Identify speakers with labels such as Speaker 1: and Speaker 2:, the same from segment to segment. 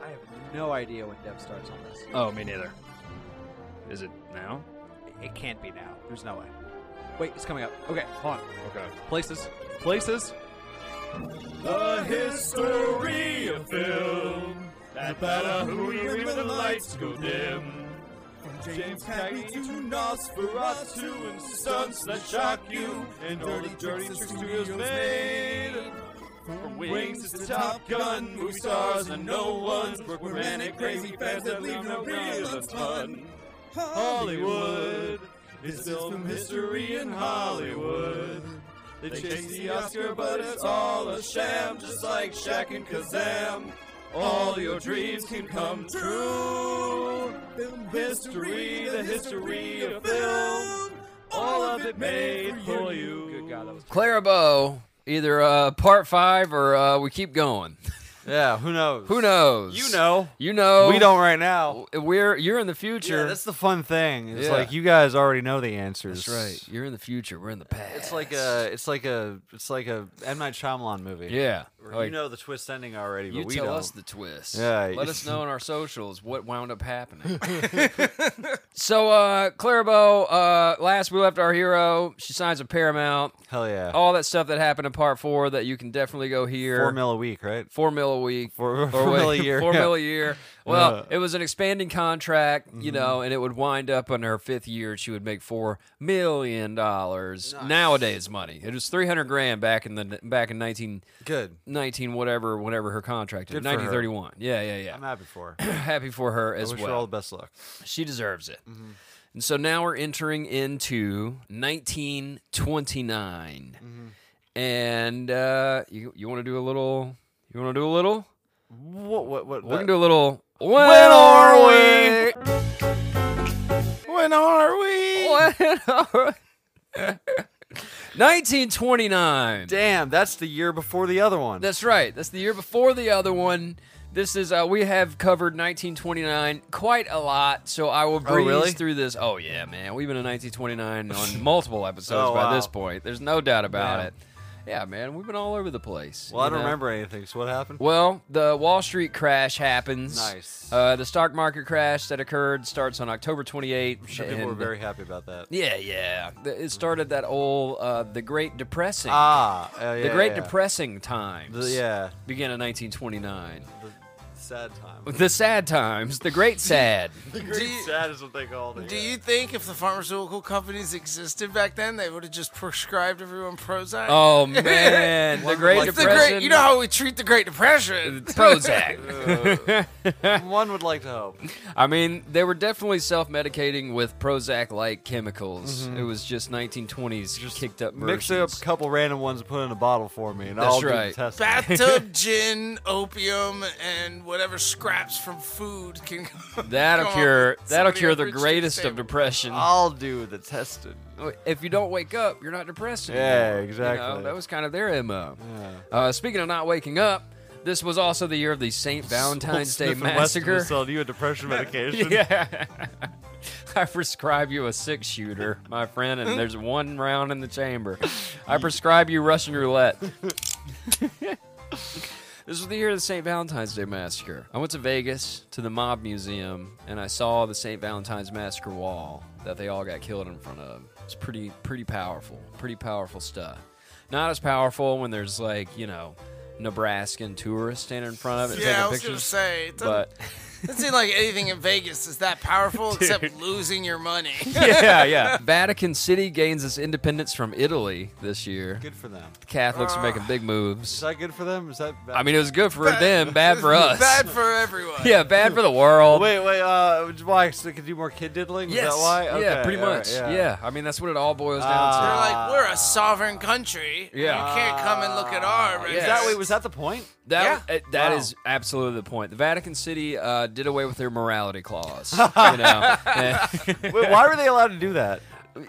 Speaker 1: I have no idea when dev starts on this.
Speaker 2: Oh, me neither. Is it now?
Speaker 1: It can't be now. There's no way. Wait, it's coming up. Okay, hold on.
Speaker 2: Okay.
Speaker 1: Places. Places.
Speaker 3: The history of film. That Batahooey when the lights go dim. From James Cagney to Nosferatu and stunts that shock you and dirty, dirty tricks studios made. From Wings to Top Gun, movie stars and no ones. We're manic, crazy fans that leave no real ton. Hollywood is still from history in Hollywood. They chase the Oscar, but it's all a sham, just like Shaq and Kazam. All your dreams can come true. Film history, the history of film. All of it made for you.
Speaker 1: Good God, that was.
Speaker 4: Clarabo, either uh, part five or uh, we keep going.
Speaker 5: Yeah, who knows?
Speaker 4: Who knows?
Speaker 5: You know.
Speaker 4: You know.
Speaker 5: We don't right now.
Speaker 4: We're you're in the future.
Speaker 5: Yeah, that's the fun thing. It's
Speaker 4: Yeah.
Speaker 5: like you guys already know the answers.
Speaker 4: That's right. You're in the future. We're in the past.
Speaker 5: It's like uh, a, it's like a, it's like a M Night Shyamalan movie.
Speaker 4: yeah.
Speaker 5: Where
Speaker 4: Like,
Speaker 5: you know the twist ending already, but
Speaker 4: you
Speaker 5: we
Speaker 4: tell
Speaker 5: don't.
Speaker 4: us the twist.
Speaker 5: Yeah.
Speaker 4: Let us know on our socials what wound up happening. so, uh, Clarabo, uh, last we left our hero. She signs a Paramount.
Speaker 5: Hell yeah.
Speaker 4: All that stuff that happened in part four that you can definitely go hear.
Speaker 5: Four mil a week, right?
Speaker 4: four mil a week,
Speaker 5: Four-
Speaker 4: or
Speaker 5: four
Speaker 4: wait,
Speaker 5: mil a year,
Speaker 4: four
Speaker 5: yeah.
Speaker 4: mil a year. Well,
Speaker 5: Uh. mm-hmm.
Speaker 4: it was an expanding contract, you know, and it would wind up on her fifth year. She would make four million dollars nowadays money. It was three hundred grand back in the back in nineteen
Speaker 5: Good.
Speaker 4: nineteen whatever whatever her contract is
Speaker 5: Good for her.
Speaker 4: nineteen thirty one. Yeah, yeah, yeah.
Speaker 5: I'm happy for. her.
Speaker 4: Happy for her
Speaker 5: I
Speaker 4: as
Speaker 5: wish
Speaker 4: well.
Speaker 5: her all Mm-hmm. the best luck.
Speaker 4: She deserves it. And so now we're entering into 1929,
Speaker 5: Mm-hmm.
Speaker 4: and uh, you you want to do a little. You want to do a little?
Speaker 5: What? What? What?
Speaker 4: We're
Speaker 5: what-
Speaker 4: gonna do a little. When,
Speaker 5: are
Speaker 2: When are
Speaker 4: Oh.
Speaker 2: we?
Speaker 4: When are we? 1929.
Speaker 5: Damn, that's the year before the other one.
Speaker 4: That's right. That's the year before the other one. This is uh, we have covered 1929 quite a lot, so I will breeze
Speaker 5: Oh, really?
Speaker 4: through this. Oh yeah, man, we've been in 1929 on multiple episodes
Speaker 5: Oh,
Speaker 4: by
Speaker 5: wow.
Speaker 4: this point. There's no doubt about
Speaker 5: Yeah.
Speaker 4: it. Yeah, man, we've been all over the place.
Speaker 5: well, I
Speaker 4: you
Speaker 5: don't
Speaker 4: know?
Speaker 5: remember anything. So what happened?
Speaker 4: Well, the Wall Street crash happens.
Speaker 5: Nice.
Speaker 4: Uh, the stock market crash that occurred starts on October 28th.
Speaker 5: Sure, people were
Speaker 4: and-
Speaker 5: very happy about that.
Speaker 4: Yeah, yeah. The- It started that old uh, the Great Depressing,
Speaker 5: Ah, uh,
Speaker 4: the
Speaker 5: yeah,
Speaker 4: Great
Speaker 5: yeah.
Speaker 4: Depressing times.
Speaker 5: The- yeah,
Speaker 4: began in 1929.
Speaker 5: sad time.
Speaker 4: The sad times, the Great Sad.
Speaker 5: The
Speaker 2: Do you-
Speaker 5: sad is what they called it.
Speaker 2: Do you think if the pharmaceutical companies existed back then, they would have just prescribed everyone Prozac?
Speaker 4: oh man, the Great
Speaker 2: It's the
Speaker 4: Depression.
Speaker 2: great. You know how we treat the Great Depression.
Speaker 4: Prozac.
Speaker 5: yeah. One would like to hope.
Speaker 4: I mean, they were definitely self-medicating with Prozac-like chemicals. It was just 1920s kicked up
Speaker 5: Mm-hmm. Mix up
Speaker 4: versions.
Speaker 5: a couple random ones and put in a bottle for me, and
Speaker 4: That's
Speaker 5: I'll do the
Speaker 4: right.
Speaker 5: testing.
Speaker 2: Bathtub gin, opium, and whatever scraps from food can. come-
Speaker 4: That'll
Speaker 2: come off
Speaker 4: cure. That'll
Speaker 2: somebody
Speaker 4: cure
Speaker 2: over
Speaker 4: the
Speaker 2: at Chick's
Speaker 4: greatest of
Speaker 2: table.
Speaker 4: depression.
Speaker 5: I'll do the testing.
Speaker 4: if you don't wake up, you're not depressed.
Speaker 5: Yeah,
Speaker 4: anymore. You know,
Speaker 5: exactly.
Speaker 4: that was kind of their mo. Uh, speaking of not waking up, this was also the year of the Saint Valentine's Day
Speaker 5: Smith and Wesson was
Speaker 4: massacre.
Speaker 5: selling you a depression medication.
Speaker 4: Yeah. I prescribe you a six shooter, my friend, and there's one round in the chamber. I prescribe you Russian roulette. This was the year of the St. Valentine's Day Massacre. I went to Vegas to the Mob Museum and I saw the St. Valentine's Massacre wall that they all got killed in front of. It's pretty, pretty powerful. Pretty powerful stuff. Not as powerful when there's like you know, Nebraskan tourists standing in front of it
Speaker 2: Yeah,
Speaker 4: taking
Speaker 2: I was gonna
Speaker 4: pictures.
Speaker 2: say. It doesn't-
Speaker 4: but
Speaker 2: Doesn't seem like anything in Vegas is that powerful except losing your money.
Speaker 4: yeah, yeah. Vatican City gains its independence from Italy this year.
Speaker 5: Good for them.
Speaker 4: Catholics are making big moves.
Speaker 5: Is that good for them? Is that? Bad?
Speaker 4: I mean, it was good for them, bad for us.
Speaker 2: Bad for everyone.
Speaker 4: yeah, bad for the world.
Speaker 5: wait, wait. Uh, why? So they could do more kid diddling.
Speaker 4: yes.
Speaker 5: Is that why? Okay,
Speaker 4: yeah, pretty
Speaker 5: all right, Ah.
Speaker 4: much. yeah. I mean, that's what it all boils down
Speaker 2: They're
Speaker 4: to.
Speaker 2: like, we're a sovereign country.
Speaker 4: Yeah. Ah,
Speaker 2: You can't come and look at our race.
Speaker 5: Is that wait? Was that the point?
Speaker 4: That
Speaker 2: yeah.
Speaker 4: uh, that
Speaker 5: Wow.
Speaker 4: is absolutely the point. The Vatican City uh, did away with their morality clause, you know,
Speaker 5: Wait, why were they allowed to do that?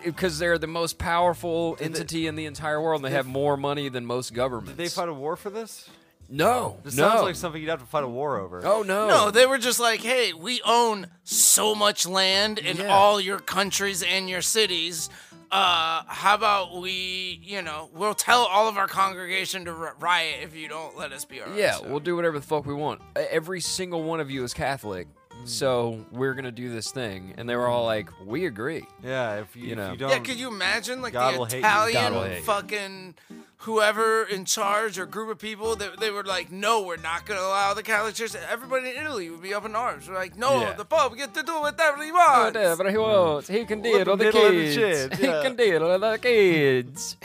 Speaker 4: because they're the most powerful entity in the entire world. and They have more money than most governments.
Speaker 5: Did they fight a war for this?
Speaker 4: no,
Speaker 5: This
Speaker 4: no.
Speaker 5: sounds like something you'd have to fight a war over.
Speaker 4: oh no,
Speaker 2: No, they were just like, hey, we own so much land in
Speaker 4: Yeah.
Speaker 2: all your countries and your cities. Uh, how about we, you know, we'll tell all of our congregation to ri riot if you don't let us be our own
Speaker 4: Yeah,
Speaker 2: self."
Speaker 4: we'll do whatever the fuck we want. E- Every single one of you is Catholic,
Speaker 5: Hmm.
Speaker 4: so we're gonna do this thing. And they were all like, "We agree."
Speaker 5: Yeah, if you,
Speaker 4: You
Speaker 5: if
Speaker 4: know.
Speaker 5: you don't.
Speaker 2: Yeah, could you imagine like
Speaker 5: God
Speaker 2: the
Speaker 5: will hate you.
Speaker 4: um, God will hate
Speaker 2: Italian
Speaker 4: you.
Speaker 2: fucking whoever in charge or group of people that they were like, no, we're not going to allow the Catholic Church. Everybody in Italy would be up in arms. We're like, no,
Speaker 4: Yeah.
Speaker 2: the Pope get to do whatever he
Speaker 4: Oh,
Speaker 2: wants.
Speaker 4: whatever he wants, he can
Speaker 5: Let
Speaker 4: deal
Speaker 5: him
Speaker 4: with the
Speaker 5: diddle Hmm. the
Speaker 4: kids.
Speaker 5: kids,
Speaker 4: He
Speaker 5: yeah.
Speaker 4: can deal with the kids.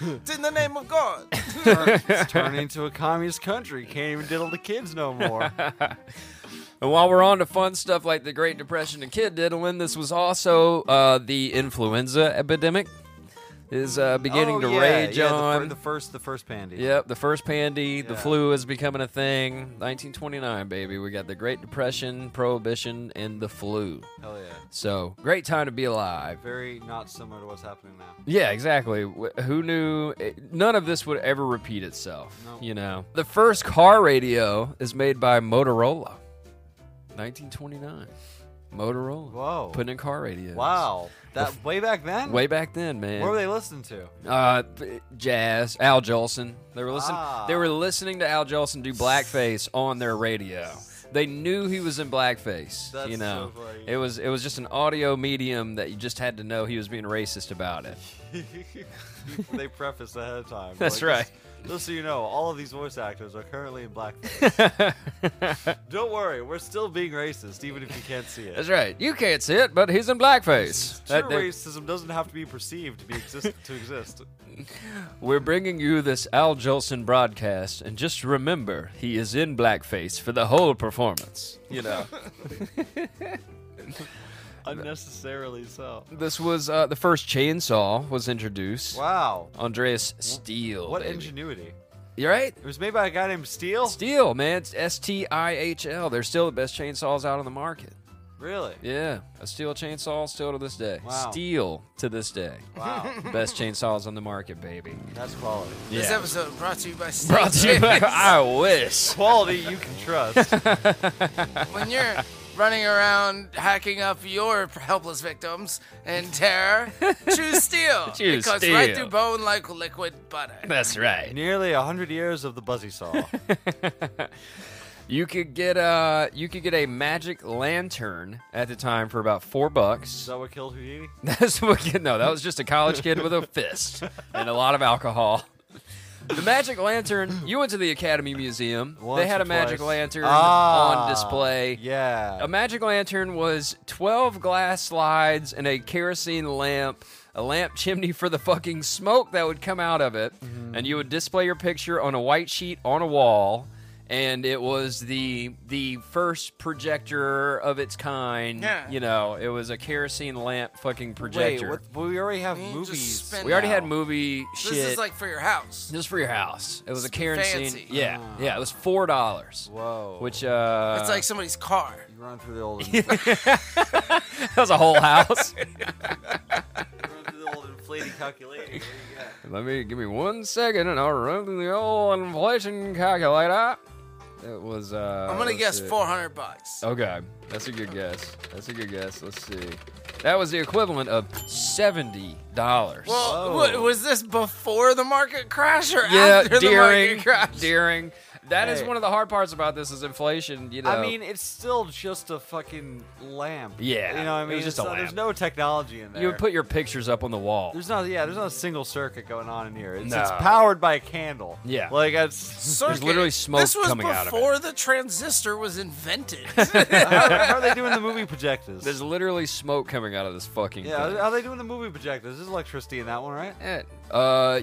Speaker 2: It's in the name of God.
Speaker 5: it's turning into a communist country? Can't even diddle the kids no more.
Speaker 4: And while we're on to fun stuff like the Great Depression and kid diddling, this was also uh, the influenza epidemic is uh, beginning
Speaker 5: Oh,
Speaker 4: to
Speaker 5: yeah,
Speaker 4: rage
Speaker 5: yeah, the fir-
Speaker 4: on.
Speaker 5: the first, the first pandy.
Speaker 4: Yep, the first pandy, the
Speaker 5: Yeah.
Speaker 4: flu is becoming a thing. 1929, baby. We got the Great Depression, Prohibition, and the flu.
Speaker 5: Hell yeah.
Speaker 4: So, great time to be alive.
Speaker 5: Very not similar to what's happening now.
Speaker 4: Yeah, exactly. Wh- Who knew? it- None of this would ever repeat itself.
Speaker 5: No.
Speaker 4: You know, the first car radio is made by Motorola, 1929. Motorola.
Speaker 5: Whoa.
Speaker 4: Putting in car radios.
Speaker 5: Wow. That way back then.
Speaker 4: Way back then, man.
Speaker 5: What were they listening to?
Speaker 4: Uh, th- jazz. Al Jolson. They were listening.
Speaker 5: Ah.
Speaker 4: They were listening to Al Jolson do blackface on their radio. They knew he was in blackface.
Speaker 5: That's
Speaker 4: you know,
Speaker 5: so funny.
Speaker 4: it was it was just an audio medium that you just had to know he was being racist about it.
Speaker 5: they preface ahead of time.
Speaker 4: That's
Speaker 5: like,
Speaker 4: right.
Speaker 5: Just, just so you know, all of these voice actors are currently in blackface. Don't worry, we're still being racist, even if you can't see it.
Speaker 4: That's right. You can't see it, but he's in blackface.
Speaker 5: True
Speaker 4: That- that-
Speaker 5: racism doesn't have to be perceived to be exist to exist.
Speaker 4: we're bringing you this Al Jolson broadcast, and just remember, he is in blackface for the whole performance.
Speaker 5: You know. Unnecessarily so.
Speaker 4: This was uh, the first chainsaw was introduced.
Speaker 5: Wow.
Speaker 4: Andreas Steele.
Speaker 5: What
Speaker 4: baby.
Speaker 5: ingenuity.
Speaker 4: You right?
Speaker 5: It was made by a guy named Steele?
Speaker 4: Steel, man. It's S T I H L. They're still the best chainsaws out on the market.
Speaker 5: Really?
Speaker 4: Yeah, a steel chainsaw still to this day.
Speaker 5: Wow.
Speaker 4: Steel to this day.
Speaker 5: Wow.
Speaker 4: best chainsaws on the market, baby.
Speaker 5: That's quality.
Speaker 2: This
Speaker 4: Yeah.
Speaker 2: episode brought to you by Steve
Speaker 4: Brought to you by
Speaker 2: Jobs.
Speaker 4: I wish.
Speaker 5: Quality you can trust.
Speaker 2: when you're running around hacking up your helpless victims in terror, choose steel.
Speaker 4: Choose
Speaker 2: it cuts right
Speaker 4: steel.
Speaker 2: through bone like liquid butter.
Speaker 4: That's right.
Speaker 5: Nearly a hundred years of the buzzy saw.
Speaker 4: You could get a you could get a magic lantern at the time for about four
Speaker 5: Is
Speaker 4: bucks.
Speaker 5: that what killed Houdini?
Speaker 4: That's what kid. No, that was just a college kid with a fist and a lot of alcohol. The magic lantern. You went to the Academy Museum.
Speaker 5: Once
Speaker 4: they had
Speaker 5: or
Speaker 4: a magic
Speaker 5: twice.
Speaker 4: lantern
Speaker 5: Ah,
Speaker 4: on display.
Speaker 5: Yeah.
Speaker 4: A magic lantern was twelve glass slides and a kerosene lamp. A lamp chimney for the fucking smoke that would come out of it,
Speaker 2: Mm-hmm.
Speaker 4: and you would display your picture on a white sheet on a wall, and it was the the first projector of its kind.
Speaker 2: Yeah.
Speaker 4: You know, it was a kerosene lamp fucking projector.
Speaker 5: Wait, what, well, we already have
Speaker 2: You just
Speaker 5: movies.
Speaker 2: spend-
Speaker 4: We already had
Speaker 5: now.
Speaker 4: movie
Speaker 2: This
Speaker 4: shit.
Speaker 2: is like for your house.
Speaker 4: just for your house. It was a kerosene.
Speaker 2: fancy.
Speaker 4: Yeah, yeah. It was four dollars.
Speaker 5: Whoa.
Speaker 4: Which uh,
Speaker 2: It's like somebody's car.
Speaker 5: You run through the old,
Speaker 4: that was a whole house.
Speaker 5: run through the old inflated calculator.
Speaker 4: Let me give me one second, and I'll run through the old inflation calculator. It was. uh
Speaker 2: I'm gonna
Speaker 4: let's
Speaker 2: guess
Speaker 4: see.
Speaker 2: 400 bucks.
Speaker 4: Okay, that's a good guess. That's a good guess. Let's see. That was the equivalent of seventy dollars.
Speaker 2: Well, wa- was this before the market crash or
Speaker 4: oh. yeah,
Speaker 2: after the
Speaker 4: during
Speaker 2: market crash?
Speaker 4: during. That is
Speaker 5: Hey.
Speaker 4: one of the hard parts about this is inflation. You know,
Speaker 5: I mean, it's still just a fucking lamp.
Speaker 4: Yeah,
Speaker 5: you know, what I
Speaker 4: it was
Speaker 5: mean,
Speaker 4: just
Speaker 5: It's
Speaker 4: a
Speaker 5: not- There's
Speaker 4: lamp.
Speaker 5: no technology in there.
Speaker 4: you would put your pictures up on the wall.
Speaker 5: There's not, yeah, there's not a single circuit going on in here. It's, it's
Speaker 4: No.
Speaker 5: powered by a candle.
Speaker 4: Yeah.
Speaker 5: like it's.
Speaker 2: Circuit.
Speaker 4: literally smoke
Speaker 2: This was
Speaker 4: coming
Speaker 2: before
Speaker 4: out of it.
Speaker 2: the transistor was invented.
Speaker 5: how, how are they doing the movie projectors?
Speaker 4: There's literally smoke coming out of this fucking.
Speaker 5: yeah,
Speaker 4: thing.
Speaker 5: how are they doing the movie projectors? There's electricity in that one, right?
Speaker 4: Eh, Uh,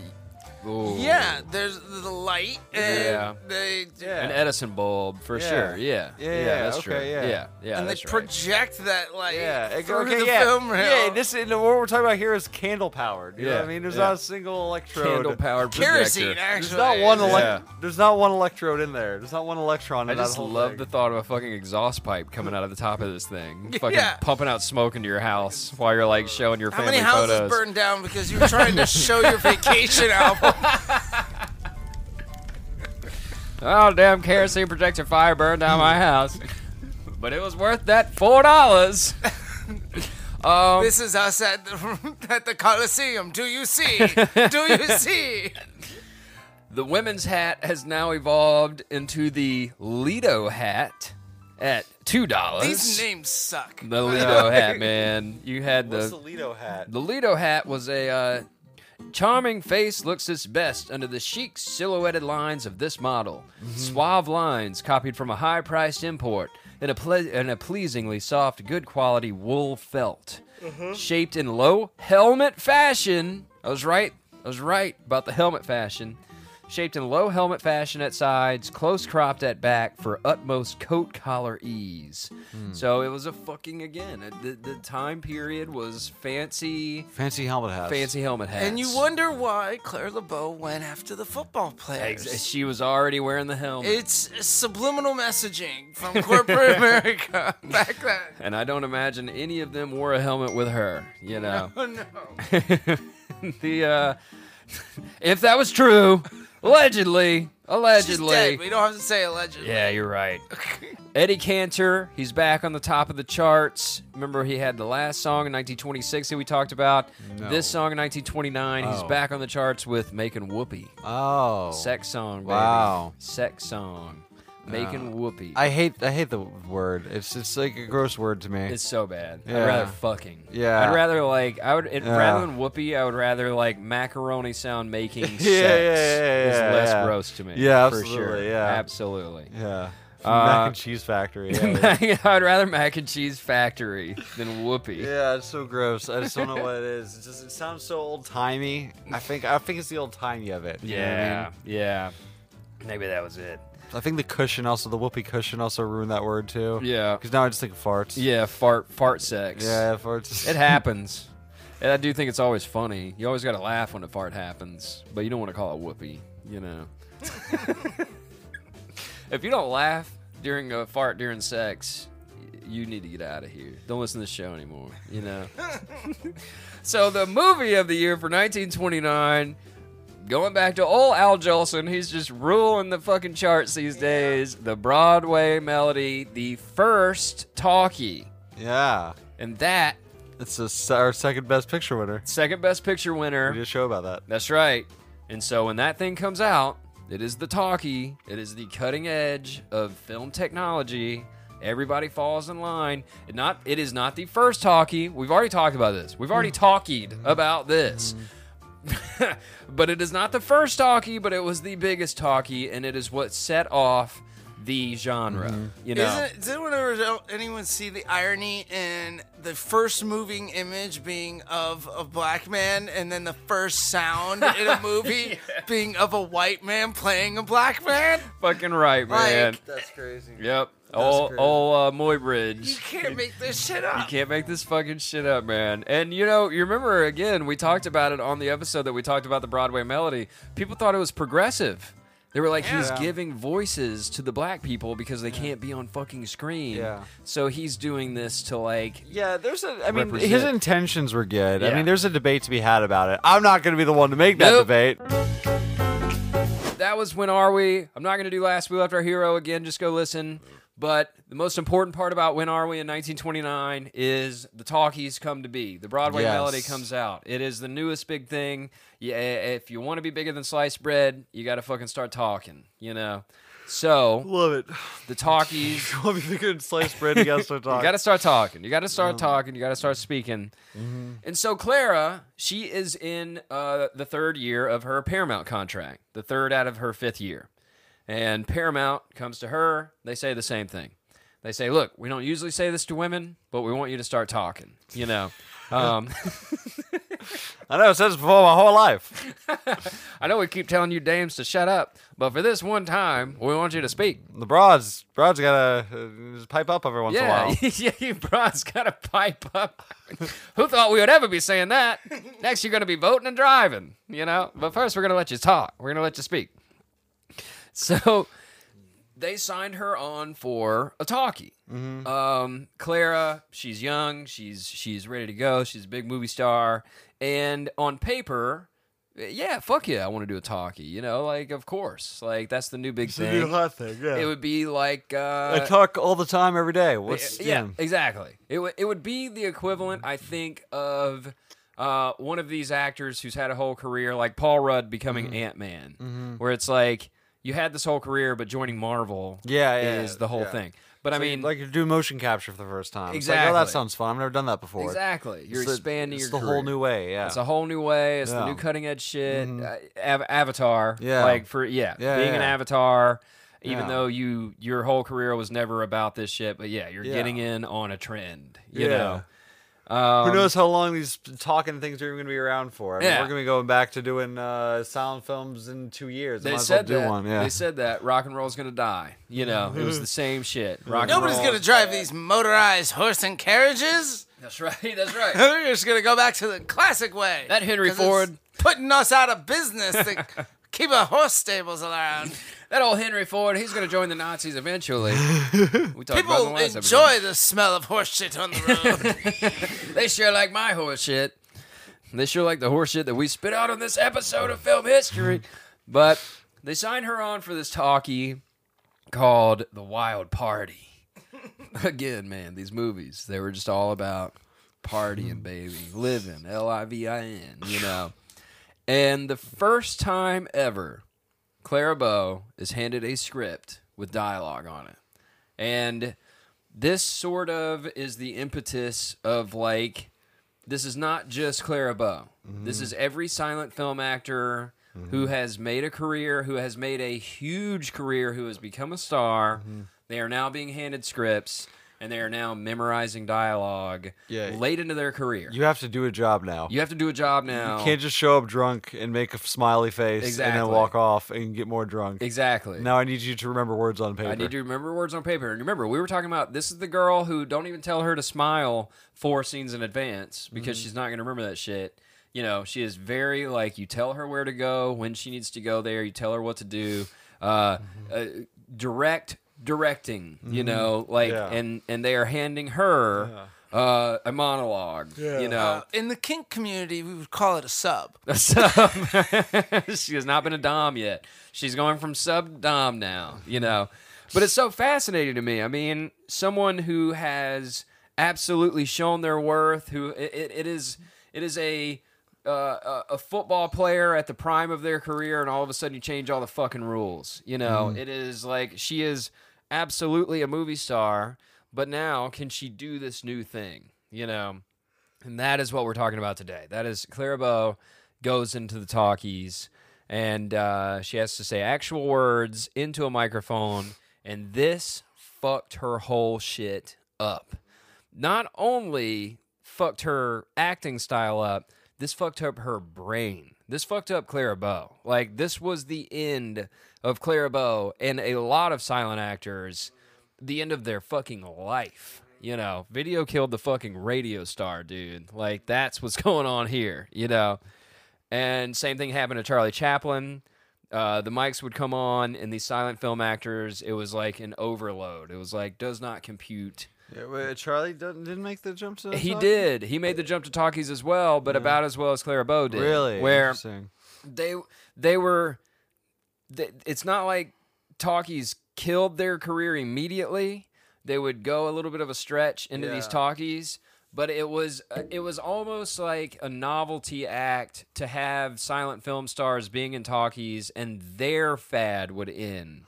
Speaker 4: ooh.
Speaker 2: yeah, there's the light and
Speaker 4: Yeah.
Speaker 2: they
Speaker 4: An Edison bulb for
Speaker 5: Yeah.
Speaker 4: sure. Yeah.
Speaker 5: Yeah, yeah,
Speaker 4: that's true.
Speaker 5: okay, yeah.
Speaker 4: yeah, yeah,
Speaker 2: and they
Speaker 4: that's right.
Speaker 2: project that light
Speaker 5: Yeah, it-
Speaker 2: through
Speaker 5: okay,
Speaker 2: the
Speaker 5: yeah,
Speaker 2: film rail.
Speaker 5: yeah. This and what we're talking about here is candle powered. You know what
Speaker 4: Yeah,
Speaker 5: I mean? There's
Speaker 4: yeah.
Speaker 5: not a single electrode.
Speaker 4: candle powered
Speaker 2: kerosene.
Speaker 4: projector.
Speaker 2: Actually,
Speaker 5: There's not one
Speaker 2: It's-
Speaker 4: elec-
Speaker 5: elect. There's not one electrode in there. There's not one electron.
Speaker 4: I
Speaker 5: In
Speaker 4: just
Speaker 5: that whole
Speaker 4: love
Speaker 5: thing.
Speaker 4: the thought of a fucking exhaust pipe coming out of the top of this thing, fucking
Speaker 2: Yeah.
Speaker 4: pumping out smoke into your house while you're like showing your
Speaker 2: How
Speaker 4: family
Speaker 2: many houses
Speaker 4: photos.
Speaker 2: burned down because you were trying to show your vacation album?
Speaker 4: Oh damn, kerosene projector fire burned down my house, but it was worth that four dollars. um,
Speaker 2: This is us at the, at the Coliseum. Do you see? Do you see?
Speaker 4: The women's hat has now evolved into the Lido hat at two
Speaker 2: These
Speaker 4: dollars.
Speaker 2: names suck.
Speaker 4: The Lido hat, man. You had
Speaker 5: What's
Speaker 4: the
Speaker 5: the Lido hat?
Speaker 4: the Lido hat was a uh, charming face looks its best under the chic silhouetted lines of this model. Suave lines copied from a high priced import and a, ple- and a pleasingly soft, good quality wool felt. Shaped in low helmet fashion. I was right. I was right about the helmet fashion. Shaped in low helmet fashion at sides, close cropped at back for utmost coat collar ease. So it was a fucking again. uh, The, the time period was fancy,
Speaker 5: Fancy helmet hat.
Speaker 4: fancy helmet hats.
Speaker 2: And you wonder why Claire LeBeau went after the football players.
Speaker 4: Ex- She was already wearing the helmet,
Speaker 2: It's subliminal messaging from corporate America back then.
Speaker 4: and I don't imagine any of them wore a helmet with her. You know,
Speaker 2: Oh no.
Speaker 4: the uh, if that was true, allegedly,
Speaker 2: She's
Speaker 4: allegedly,
Speaker 2: dead. We don't have to say allegedly.
Speaker 4: Yeah, you're right. Eddie Cantor, he's back on the top of the charts. Remember, he had the last song in 1926 that we talked about. This song in 1929, he's
Speaker 5: Oh.
Speaker 4: back on the charts with "Making Whoopee."
Speaker 5: Oh,
Speaker 4: Sex song, baby.
Speaker 5: Wow. Uh,
Speaker 4: Sex song, "Making Whoopee."
Speaker 5: I hate I hate the word. It's it's like a gross word to me.
Speaker 4: It's so bad. I'd
Speaker 5: Yeah.
Speaker 4: rather fucking.
Speaker 5: Yeah.
Speaker 4: I'd rather like I would it,
Speaker 5: Yeah.
Speaker 4: rather than whoopee. I would rather like macaroni sound making sex.
Speaker 5: yeah, yeah,
Speaker 4: is
Speaker 5: yeah,
Speaker 4: less
Speaker 5: yeah.
Speaker 4: gross to me.
Speaker 5: Yeah,
Speaker 4: for sure.
Speaker 5: absolutely, yeah.
Speaker 4: absolutely.
Speaker 5: yeah,
Speaker 4: Uh,
Speaker 5: Mac and Cheese Factory. Yeah,
Speaker 4: I'd rather mac and cheese factory than whoopee.
Speaker 5: Yeah, it's so gross. I just don't know what it is. It just it sounds so old timey. I think I think it's the old timey of it. you know what I
Speaker 4: yeah,
Speaker 5: mean?
Speaker 4: yeah. Maybe that was it.
Speaker 5: I think the cushion also the whoopee cushion also ruined that word too.
Speaker 4: Yeah.
Speaker 5: Because now I just think of farts.
Speaker 4: Yeah, fart fart sex.
Speaker 5: Yeah, farts.
Speaker 4: it happens. And I do think it's always funny. You always got to laugh when a fart happens, but you don't want to call it whoopee, you know. if you don't laugh during a fart during sex, y- you need to get out of here. Don't listen to the show anymore, you know. so the movie of the year for 1929 Going back to old Al Jolson, he's just ruling the fucking charts these days. The Broadway melody, the first talkie.
Speaker 5: Yeah.
Speaker 4: And that
Speaker 5: It's a s our second best picture winner.
Speaker 4: second best picture
Speaker 5: We did
Speaker 4: winner.
Speaker 5: a show about that.
Speaker 4: That's right. And so when that thing comes out, it is the talkie. It is the cutting edge of film technology. Everybody falls in line. It not it is not the first talkie. We've already talked about this. We've already talkied about this. but it is not the first talkie, but it was the biggest talkie, and it is what set off the genre. You know,
Speaker 2: Isn't, did anyone, ever, anyone see the irony in the first moving image being of a black man and then the first sound in a movie being of a white man playing a black man?
Speaker 4: fucking right, man.
Speaker 5: That's crazy.
Speaker 4: yep. Old,
Speaker 5: great.
Speaker 4: old uh, Moy Bridge.
Speaker 2: You can't make this shit up.
Speaker 4: You can't make this fucking shit up, man. And you know, you remember again, we talked about it on the episode that we talked about the Broadway melody. People thought it was progressive. They were like, he's giving voices to the black people because they can't be on fucking screen.
Speaker 5: Yeah.
Speaker 4: So he's doing this to like,
Speaker 5: Yeah, there's a. I mean,
Speaker 4: Represent.
Speaker 5: his intentions were good.
Speaker 4: Yeah.
Speaker 5: I mean, there's a debate to be had about it. I'm not going to be the one to make that
Speaker 4: Nope.
Speaker 5: debate.
Speaker 4: that was when are we? I'm not gonna do last we left our hero again. Just go listen. But the most important part about When Are We in 1929 is the talkies come to be. The Broadway
Speaker 5: Yes.
Speaker 4: melody comes out. It is the newest big thing. Yeah, if you want to be bigger than sliced bread, you got to fucking start talking, you know? So
Speaker 5: Love it.
Speaker 4: the talkies
Speaker 5: I'll be figuring sliced bread together
Speaker 4: you got to start talking. You got to start talking. You got to start speaking. And so Clara, she is in uh, the third year of her Paramount contract, the third out of her fifth year. And Paramount comes to her. They say the same thing. They say, "Look, we don't usually say this to women, but we want you to start talking." You know, um,
Speaker 5: I know, I said this before my whole life.
Speaker 4: I know we keep telling you dames to shut up, but for this one time, we want you to speak.
Speaker 5: The broads, broads gotta uh, just pipe up every once in a
Speaker 4: Yeah,
Speaker 5: while.
Speaker 4: yeah, you broads got to pipe up. Who thought we would ever be saying that? Next, you're going to be voting and driving, you know? But first, we're going to let you talk. We're going to let you speak. So they signed her on for a talkie.
Speaker 5: Mm-hmm.
Speaker 4: Um, Clara, she's young, she's she's ready to go, she's a big movie star, and on paper, yeah, fuck yeah, I want to do a talkie. You know, like of course, like that's the new big thing.
Speaker 5: hot thing, yeah.
Speaker 4: It would be like uh,
Speaker 5: I talk all the time, every day. What's
Speaker 4: yeah, yeah, exactly. It would it would be the equivalent, I think, of uh, one of these actors who's had a whole career, like Paul Rudd becoming
Speaker 5: Mm-hmm.
Speaker 4: Ant Man, where it's like you had this whole career, but joining Marvel,
Speaker 5: Yeah, yeah,
Speaker 4: is the whole
Speaker 5: yeah.
Speaker 4: thing. But I mean,
Speaker 5: like you do motion capture for the first time. It's like, oh, that
Speaker 4: Exactly.
Speaker 5: sounds fun. I've never done that before.
Speaker 4: exactly, you're
Speaker 5: It's the-
Speaker 4: expanding
Speaker 5: it's
Speaker 4: your
Speaker 5: the whole
Speaker 4: career.
Speaker 5: new way. Yeah,
Speaker 4: It's a whole new way. It's the
Speaker 5: Yeah. Mm-hmm.
Speaker 4: new cutting edge shit. Uh, av- avatar,
Speaker 5: Yeah.
Speaker 4: like for yeah,
Speaker 5: Yeah,
Speaker 4: being an
Speaker 5: yeah.
Speaker 4: avatar. Even
Speaker 5: Yeah.
Speaker 4: though you your whole career was never about this shit, but yeah, you're
Speaker 5: Yeah.
Speaker 4: getting in on a trend. You
Speaker 5: yeah.
Speaker 4: know, Um,
Speaker 5: Who knows how long these talking things are even going to be around for? I mean,
Speaker 4: Yeah.
Speaker 5: We're going to be going back to doing uh, sound films in two years. I
Speaker 4: They
Speaker 5: might as
Speaker 4: said
Speaker 5: well do
Speaker 4: that.
Speaker 5: one. Yeah.
Speaker 4: They said that rock and roll's gonna die. You know, it
Speaker 2: Mm-hmm.
Speaker 4: was the same shit. Rock
Speaker 2: Nobody's
Speaker 4: and
Speaker 2: going to drive these motorized horse and carriages.
Speaker 4: That's right. That's right.
Speaker 2: We're just going to go back to the classic way.
Speaker 4: That Henry
Speaker 2: 'Cause it's
Speaker 4: Ford.
Speaker 2: Putting us out of business to keep our horse stables around.
Speaker 4: That old Henry Ford. He's gonna join the Nazis eventually. We talked about it in
Speaker 2: People
Speaker 4: the last
Speaker 2: enjoy the smell of horse shit on the road.
Speaker 4: episode. They sure like my horse shit. They sure like the horse shit that we spit out on this episode of film history. But they signed her on for this talkie called The Wild Party. Again, man, these movies, they were just all about partying, baby, living, L I V I N, you know. And the first time ever, Clara Bow is handed a script with dialogue on it. And this sort of is the impetus of like, this is not just Clara Bow. This is every silent film actor who has made a career, who has made a huge career, who has become a star. They are now being handed scripts and they are now memorizing dialogue
Speaker 5: Yeah.
Speaker 4: late into their career.
Speaker 5: you have to do a job now.
Speaker 4: You have to do a job now.
Speaker 5: You can't just show up drunk and make a f- smiley face and
Speaker 4: Exactly.
Speaker 5: then walk off and get more drunk.
Speaker 4: exactly.
Speaker 5: Now I need you to remember words on paper.
Speaker 4: I need you to remember words on paper. And remember, we were talking about this is the girl who don't even tell her to smile four scenes in advance because
Speaker 5: Mm-hmm.
Speaker 4: she's not going to remember that shit. You know, she is very like you tell her where to go, when she needs to go there, you tell her what to do. Uh, uh,
Speaker 5: Mm-hmm.
Speaker 4: direct directing, you know, like
Speaker 5: Yeah.
Speaker 4: and and they are handing her uh, a monologue, you know.
Speaker 2: Uh, In the kink community, we would call it a sub.
Speaker 4: So she has not been a dom yet. She's going from sub to dom now, you know. But it's so fascinating to me. I mean, someone who has absolutely shown their worth, who it, it, it is it is a uh, a- a football player at the prime of their career, and all of a sudden you change all the fucking rules. You know, it is like she is absolutely a movie star, but now can she do this new thing? You know, and that is what we're talking about today. That is Clara Bow goes into the talkies and uh, she has to say actual words into a microphone. And this fucked her whole shit up. Not only fucked her acting style up, this fucked up her brain. This fucked up Clara Bow. Like, this was the end of Clara Bow and a lot of silent actors the end of their fucking life. You know, video killed the fucking radio star, dude. Like, that's what's going on here, you know? And same thing happened to Charlie Chaplin. Uh, the mics would come on, and these silent film actors, it was like an overload. It was like, does not compute.
Speaker 5: Yeah, wait, Charlie didn't, didn't make the jump to.
Speaker 4: He
Speaker 5: talk?
Speaker 4: did. He made the jump to talkies as well, but about as well as Clara Bow did.
Speaker 5: Really?
Speaker 4: Where
Speaker 5: Interesting.
Speaker 4: they they were they, it's not like talkies killed their career immediately they would go a little bit of a stretch into these
Speaker 5: Yeah.
Speaker 4: talkies but it was uh, it was almost like a novelty act to have silent film stars being in talkies and their fad would end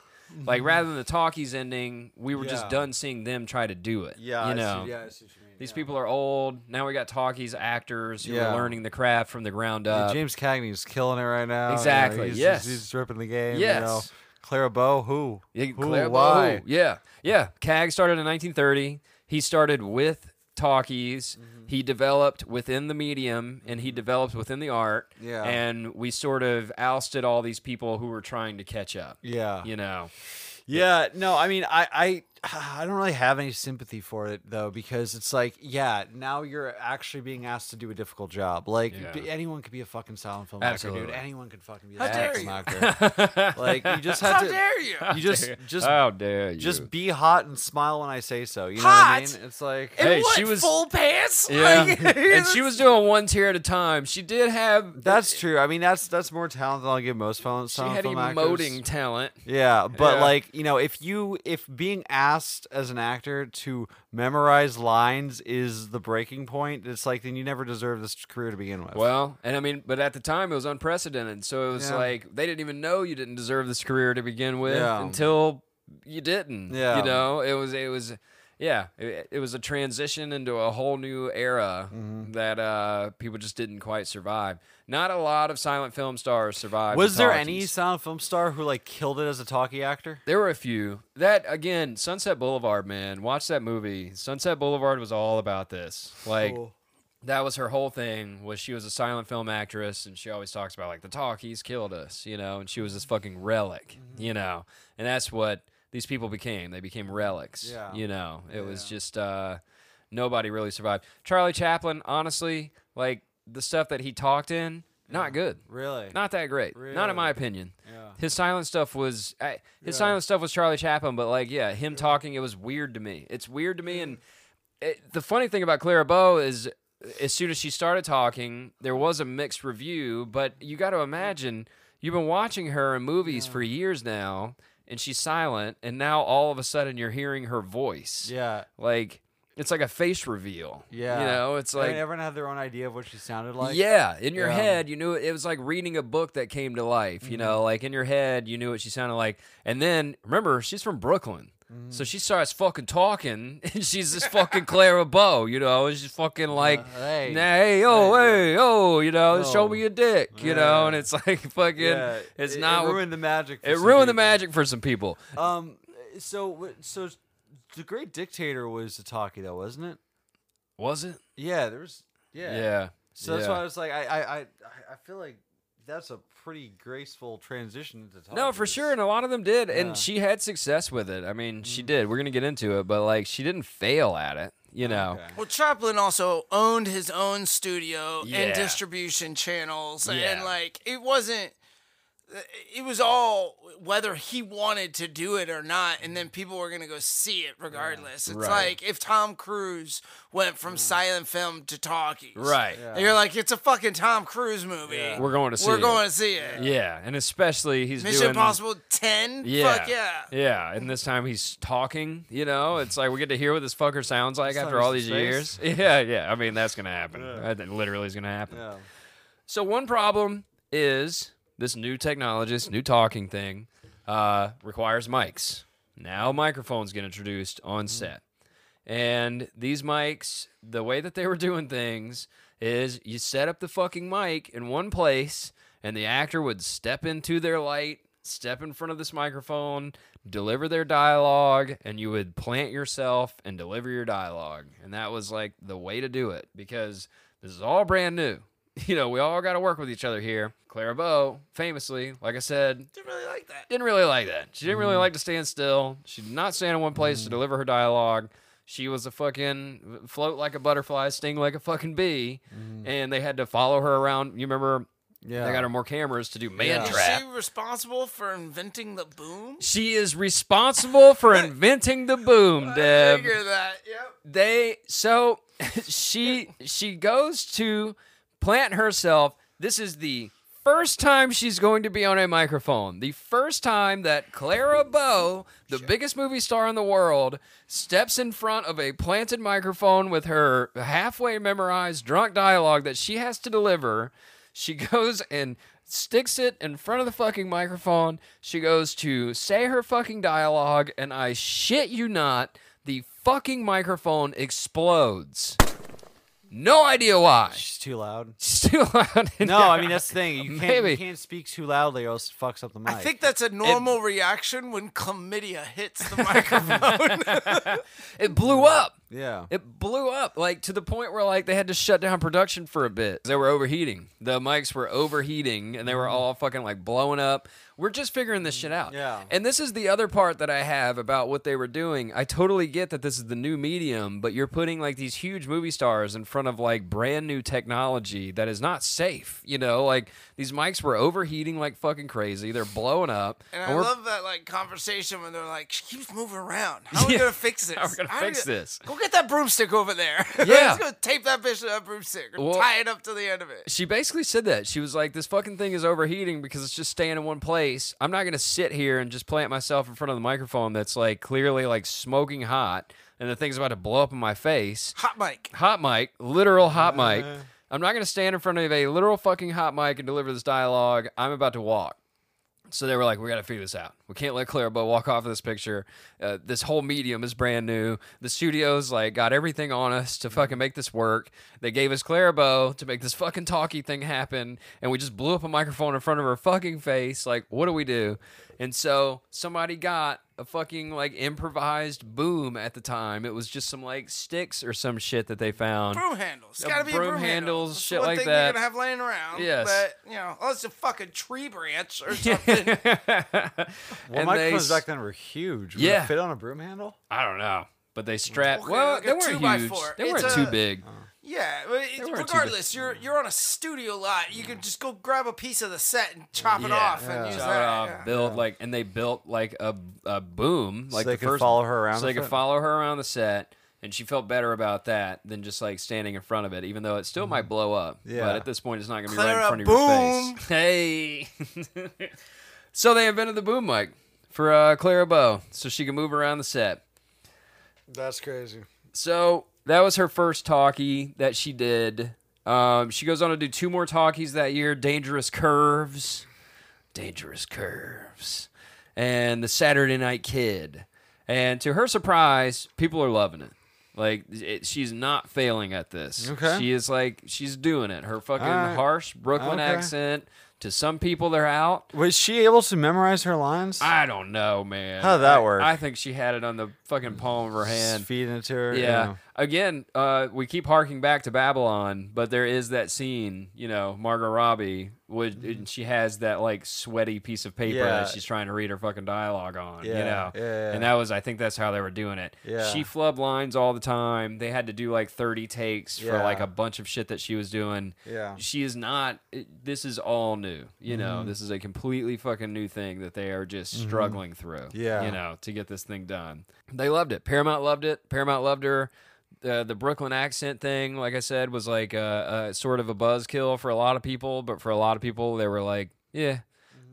Speaker 4: like rather than the talkies ending we were just
Speaker 5: Mm-hmm. Yeah.
Speaker 4: done seeing them try to do it
Speaker 5: Yeah, I
Speaker 4: you
Speaker 5: see.
Speaker 4: know
Speaker 1: Yeah, I see what you mean.
Speaker 4: these
Speaker 1: yeah.
Speaker 4: people are old now we got talkies actors who
Speaker 5: Yeah.
Speaker 4: are learning the craft from the ground
Speaker 5: Yeah,
Speaker 4: up
Speaker 5: James Cagney's killing it right now. you know,
Speaker 4: Uh, exactly,
Speaker 5: he's,
Speaker 4: yes.
Speaker 5: He's, he's ripping the game. You
Speaker 4: Yes.
Speaker 5: know. Clara Bow, who?
Speaker 4: Yeah,
Speaker 5: who,
Speaker 4: Claire Bow,
Speaker 5: why?
Speaker 4: who? Yeah, yeah. CAG started in 1930. He started with talkies.
Speaker 5: Mm-hmm.
Speaker 4: He developed within the medium, and he developed within the art.
Speaker 5: Yeah.
Speaker 4: and we sort of ousted all these people who were trying to catch up.
Speaker 5: Yeah.
Speaker 4: you know.
Speaker 5: Yeah, no, I mean, I, I, I don't really have any sympathy for it though, because it's like, yeah, now you're actually being asked to do a difficult job. Like
Speaker 4: Yeah.
Speaker 5: d- anyone could be a fucking silent film actor,
Speaker 4: Absolutely.
Speaker 5: dude. Anyone could fucking be a
Speaker 2: How dare
Speaker 5: silent film
Speaker 2: you.
Speaker 5: actor. like you just have
Speaker 2: How
Speaker 5: to.
Speaker 2: dare you?
Speaker 5: You just, just,
Speaker 4: How dare you?
Speaker 5: just be hot and smile when I say so. You know
Speaker 2: Hot?
Speaker 5: what I mean? It's like,
Speaker 2: In
Speaker 4: Hey,
Speaker 2: what,
Speaker 4: she was-
Speaker 2: full pants.
Speaker 4: yeah.
Speaker 2: Like,
Speaker 4: and she was doing one tear at a time. She did have
Speaker 5: that's true. I mean, that's that's more talent than I'll give most film.
Speaker 4: she had
Speaker 5: film
Speaker 4: emoting
Speaker 5: actors.
Speaker 4: talent.
Speaker 5: Yeah, but
Speaker 4: Yeah.
Speaker 5: like you know, if you if being asked as an actor to memorize lines is the breaking point, it's like then you never deserve this career to begin with.
Speaker 4: Well, and I mean, but at the time it was unprecedented. So it was
Speaker 5: Yeah.
Speaker 4: like they didn't even know you didn't deserve this career to begin with
Speaker 5: Yeah.
Speaker 4: until you didn't.
Speaker 5: Yeah.
Speaker 4: You know, it was, it was, yeah, it, it was a transition into a whole new era
Speaker 5: Mm-hmm.
Speaker 4: that uh, people just didn't quite survive. Not a lot of silent film stars survived.
Speaker 5: was
Speaker 4: the
Speaker 5: there any
Speaker 4: talkies.
Speaker 5: silent film star who like killed it as a talkie actor?
Speaker 4: There were a few. That again, Sunset Boulevard, man. Watch that movie. Sunset Boulevard was all about this. Like that was her whole thing was she was a silent film actress and she always talks about like the talkies killed us, you know, and she was this fucking relic,
Speaker 5: Mm-hmm.
Speaker 4: you know. And that's what these people became. They became relics.
Speaker 5: Yeah.
Speaker 4: You know. It was just uh nobody really survived. Charlie Chaplin, honestly, like the stuff that he talked in, not good.
Speaker 5: Really?
Speaker 4: Not that great. Not in my opinion.
Speaker 5: Yeah.
Speaker 4: His silent stuff was I, his silent stuff was Charlie Chaplin, but like yeah, him talking it was weird to me. It's weird to me and it, the funny thing about Clara Bow is as soon as she started talking, there was a mixed review, but you got to imagine you've been watching her in movies for years now and she's silent and now all of a sudden you're hearing her voice.
Speaker 5: Yeah.
Speaker 4: Like it's like a face reveal.
Speaker 5: Yeah.
Speaker 4: You know, it's
Speaker 5: I mean,
Speaker 4: like
Speaker 5: everyone had their own idea of what she sounded like.
Speaker 4: yeah, in your
Speaker 5: Yeah. Mm-hmm.
Speaker 4: head, you knew it, it was like reading a book that came to life. You know, like in your head, you knew what she sounded like. And then remember, she's from Brooklyn,
Speaker 5: Mm-hmm.
Speaker 4: so she starts fucking talking, and she's this fucking Clara Bow. You know, and she's fucking like,
Speaker 5: Uh, hey.
Speaker 4: hey, hey, oh, hey, oh, you know, show
Speaker 5: Oh.
Speaker 4: me your dick. You know, and it's like fucking,
Speaker 5: Yeah,
Speaker 4: it's
Speaker 5: it-
Speaker 4: not.
Speaker 5: it ruined the magic. for
Speaker 4: it
Speaker 5: some
Speaker 4: ruined the
Speaker 5: people.
Speaker 4: magic for some people.
Speaker 5: Um. So w- so, the Great Dictator was a talkie though, wasn't it?
Speaker 4: Was it?
Speaker 5: Yeah. There was.
Speaker 4: Yeah.
Speaker 5: So that's why I
Speaker 4: yeah.
Speaker 5: was like, I, I, I, I feel like that's a pretty graceful transition to talk.
Speaker 4: No, for sure, and a lot of them did,
Speaker 5: Yeah.
Speaker 4: and she had success with it. I mean, she did. We're gonna get into it, but like, she didn't fail at it. You know,
Speaker 2: Well, Chaplin also owned his own studio
Speaker 4: Yeah.
Speaker 2: and distribution channels,
Speaker 4: Yeah.
Speaker 2: and like it wasn't. uh, It was all whether he wanted to do it or not, and then people were gonna go see it regardless. It's
Speaker 4: Right. Mm.
Speaker 2: like if Tom Cruise went from silent film to talkies,
Speaker 4: right?
Speaker 2: And you're like, it's a fucking Tom Cruise movie.
Speaker 4: We're going to see.
Speaker 2: We're
Speaker 4: it.
Speaker 2: going to see it.
Speaker 4: Yeah, and especially he's
Speaker 2: Mission
Speaker 4: doing
Speaker 2: Impossible Ten.
Speaker 4: Yeah,
Speaker 2: Fuck yeah.
Speaker 4: yeah. And this time he's talking. You know, it's like we get to hear what this fucker sounds like
Speaker 5: This
Speaker 4: after
Speaker 5: time
Speaker 4: all
Speaker 5: he's
Speaker 4: these
Speaker 5: in
Speaker 4: years. Yeah, yeah. I mean, that's gonna happen. That literally is gonna happen.
Speaker 5: Yeah.
Speaker 4: So one problem is this new technology, this new talking thing, uh, requires mics. Now microphones get introduced
Speaker 5: Mm.
Speaker 4: on set, and these mics, the way that they were doing things is you set up the fucking mic in one place, and the actor would step into their light, step in front of this microphone, deliver their dialogue, and you would plant yourself and deliver your dialogue, and that was like the way to do it because this is all brand new. You know, we all got to work with each other here. Clara Bow, famously, like I said,
Speaker 2: Didn't really like that.
Speaker 4: didn't really like that. She didn't
Speaker 5: Mm-hmm.
Speaker 4: really like to stand still. She did not stand in one place to
Speaker 5: Mm.
Speaker 4: deliver her dialogue. She was a fucking float like a butterfly, sting like a fucking bee, and they had to follow her around. You remember?
Speaker 5: Mm-hmm. Yeah.
Speaker 4: They got her more cameras to do man
Speaker 5: Yeah.
Speaker 2: Is
Speaker 4: trap.
Speaker 2: she responsible for inventing the boom?
Speaker 4: She is responsible for inventing the boom,
Speaker 2: I
Speaker 4: Deb.
Speaker 2: figure that. Yep.
Speaker 4: they so she she goes to plant herself this is the first time she's going to be on a microphone. The first time that Clara Bow, the biggest movie star in the world, steps in front of a planted microphone with her halfway memorized drunk dialogue that she has to deliver. She goes and sticks it in front of the fucking microphone. She goes to say her fucking dialogue, and I shit you not, the fucking microphone explodes. No idea why.
Speaker 5: She's too loud.
Speaker 4: Still loud.
Speaker 5: No, I mean that's the thing. You can't,
Speaker 4: Maybe.
Speaker 5: you can't speak too loudly, or else it fucks up the mic.
Speaker 2: I think that's a normal reaction when chlamydia hits the microphone.
Speaker 4: it blew up.
Speaker 5: Yeah.
Speaker 4: It blew up like to the point where like they had to shut down production for a bit. They were overheating. The mics were overheating and they
Speaker 2: Mm-hmm.
Speaker 4: were all fucking like blowing up. We're just figuring
Speaker 2: Mm,
Speaker 4: this shit out.
Speaker 5: Yeah.
Speaker 4: And this is the other part that I have about what they were doing. I totally get that this is the new medium, but you're putting like these huge movie stars in front of like brand new technology that is not safe, you know? Like these mics were overheating like fucking crazy. They're blowing up.
Speaker 2: and I
Speaker 4: we're-
Speaker 2: love that like conversation when they're like, "She keeps moving around. How are we
Speaker 4: Yeah.
Speaker 2: gonna fix this?
Speaker 4: How are we gonna
Speaker 2: are
Speaker 4: fix this?"
Speaker 2: Go get that broomstick over there.
Speaker 4: Yeah.
Speaker 2: Let's go tape that bitch to that broomstick or
Speaker 4: Well-
Speaker 2: tie it up to the end of it."
Speaker 4: she basically said that she was like this fucking thing is overheating because it's just staying in one place i'm not going to sit here and just plant myself in front of the microphone that's like clearly like smoking hot and the thing's about to blow up in my face
Speaker 2: Hot mic.
Speaker 4: hot mic literal hot mic i'm not going to stand in front of a literal fucking hot mic and deliver this dialogue i'm about to walk so they were like, we got to figure this out. We can't let Clarabelle walk off of this picture. Uh, this whole medium is brand new. The studios like got everything on us to fucking make this work. They gave us Clarabelle to make this fucking talkie thing happen, and we just blew up a microphone in front of her fucking face. Like, what do we do? And so somebody got a fucking like improvised boom at the time. It was just some like sticks or some shit that they found.
Speaker 2: Broom handles. It's
Speaker 4: Yeah,
Speaker 2: gotta be
Speaker 4: broom
Speaker 2: a broom handle.
Speaker 4: handles,
Speaker 2: It's
Speaker 4: shit
Speaker 2: one
Speaker 4: like
Speaker 2: thing
Speaker 4: that.
Speaker 2: You're gonna have laying around.
Speaker 4: Yes.
Speaker 2: But you know, unless it's a fucking tree branch or something.
Speaker 5: Well,
Speaker 4: and they
Speaker 5: microphones
Speaker 4: s-
Speaker 5: back then were huge. Would it
Speaker 4: Yeah.
Speaker 5: fit on a broom handle.
Speaker 4: I don't know. But they strapped.
Speaker 2: Okay,
Speaker 4: well,
Speaker 2: like a
Speaker 4: they weren't
Speaker 2: two by
Speaker 4: huge.
Speaker 2: four.
Speaker 4: They
Speaker 2: It's
Speaker 4: weren't
Speaker 2: a-
Speaker 4: too big.
Speaker 2: Yeah, but it-
Speaker 4: They weren't too big.
Speaker 2: regardless, you're you're on a studio lot. You could just go grab a piece of the set and chop it off and use
Speaker 4: Shut
Speaker 2: that.
Speaker 4: up,
Speaker 2: yeah.
Speaker 4: build like, and they uh, built like a, a boom, like
Speaker 5: they
Speaker 4: the
Speaker 5: could
Speaker 4: first,
Speaker 5: follow her around
Speaker 4: so they
Speaker 5: with
Speaker 4: could
Speaker 5: it?
Speaker 4: follow her around the set, and she felt better about that than just like standing in front of it, even though it still might blow up.
Speaker 5: Mm-hmm. Yeah.
Speaker 4: but at this point, it's not going to be right in
Speaker 2: Clara,
Speaker 4: front of your
Speaker 2: boom.
Speaker 4: face. Hey, so they invented the boom mic for uh, Clara Bow, so she could move around the set.
Speaker 5: That's crazy.
Speaker 4: So that was her first talkie that she did. Um, she goes on to do two more talkies that year Dangerous Curves, Dangerous Curves, and The Saturday Night Kid. And to her surprise, people are loving it. Like, it, she's not failing at this.
Speaker 5: Okay.
Speaker 4: She is like, she's doing it. Her fucking
Speaker 5: Alright.
Speaker 4: harsh Brooklyn
Speaker 5: Okay.
Speaker 4: accent. To some people, they're out.
Speaker 5: Was she able to memorize her lines?
Speaker 4: I don't know, man.
Speaker 5: How'd that
Speaker 4: I-
Speaker 5: work?
Speaker 4: I think she had it on the fucking palm of her hand.
Speaker 5: Just feeding it to her.
Speaker 4: Yeah. Again, uh, we keep harking back to Babylon, but there is that scene, you know, Margot Robbie, would, and she has that like sweaty piece of paper
Speaker 5: Mm-hmm. Yeah.
Speaker 4: that she's trying to read her fucking dialogue on, you
Speaker 5: Yeah,
Speaker 4: know?
Speaker 5: yeah.
Speaker 4: And that was, I think that's how they were doing it.
Speaker 5: Yeah.
Speaker 4: She flubbed lines all the time. They had to do like 30 takes for
Speaker 5: Yeah.
Speaker 4: like a bunch of shit that she was doing.
Speaker 5: Yeah. Mm-hmm.
Speaker 4: She is not, it- this is all new, you know? This is a completely fucking new thing that they are just struggling through,
Speaker 5: Yeah.
Speaker 4: you know? know, to get this thing done. They loved it. Paramount loved it. Paramount loved her. Uh, the Brooklyn accent thing, like I said, was like uh, uh, sort of a buzzkill for a lot of people, but for a lot of people, they were like, yeah,
Speaker 5: Mm-hmm.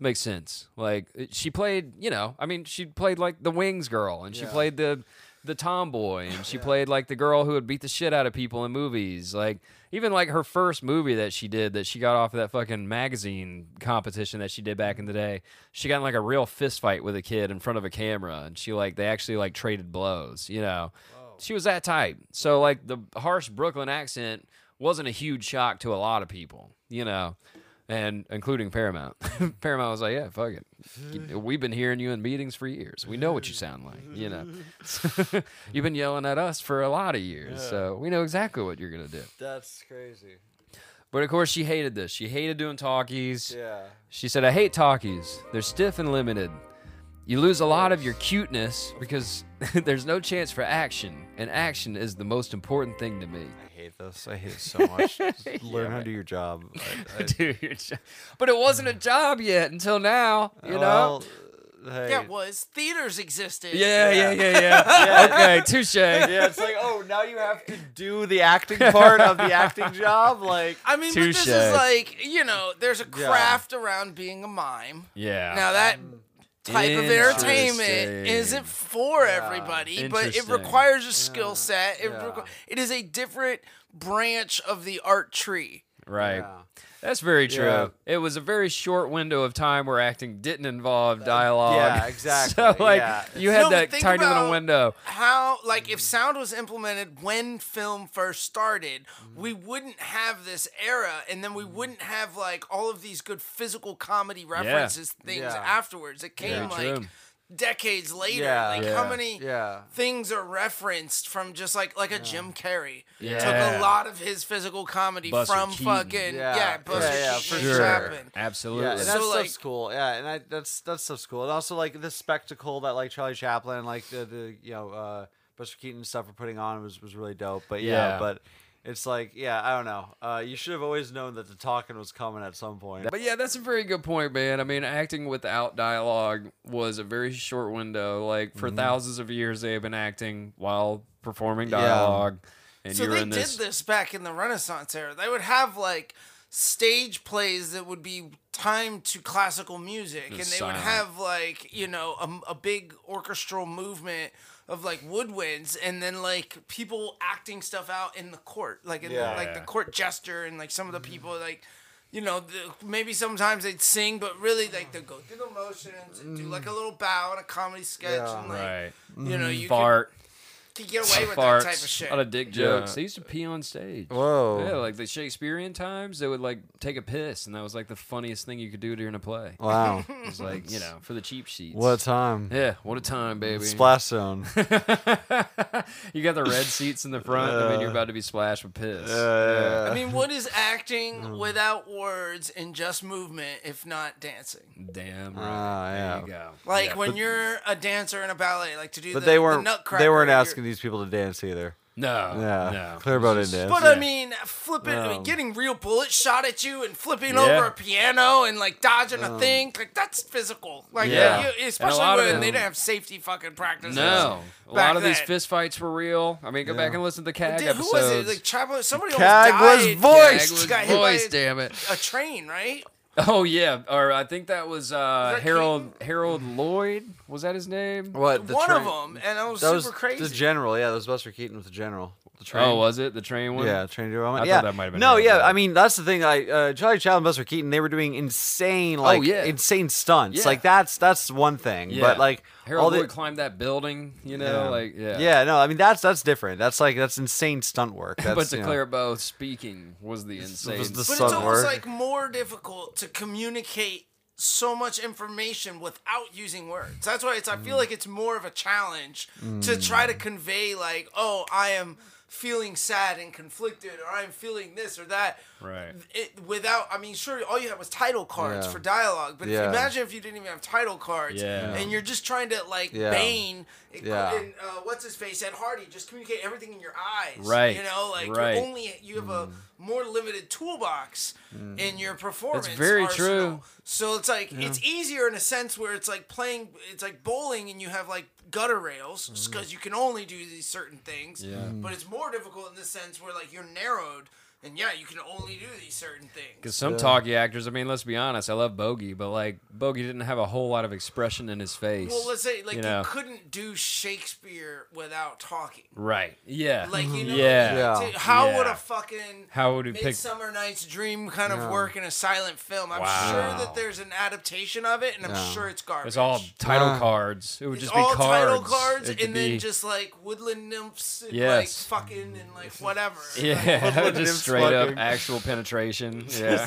Speaker 4: makes sense. Like it- she played, you know, I mean, she played like the Wings girl, and she played the the tomboy, and she played like the girl who would beat the shit out of people in movies. Like even like her first movie that she did, that she got off of that fucking magazine competition that she did back in the day. She got in like a real fist fight with a kid in front of a camera, and she like they actually like traded blows. You know, she was that type. So like the harsh Brooklyn accent wasn't a huge shock to a lot of people. You know, and including Paramount. Paramount was like, "Yeah, fuck it. You- We've been hearing you in meetings for years. We know what you sound like. You know, you've been yelling at us for a lot of years, so we know exactly what you're gonna do."
Speaker 5: That's crazy.
Speaker 4: But of course, she hated this. She hated doing talkies.
Speaker 5: Yeah.
Speaker 4: She said, "I hate talkies. They're stiff and limited. You lose a lot of your cuteness because there's no chance for action, and action is the most important thing to me."
Speaker 5: I hate this. I hate it so much. Just learn how to do your job. I- I-
Speaker 4: Dude, but it wasn't a job yet until now, you know.
Speaker 5: well, Like,
Speaker 2: Yeah, it was. Theaters existed.
Speaker 4: Yeah, yeah, yeah, yeah. okay, touche.
Speaker 5: yeah, it's like, oh, now you have to do the acting part of the acting job. Like,
Speaker 2: I mean, but this
Speaker 4: Touche.
Speaker 2: is like, you know, there's a craft around being a mime.
Speaker 4: Yeah.
Speaker 2: Now that type of entertainment
Speaker 4: Um, Interesting.
Speaker 2: isn't for everybody, but it
Speaker 4: Interesting.
Speaker 2: requires a skill set. It,
Speaker 5: Yeah.
Speaker 2: requ- it is a different branch of the art tree.
Speaker 4: Right.
Speaker 5: Yeah.
Speaker 4: That's very true.
Speaker 5: Yeah.
Speaker 4: It was a very short window of time where acting didn't involve dialogue.
Speaker 5: yeah, exactly,
Speaker 4: so like
Speaker 5: yeah.
Speaker 4: you had
Speaker 2: No, but
Speaker 4: that
Speaker 2: think
Speaker 4: tiny little
Speaker 2: about-
Speaker 4: window.
Speaker 2: How, like, if sound was implemented when film first started, we wouldn't have this era, and then we wouldn't have, like, all of these good physical comedy references things
Speaker 5: Yeah.
Speaker 2: afterwards. It
Speaker 4: Very
Speaker 2: came, like,
Speaker 4: true.
Speaker 2: decades later.
Speaker 5: Yeah.
Speaker 2: like,
Speaker 4: Yeah.
Speaker 2: how many.
Speaker 5: yeah.
Speaker 2: things are referenced from just like like a Jim Carrey took
Speaker 4: Yeah.
Speaker 2: a lot of his physical comedy
Speaker 4: Buster
Speaker 2: from
Speaker 4: Keaton.
Speaker 2: fucking
Speaker 5: Yeah.
Speaker 2: yeah, Buster
Speaker 5: Yeah, yeah,
Speaker 2: Keaton
Speaker 5: for
Speaker 2: and
Speaker 5: sure.
Speaker 2: Chaplin.
Speaker 4: Absolutely.
Speaker 5: Yeah, and that
Speaker 2: So,
Speaker 5: stuff's
Speaker 2: like-
Speaker 5: cool. Yeah, and I, that's that stuff's cool. And also like the spectacle that like Charlie Chaplin, and, like the, the you know uh, Buster Keaton stuff were putting on was was really dope. But yeah,
Speaker 4: Yeah.
Speaker 5: but it's like yeah, I don't know. Uh, you should have always known that the talking was coming at some point.
Speaker 4: But yeah, that's a very good point, man. I mean, acting without dialogue was a very short window. Like for thousands of years, they have been acting while performing dialogue, and
Speaker 2: So
Speaker 4: you're
Speaker 2: they
Speaker 4: in
Speaker 2: did
Speaker 4: this.
Speaker 2: this. back in the Renaissance era. They would have like stage plays that would be timed to classical music, and they
Speaker 4: silent.
Speaker 2: would have like you know a, a big orchestral movement of like woodwinds, and then like people acting stuff out in the court, like in
Speaker 5: Yeah.
Speaker 2: the, like the court jester, and like some of the
Speaker 4: Mm-hmm.
Speaker 2: people like. You know, the, maybe sometimes they'd sing, but really, like they'd go through the motions and do like a little bow and a comedy sketch,
Speaker 5: Mm. Yeah.
Speaker 2: and like
Speaker 4: right.
Speaker 2: you know, you could,
Speaker 4: Fart.
Speaker 2: could get away with
Speaker 4: farts.
Speaker 2: that type of shit.
Speaker 4: A lot of dick jokes. They used to pee on stage.
Speaker 5: Whoa.
Speaker 4: Yeah, like the Shakespearean times, they would like take a piss, and that was like the funniest thing you could do during a play.
Speaker 5: Wow,
Speaker 4: It was like you know for the cheap sheets.
Speaker 5: what a time!
Speaker 4: Yeah, what a time, baby.
Speaker 5: Splash zone. Uh,
Speaker 4: you got the red seats in the front. I mean, you're about to be splashed with piss.
Speaker 5: Uh,
Speaker 2: I mean, what is acting
Speaker 4: Hmm.
Speaker 2: without words and just movement if not dancing?
Speaker 4: Damn right.
Speaker 5: Ah,
Speaker 4: there
Speaker 5: yeah.
Speaker 4: you go.
Speaker 2: Like
Speaker 4: Mm, Yeah.
Speaker 2: when you're a dancer in a ballet, like to do.
Speaker 5: But
Speaker 2: the,
Speaker 5: they
Speaker 2: the
Speaker 5: weren't
Speaker 2: Nutcracker,
Speaker 5: they weren't
Speaker 2: you're-
Speaker 5: asking these people to dance either.
Speaker 4: no,
Speaker 5: Yeah,
Speaker 4: no.
Speaker 5: clear about it. dance.
Speaker 2: But uh, I mean, flipping, I
Speaker 5: Um,
Speaker 2: mean, getting real bullets shot at you and flipping
Speaker 4: Yeah.
Speaker 2: over a piano and like dodging a thing, like that's physical. Like
Speaker 4: Yeah.
Speaker 2: you-
Speaker 4: And a
Speaker 2: especially
Speaker 4: lot of
Speaker 2: when they
Speaker 4: them-
Speaker 2: didn't have safety fucking practices.
Speaker 4: No, a
Speaker 2: Back
Speaker 4: lot of these
Speaker 2: then.
Speaker 4: fist fights were real. I mean, go back and listen to the CAG
Speaker 2: Dude,
Speaker 4: episodes.
Speaker 2: who was it? Like Chaplin, somebody
Speaker 5: Cag was
Speaker 2: almost died.
Speaker 5: voiced.
Speaker 4: CAG
Speaker 5: Cag
Speaker 4: was
Speaker 2: Got hit by
Speaker 4: voiced,
Speaker 2: a,
Speaker 4: damn it.
Speaker 2: a train, right?
Speaker 4: Oh yeah, or I think that was uh,
Speaker 2: that
Speaker 4: Harold Harold Lloyd. Was that his name?
Speaker 5: What the
Speaker 2: One
Speaker 5: train-
Speaker 2: of them, and I was
Speaker 5: That
Speaker 2: super
Speaker 5: was
Speaker 2: crazy.
Speaker 5: the general. Yeah, that was Buster Keaton with the general. The train.
Speaker 4: Oh, was it the train one?
Speaker 5: Yeah, Train to Busan.
Speaker 4: I thought
Speaker 5: yeah.
Speaker 4: that might have been
Speaker 5: No,
Speaker 4: Harold
Speaker 5: yeah.
Speaker 4: Lloyd.
Speaker 5: I mean, that's the thing. I uh, Charlie Chaplin, Buster Keaton, they were doing insane, like
Speaker 4: Oh, yeah.
Speaker 5: insane stunts.
Speaker 4: Yeah.
Speaker 5: Like that's that's one thing.
Speaker 4: Yeah.
Speaker 5: But like all
Speaker 4: Harold
Speaker 5: the
Speaker 4: Lloyd climbed that building. You know, like yeah,
Speaker 5: yeah, no, I mean that's that's different. That's like that's insane stunt work. That's,
Speaker 4: but
Speaker 5: you
Speaker 4: to
Speaker 5: know,
Speaker 4: clear both speaking was the insane.
Speaker 5: was the
Speaker 2: But
Speaker 5: Sun
Speaker 2: it's almost
Speaker 5: word.
Speaker 2: like more difficult to communicate so much information without using words. That's why it's I
Speaker 5: Mm.
Speaker 2: feel like it's more of a challenge to try to convey like, oh, I am feeling sad and conflicted or I'm feeling this or that.
Speaker 4: Right.
Speaker 2: It, without I mean sure all you had was title cards
Speaker 5: Yeah.
Speaker 2: for dialogue, but if
Speaker 5: Yeah.
Speaker 2: you imagine if you didn't even have title cards
Speaker 4: Yeah.
Speaker 2: and you're just trying to like
Speaker 5: Yeah.
Speaker 2: Bane
Speaker 5: Yeah.
Speaker 2: and uh, what's his face Ed Hardy just communicate everything in your eyes.
Speaker 4: Right.
Speaker 2: You know,
Speaker 4: Right.
Speaker 2: like
Speaker 4: Mm.
Speaker 2: you're only only- you have a more limited toolbox in your performance.
Speaker 4: very
Speaker 2: arsenal.
Speaker 4: true.
Speaker 2: So it's like it's easier in a sense where it's like playing, it's like bowling, and you have like gutter rails
Speaker 4: Mm.
Speaker 2: because you can only do these certain things. But it's more difficult in the sense where like you're narrowed, and yeah, you can only do these certain things.
Speaker 4: Because some talkie actors, I mean, let's be honest, I love Bogey, but like Bogey didn't have a whole lot of expression in his face.
Speaker 2: Well, let's say like
Speaker 4: you
Speaker 2: you,
Speaker 4: know.
Speaker 2: couldn't do Shakespeare without talking.
Speaker 4: right? Yeah,
Speaker 2: Like you know,
Speaker 4: yeah.
Speaker 5: Yeah.
Speaker 2: like, to- how would
Speaker 4: Yeah.
Speaker 2: a fucking
Speaker 4: How would we pick-
Speaker 2: Midsummer Night's Dream kind of work in a silent film? I'm
Speaker 4: Wow.
Speaker 2: sure that there's an adaptation of it, and I'm sure it's garbage.
Speaker 4: It's all title
Speaker 5: Wow.
Speaker 4: cards. It would
Speaker 2: It's
Speaker 4: just
Speaker 2: all
Speaker 4: be cards.
Speaker 2: title cards,
Speaker 4: It could
Speaker 2: and then
Speaker 4: be-
Speaker 2: just like woodland nymphs, and
Speaker 4: Yes.
Speaker 2: like fucking, and like whatever.
Speaker 4: yeah,
Speaker 5: Nymphs
Speaker 4: just straight up
Speaker 5: fucking.
Speaker 4: actual penetration. Yeah.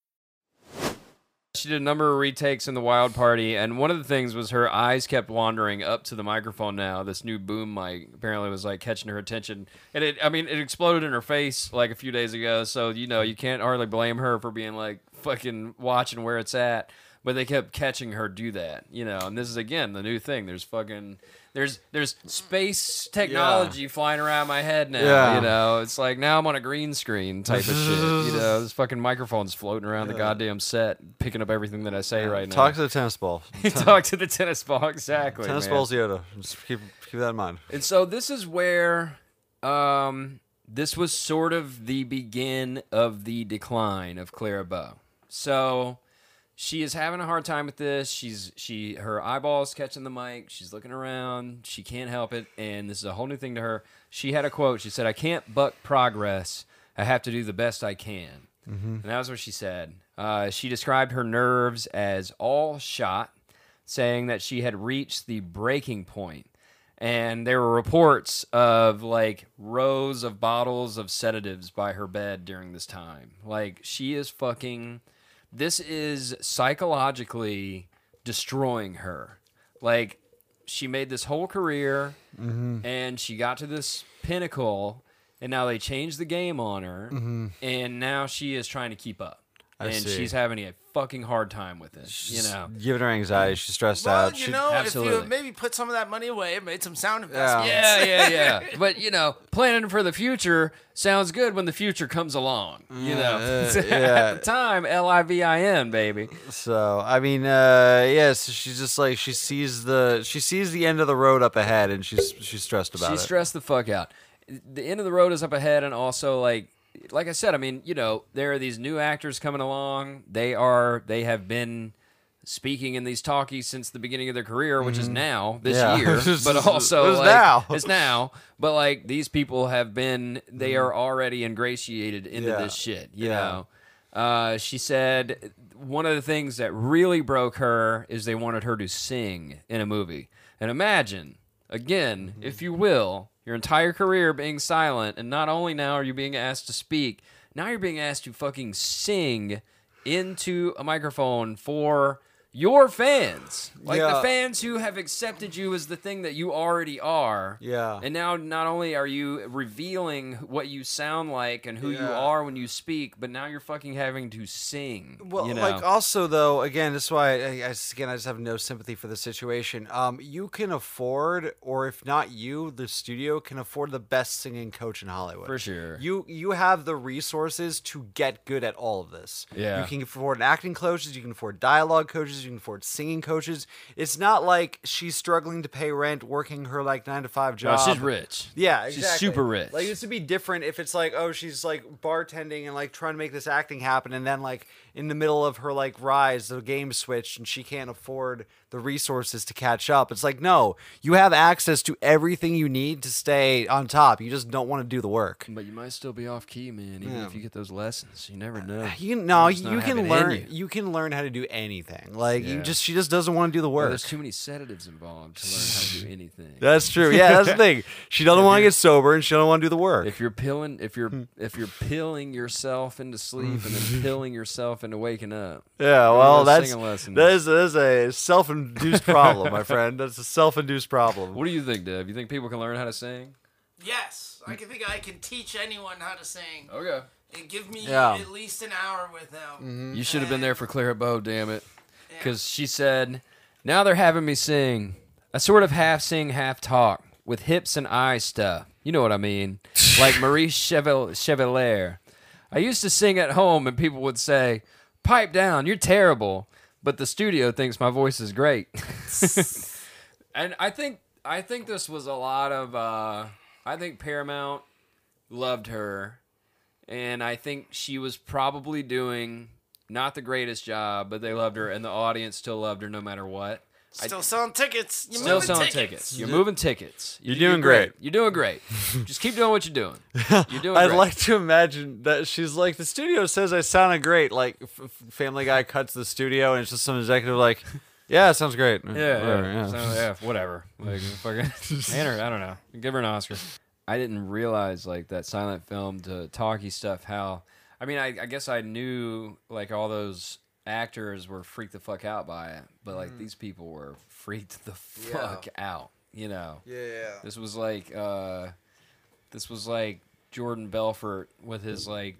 Speaker 4: She did a number of retakes in the Wild Party, and one of the things was her eyes kept wandering up to the microphone. Now this new boom mic apparently was like catching her attention, and it—I mean—it exploded in her face like a few days ago. So you know you can't hardly blame her for being like fucking watching where it's at. But they kept catching her do that, you know. And this is again the new thing. There's fucking there's there's space technology flying around my head now.
Speaker 5: Yeah.
Speaker 4: You know, it's like now I'm on a green screen type of shit. You know, this fucking microphone's floating around the goddamn set, picking up everything that I say right now.
Speaker 5: Talk to the tennis ball.
Speaker 4: Talk to the tennis ball, exactly.
Speaker 5: tennis
Speaker 4: man.
Speaker 5: ball's Yoda. Just keep keep that in mind.
Speaker 4: And so this is where um, this was sort of the begin of the decline of Clara Bow. So she is having a hard time with this. She's she her eyeballs catching the mic. She's looking around. She can't help it, and this is a whole new thing to her. She had a quote. She said, "I can't buck progress. I have to do the best I can." And that was what she said. Uh, she described her nerves as all shot, saying that she had reached the breaking point and there were reports of like rows of bottles of sedatives by her bed during this time. Like she is fucking this is psychologically destroying her. Like she made this whole career
Speaker 5: Mm-hmm.
Speaker 4: and she got to this pinnacle and now they changed the game on her and now she is trying to keep up. and
Speaker 5: Mm-hmm. see.
Speaker 4: she's having a fucking hard time with it, you know.
Speaker 5: Giving her anxiety. She's stressed
Speaker 2: Well,
Speaker 5: out.
Speaker 2: you
Speaker 5: She-
Speaker 2: know, if you
Speaker 4: absolutely.
Speaker 2: had maybe put some of that money away, it made some sound
Speaker 5: Yeah.
Speaker 2: investment.
Speaker 4: Yeah, yeah, yeah. But you know, planning for the future sounds good when the future comes along. You know,
Speaker 5: Mm, uh, yeah.
Speaker 4: at the time, L I V I N, baby.
Speaker 5: So I mean, uh, yeah. So she's just like she sees the she sees the end of the road up ahead, and she's she's stressed about
Speaker 4: She
Speaker 5: it.
Speaker 4: stressed the fuck out. The end of the road is up ahead, and also like, like I said, I mean, you know, there are these new actors coming along. They are, they have been speaking in these talkies since the beginning of their career, which is now this
Speaker 5: Mm-hmm. Yeah.
Speaker 4: year,
Speaker 5: It's-
Speaker 4: but also
Speaker 5: it's
Speaker 4: like,
Speaker 5: now.
Speaker 4: it's now. But like these people have been, they are already ingratiated into
Speaker 5: Mm-hmm. Yeah.
Speaker 4: this shit. You
Speaker 5: Yeah.
Speaker 4: know. Uh, she said one of the things that really broke her is they wanted her to sing in a movie. And imagine, again,
Speaker 5: Mm-hmm.
Speaker 4: if you will, your entire career being silent, and not only now are you being asked to speak, now you're being asked to fucking sing into a microphone for your fans. Like the
Speaker 5: Yeah.
Speaker 4: fans who have accepted you as the thing that you already are.
Speaker 5: Yeah.
Speaker 4: And now not only are you revealing what you sound like and who you are when you speak, but now you're fucking having to sing.
Speaker 5: Well,
Speaker 4: you know?
Speaker 5: like uh, also though, again, this is why I, I just- again I just have no sympathy for the situation. Um, you can afford, or if not you, the studio can afford the best singing coach in Hollywood
Speaker 4: For sure.
Speaker 5: You you have the resources to get good at all of this.
Speaker 4: Yeah.
Speaker 5: you can afford acting coaches, you can afford dialogue coaches, you can afford singing coaches. It's not like she's struggling to pay rent, working her like nine to five
Speaker 4: No,
Speaker 5: job.
Speaker 4: she's rich.
Speaker 5: Yeah,
Speaker 4: she's
Speaker 5: exactly.
Speaker 4: super rich.
Speaker 5: Like this would be different if it's like, oh, she's like bartending and like trying to make this acting happen, and then like in the middle of her like rise, the game switched, and she can't afford the resources to catch up. It's like, no, you have access to everything you need to stay on top. You just don't want to do the work.
Speaker 4: but you might still be off key, man. Even if you get those lessons, you never know.
Speaker 5: You can- no,
Speaker 4: Just not
Speaker 5: you
Speaker 4: have it
Speaker 5: can
Speaker 4: in
Speaker 5: learn.
Speaker 4: you.
Speaker 5: You. can learn how to do anything. Like you
Speaker 4: Yeah.
Speaker 5: just, she just doesn't want to do the
Speaker 4: Well,
Speaker 5: work.
Speaker 4: there's too many sedatives involved to learn how to do anything.
Speaker 5: that's true. Yeah, that's the thing. She doesn't want to get sober, and she doesn't want to do the work.
Speaker 4: if you're pilling, if
Speaker 5: Hmm.
Speaker 4: you're if you're pilling yourself into sleep and then pilling yourself into waking up,
Speaker 5: Yeah,
Speaker 4: Go to
Speaker 5: well,
Speaker 4: those
Speaker 5: that's
Speaker 4: singing lessons.
Speaker 5: that is, that is a self-induced problem, my friend. That's a self-induced problem.
Speaker 4: What do you think, Dev? You think people can learn how to sing?
Speaker 2: Yes, I can think I can teach anyone how to sing.
Speaker 4: Okay.
Speaker 2: And give me
Speaker 5: Yeah.
Speaker 2: at least an hour with them.
Speaker 4: You should have been there for Clara Bow, damn it. Because she said, Now they're having me sing. I sort of half sing, half talk, with hips and eye stuff. You know what I mean? like Marie Cheval- Chevalier. I used to sing at home, and people would say, Pipe down, you're terrible. But the studio thinks my voice is great. and I think I think this was a lot of uh, I think Paramount loved her and I think she was probably doing not the greatest job, but they loved her, and the audience still loved her no matter what.
Speaker 2: Still selling tickets. You're
Speaker 4: Still
Speaker 2: moving
Speaker 4: selling tickets. You're moving tickets. You're,
Speaker 5: doing great.
Speaker 4: You're doing great. Just keep doing what you're doing. You're doing.
Speaker 5: I'd
Speaker 4: great.
Speaker 5: like to imagine that she's like, the studio says I sounded great. Like, f- f- Family Guy cuts the studio, and it's just some executive like, yeah, it sounds great.
Speaker 4: Yeah,
Speaker 5: Mm-hmm. Whatever,
Speaker 4: yeah. So, yeah, whatever. Like, fucking, hand her, I don't know. Give her an Oscar. I didn't realize like that silent film to talkie stuff. How I mean, I, I guess I knew like all those actors were freaked the fuck out by it, but like these people were freaked the fuck out. You know.
Speaker 2: Yeah.
Speaker 4: This was like uh this was like Jordan Belfort with his like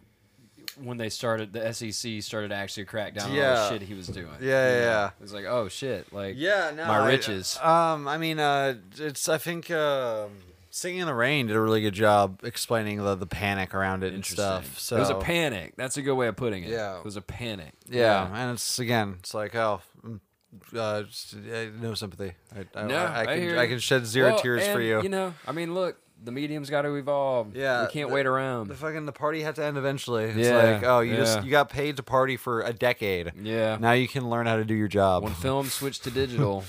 Speaker 4: when they started the SEC started to actually crack down on all
Speaker 5: Yeah.
Speaker 4: the shit he was doing.
Speaker 5: Yeah, yeah, yeah.
Speaker 4: It was like, oh shit, like
Speaker 5: Yeah, no,
Speaker 4: my
Speaker 5: I-
Speaker 4: riches.
Speaker 5: Um, I mean, uh, it's I think uh, Singing in the Rain did a really good job explaining the, the panic around it and stuff. So
Speaker 4: it was a panic. That's a good way of putting it.
Speaker 5: Yeah.
Speaker 4: It was a panic.
Speaker 5: Yeah, and it's again, it's like oh, mm, uh, just, uh, no sympathy. I, I,
Speaker 4: No,
Speaker 5: I, I can
Speaker 4: hear
Speaker 5: I
Speaker 4: you.
Speaker 5: can shed zero
Speaker 4: Well,
Speaker 5: tears for
Speaker 4: and,
Speaker 5: you.
Speaker 4: You know, I mean, look, the medium's got to evolve.
Speaker 5: Yeah,
Speaker 4: we can't
Speaker 5: the-
Speaker 4: wait around.
Speaker 5: the fucking the party had to end eventually. It's
Speaker 4: Yeah,
Speaker 5: like oh, you just
Speaker 4: yeah.
Speaker 5: you got paid to party for a decade.
Speaker 4: Yeah.
Speaker 5: now you can learn how to do your job.
Speaker 4: when film switched to digital,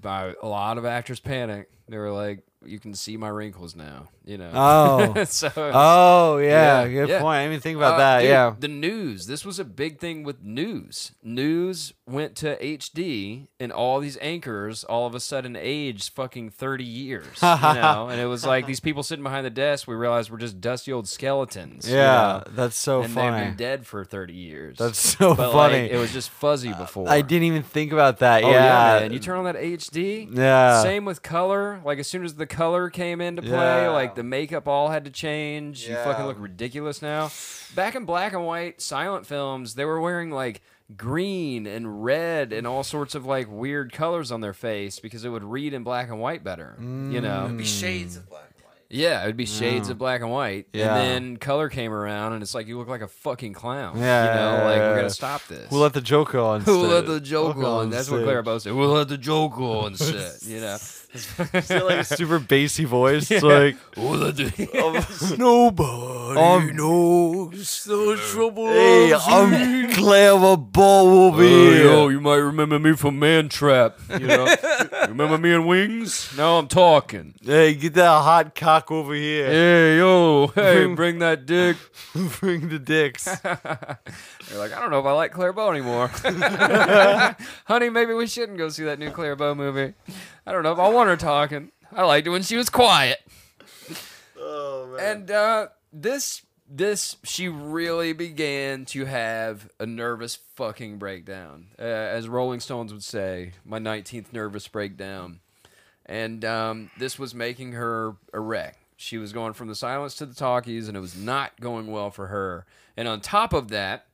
Speaker 4: by a lot of actors panicked. They were like, "You can see my wrinkles now," you know.
Speaker 5: Oh.
Speaker 4: so
Speaker 5: Oh yeah,
Speaker 4: Yeah,
Speaker 5: good
Speaker 4: yeah.
Speaker 5: point. I didn't even think about
Speaker 4: Uh,
Speaker 5: that.
Speaker 4: dude,
Speaker 5: yeah,
Speaker 4: The news. This was a big thing with news. News went to HD, and all these anchors all of a sudden aged fucking 30 years. You know? And it was like these people sitting behind the desk, we realized we're just dusty old skeletons. you
Speaker 5: yeah,
Speaker 4: know?
Speaker 5: that's so
Speaker 4: and
Speaker 5: funny.
Speaker 4: they've been dead for 30 years.
Speaker 5: That's so
Speaker 4: but
Speaker 5: funny. Uh,
Speaker 4: Like, it was just fuzzy before.
Speaker 5: I didn't even think about that.
Speaker 4: Oh,
Speaker 5: yeah,
Speaker 4: yeah, man. You turn on that HD.
Speaker 5: Yeah.
Speaker 4: Same with color. Like as soon as the color came into play,
Speaker 5: Yeah.
Speaker 4: like the makeup all had to change. You fucking
Speaker 5: Yeah.
Speaker 4: look ridiculous now. Back in black and white silent films, they were wearing like green and red and all sorts of like weird colors on their face because it would read in black and white better. You know.
Speaker 5: Mm.
Speaker 2: Be shades of black and white.
Speaker 4: Yeah, it would be shades of black and white.
Speaker 5: Yeah.
Speaker 4: And then color came around and it's like you look like a fucking clown.
Speaker 5: Yeah,
Speaker 4: You know,
Speaker 5: yeah,
Speaker 4: like
Speaker 5: yeah,
Speaker 4: we
Speaker 5: yeah.
Speaker 4: gotta stop this.
Speaker 5: Who let the joke on?
Speaker 4: Who let
Speaker 5: stage?
Speaker 4: the joke
Speaker 5: Joker
Speaker 4: on? That's what
Speaker 5: stage.
Speaker 4: Clara Bow said. Who let the joke on? Shit, you know.
Speaker 5: Still, like super bassy voice. It's like
Speaker 4: Who let the?
Speaker 2: Nobody
Speaker 5: Um,
Speaker 2: knows the trouble.
Speaker 5: Hey,
Speaker 2: of-
Speaker 5: I'm Clara Bumblebee.
Speaker 4: Oh, yo, you might remember me from Man Trap. You know, remember me in Wings? Now I'm talking.
Speaker 5: Hey, get that hot cock over here.
Speaker 4: Hey yo, hey, bring that dick.
Speaker 5: Bring the dicks.
Speaker 4: You're like, I don't know if I like Claire Bow anymore. Honey, maybe we shouldn't go see that new Claire Bow movie. I don't know if I want her talking. I liked it when she was quiet. And uh, this this she really began to have a nervous fucking breakdown, uh, as Rolling Stones would say, my 19th nervous breakdown. And um, this was making her a wreck. She was going from the silence to the talkies, and it was not going well for her. And on top of that,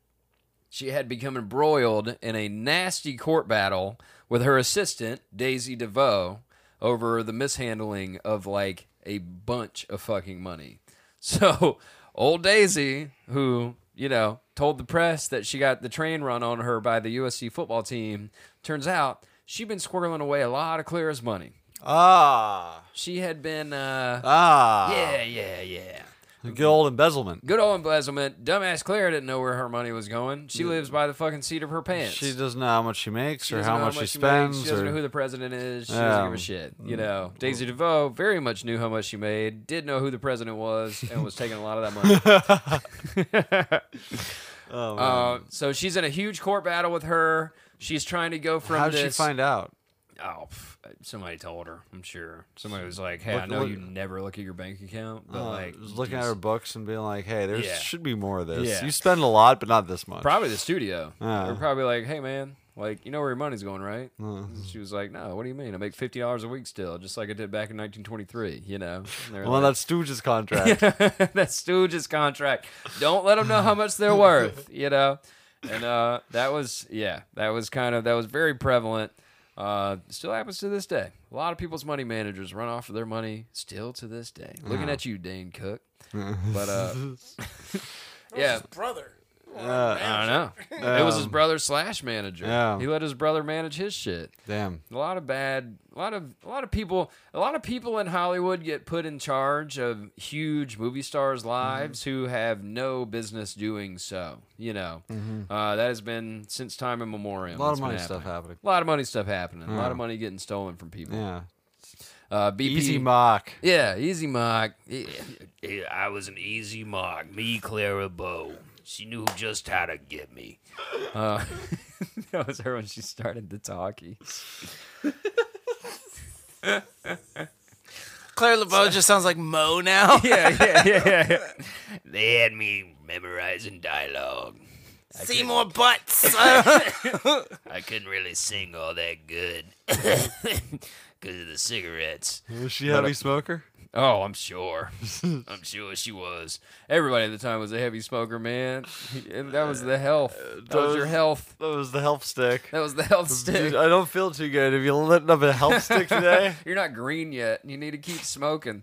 Speaker 4: she had become embroiled in a nasty court battle with her assistant, Daisy DeVoe, over the mishandling of like a bunch of fucking money. So, old Daisy, who, you know, told the press that she got the train run on her by the USC football team, turns out she'd been squirreling away a lot of Clara's money.
Speaker 5: ah,
Speaker 4: She had been, uh,
Speaker 5: ah.
Speaker 4: yeah, yeah, yeah.
Speaker 5: Good old embezzlement.
Speaker 4: Good old embezzlement. Dumbass Clara didn't know where her money was going. She lives by the fucking seat of her pants.
Speaker 5: She doesn't know how much she makes
Speaker 4: She
Speaker 5: or
Speaker 4: doesn't
Speaker 5: how
Speaker 4: know
Speaker 5: much she,
Speaker 4: she makes.
Speaker 5: spends.
Speaker 4: She doesn't
Speaker 5: or...
Speaker 4: know who the president is. She
Speaker 5: Yeah. Mm.
Speaker 4: doesn't give a shit. You know, Daisy DeVoe very much knew how much she made, did know who the president was, and was taking a lot of that money.
Speaker 5: Oh,
Speaker 4: Uh, so she's in a huge court battle with her. She's trying to go from
Speaker 5: How'd
Speaker 4: this.
Speaker 5: she find out?
Speaker 4: Oh, pff, somebody told her. I'm sure somebody was like, "Hey, I
Speaker 5: Look-
Speaker 4: know
Speaker 5: look-
Speaker 4: you never look at your bank account, but
Speaker 5: Uh,
Speaker 4: like,
Speaker 5: was looking
Speaker 4: do
Speaker 5: at her
Speaker 4: s-
Speaker 5: books and being like, "Hey, there
Speaker 4: Yeah.
Speaker 5: should be more of this.
Speaker 4: Yeah.
Speaker 5: You spend a lot, but not this much."
Speaker 4: probably the studio.
Speaker 5: Uh.
Speaker 4: They're probably like, "Hey, man." Like you know where your money's going, right? And She was like, "No, what do you mean? I make fifty dollars a week still, just like I did back in 1923." You know, And they're
Speaker 5: Well,
Speaker 4: like-
Speaker 5: that Stooges contract.
Speaker 4: that Stooges contract. Don't let them know how much they're worth, you know. And uh, that was yeah, that was kind of that was very prevalent. Uh, still happens to this day. A lot of people's money managers run off of their money still to this day. Looking at you, Dane Cook. But uh, yeah,
Speaker 2: brother.
Speaker 4: I don't know. It was his brother slash manager.
Speaker 5: Um, Yeah.
Speaker 4: He let his brother manage his shit.
Speaker 5: Damn.
Speaker 4: A lot of bad, a lot of a lot of people, a lot of people in Hollywood get put in charge of huge movie stars' lives
Speaker 5: Mm-hmm.
Speaker 4: who have no business doing so. You know, uh, that has been since time immemorial.
Speaker 5: Mm-hmm. A lot
Speaker 4: It's
Speaker 5: of
Speaker 4: been
Speaker 5: money stuff happening.
Speaker 4: A lot of money stuff happening. A lot of money getting stolen from people.
Speaker 5: Yeah.
Speaker 4: Uh, BP,
Speaker 5: Easy mock.
Speaker 4: Yeah, easy mock. I was an easy mock. Me, Clara Bow. She knew just how to get me. Uh, that was her when she started the talkie.
Speaker 2: Claire LeBeau just sounds like Mo now.
Speaker 4: yeah, yeah, yeah, yeah. They had me memorizing dialogue. I
Speaker 2: see more butts.
Speaker 6: I couldn't really sing all that good because of the cigarettes.
Speaker 5: Was she a heavy smoker?
Speaker 4: Oh, I'm sure. I'm sure she was. Everybody at the time was a heavy smoker, man. And that was the health. That was your health.
Speaker 5: That was the health stick.
Speaker 4: That was the health
Speaker 5: Dude,
Speaker 4: stick.
Speaker 5: I don't feel too good. Have you lit up a health stick today?
Speaker 4: You're not green yet. You need to keep smoking.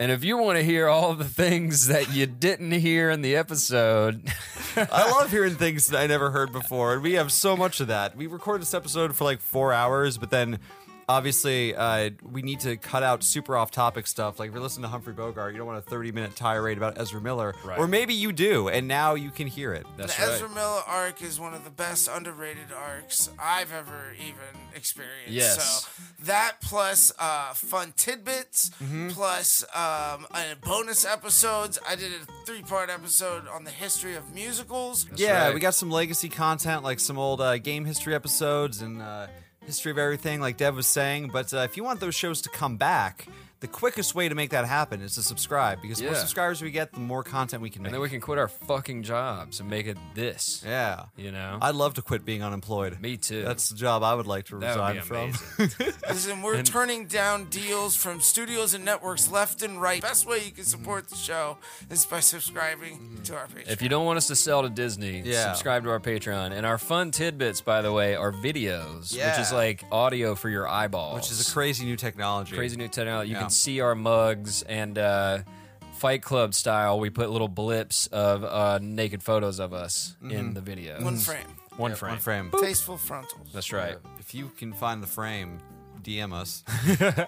Speaker 4: And if you want to hear all the things that you didn't hear in the episode,
Speaker 7: I love hearing things that I never heard before, and we have so much of that. We recorded this episode for like four hours, but then obviously uh, we need to cut out super off-topic stuff. Like if you're listening to Humphrey Bogart, you don't want a 30-minute tirade about Ezra Miller, or maybe you do, and now you can hear it.
Speaker 4: that's
Speaker 2: The
Speaker 4: right.
Speaker 2: Ezra Miller arc is one of the best underrated arcs I've ever even experienced.
Speaker 4: Yes.
Speaker 2: So that plus uh, fun tidbits,
Speaker 4: Mm-hmm.
Speaker 2: plus um, uh, bonus episodes. I did a three part episode on the history of musicals.
Speaker 7: yeah,
Speaker 4: right.
Speaker 7: we got some legacy content, like some old uh, game history episodes and uh, history of everything, like Dev was saying. But uh, if you want those shows to come back, the quickest way to make that happen is to subscribe because the more
Speaker 4: Yeah.
Speaker 7: subscribers we get, the more content we can make.
Speaker 4: and then we can quit our fucking jobs and make it this.
Speaker 7: yeah,
Speaker 4: You know?
Speaker 7: I'd love to quit being unemployed.
Speaker 4: Me too.
Speaker 7: That's the job I would like to
Speaker 4: That would be
Speaker 7: resign from.
Speaker 4: amazing.
Speaker 2: Listen, we're turning down deals from studios and networks left and right. Best way you
Speaker 4: Mm-hmm.
Speaker 2: can support the show is by subscribing to our Patreon.
Speaker 4: If you don't want us to sell to Disney,
Speaker 7: Yeah.
Speaker 4: subscribe to our Patreon. And our fun tidbits, by the way, are videos,
Speaker 7: Yeah.
Speaker 4: which is like audio for your eyeballs,
Speaker 7: Which is a crazy new technology.
Speaker 4: crazy new technology. You
Speaker 7: Yeah.
Speaker 4: can see our mugs and uh, Fight Club style. We put little blips of uh, naked photos of us
Speaker 7: Mm-hmm.
Speaker 4: in the video.
Speaker 2: One frame,
Speaker 4: One frame.
Speaker 7: One frame.
Speaker 2: tasteful frontals.
Speaker 4: That's right.
Speaker 7: If you can find the frame, DM us.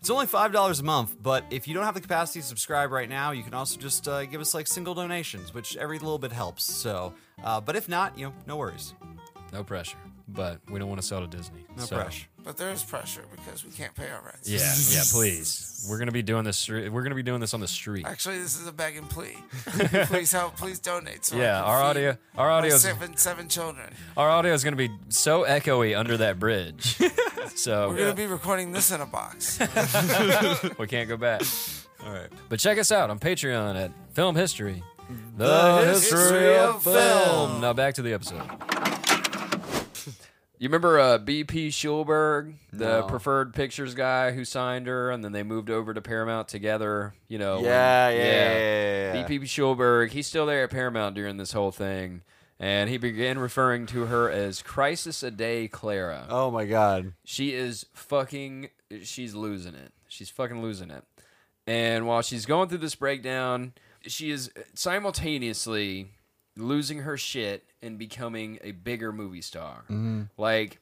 Speaker 7: it's only five dollars a month, but if you don't have the capacity to subscribe right now, you can also just uh, give us like single donations, which every little bit helps. So, uh, but if not, you know, no worries,
Speaker 4: No pressure. But we don't want to sell to Disney.
Speaker 7: no
Speaker 4: so-
Speaker 7: pressure.
Speaker 2: But there is pressure because we can't pay our rents.
Speaker 4: Yeah, yeah, please. We're gonna be doing this. We're gonna be doing this on the street.
Speaker 2: Actually, this is a begging plea. please help. Please donate. So I
Speaker 4: Yeah,
Speaker 2: can
Speaker 4: our
Speaker 2: feed
Speaker 4: audio, Oh, our
Speaker 2: my
Speaker 4: audio is
Speaker 2: seven seven children.
Speaker 4: Our audio is going to be so echoey under that bridge. so
Speaker 2: We're gonna be recording this in a box.
Speaker 4: we can't go back.
Speaker 7: All right,
Speaker 4: But check us out on Patreon at Film History. The,
Speaker 7: History
Speaker 2: of Film.
Speaker 4: Now back to the episode. You remember uh, BP Schulberg, the preferred pictures guy who signed her, and then they moved over to Paramount together. You know, when-
Speaker 5: Yeah, yeah, yeah, yeah, yeah.
Speaker 4: BP Schulberg, he's still there at Paramount during this whole thing, and he began referring to her as Crisis a Day Clara.
Speaker 5: Oh my god.
Speaker 4: She is fucking. She's losing it. She's fucking losing it. And while she's going through this breakdown, she is simultaneously losing her shit and becoming a bigger movie star. Like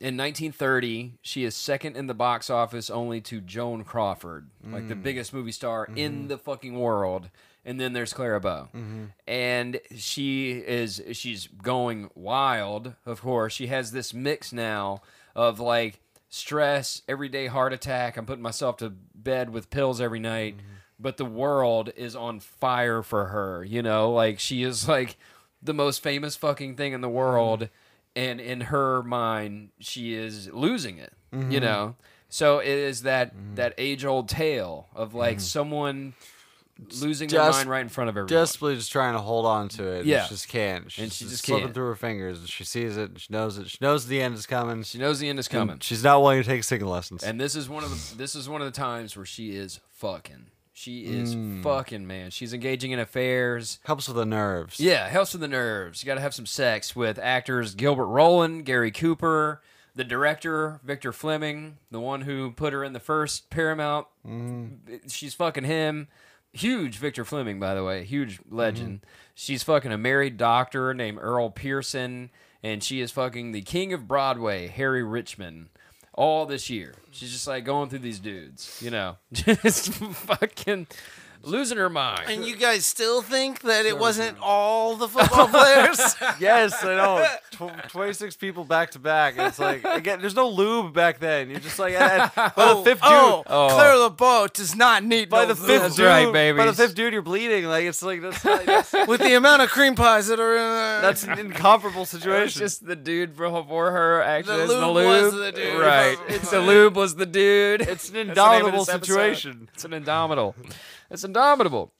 Speaker 4: in 1930, she is second in the box office only to Joan Crawford, like the biggest movie star in the fucking world. And then there's Clara Bow, and she is she's going wild. Of course, she has this mix now of like stress, everyday heart attack. I'm putting myself to bed with pills every night,
Speaker 5: Mm-hmm.
Speaker 4: but the world is on fire for her. You know, like she is like the most famous fucking thing in
Speaker 5: Mm-hmm.
Speaker 4: the world and in her mind she is losing it
Speaker 5: Mm-hmm.
Speaker 4: you know so it is that that age old tale of like someone losing their
Speaker 5: Mm-hmm. Just-
Speaker 4: mind right in front of everyone
Speaker 5: desperately just trying to hold on to it. and
Speaker 4: Yeah.
Speaker 5: she just can't. She's
Speaker 4: And she just
Speaker 5: slipping
Speaker 4: can't.
Speaker 5: through her fingers. And she sees it. And she knows it. She knows the end is coming.
Speaker 4: she knows the end is coming
Speaker 5: She's not willing to take singing lessons.
Speaker 4: and this is one of the this is one of the times where she is fucking she is fucking man she's engaging in affairs
Speaker 5: Helps with the nerves.
Speaker 4: Yeah, helps with the nerves. You got to have some sex with actors Gilbert Roland, Gary Cooper, the director Victor Fleming, the one who put her in the first Paramount. She's fucking him. Huge Victor Fleming, by the way, huge legend. She's fucking a married doctor named Earl Pearson, and she is fucking the king of Broadway, Harry Richmond. All this year, she's just like going through these dudes, you know, just fucking losing her mind.
Speaker 2: and you guys still think that it wasn't all the football players?
Speaker 5: Yes, I know. Tw- 26 people back to back. It's like, again, there's no lube back then. You're just like, eh, eh, by the fifth dude.
Speaker 2: oh, Claire LeBeau does not need
Speaker 5: By
Speaker 2: no
Speaker 5: the
Speaker 2: lube.
Speaker 5: fifth
Speaker 4: That's
Speaker 5: dude,
Speaker 4: right,
Speaker 5: by the
Speaker 4: babies.
Speaker 5: fifth dude, you're bleeding. Like it's like that's like, that's,
Speaker 2: with the amount of cream pies that are in there.
Speaker 5: that's an incomparable
Speaker 4: It's
Speaker 5: situation.
Speaker 4: just the dude before her actually
Speaker 2: The
Speaker 4: is the
Speaker 2: lube
Speaker 4: lube.
Speaker 2: was the dude.
Speaker 4: Right. it's the lube was the dude.
Speaker 5: it's an
Speaker 4: That's the name of
Speaker 5: indomitable
Speaker 4: this episode.
Speaker 5: situation.
Speaker 4: It's an indomitable. It's indomitable.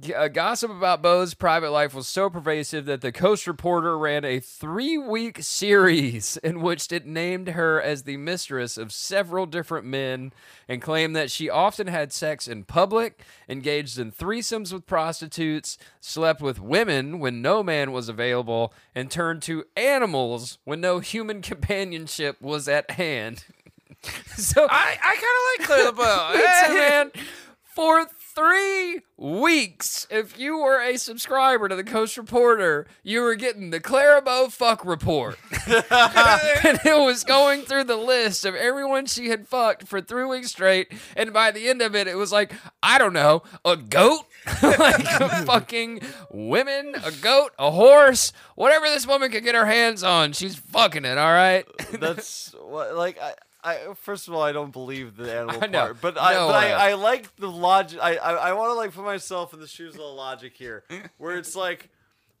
Speaker 4: G- uh, gossip about Bo's private life was so pervasive that the Coast Reporter ran a three week series in which it named her as the mistress of several different men and claimed that she often had sex in public, engaged in threesomes with prostitutes, slept with women when no man was available, and turned to animals when no human companionship was at hand. so
Speaker 2: I, I kind of like Claire LeBeau.
Speaker 4: Pizza Man for three weeks. If you were a subscriber to the Coast Reporter, you were getting the Clarabo fuck report. and it was going through the list of everyone she had fucked for three weeks straight. And by the end of it, it was like, I don't know, a goat? like fucking women, a goat, a horse, whatever this woman could get her hands on, she's fucking it, all right?
Speaker 5: That's what, like I, I. First of all, I don't believe the animal
Speaker 4: I know.
Speaker 5: part, but I,
Speaker 4: No
Speaker 5: but
Speaker 4: way.
Speaker 5: I, I like the logic. I, I, I want to like put myself in the shoes of the logic here, where it's like,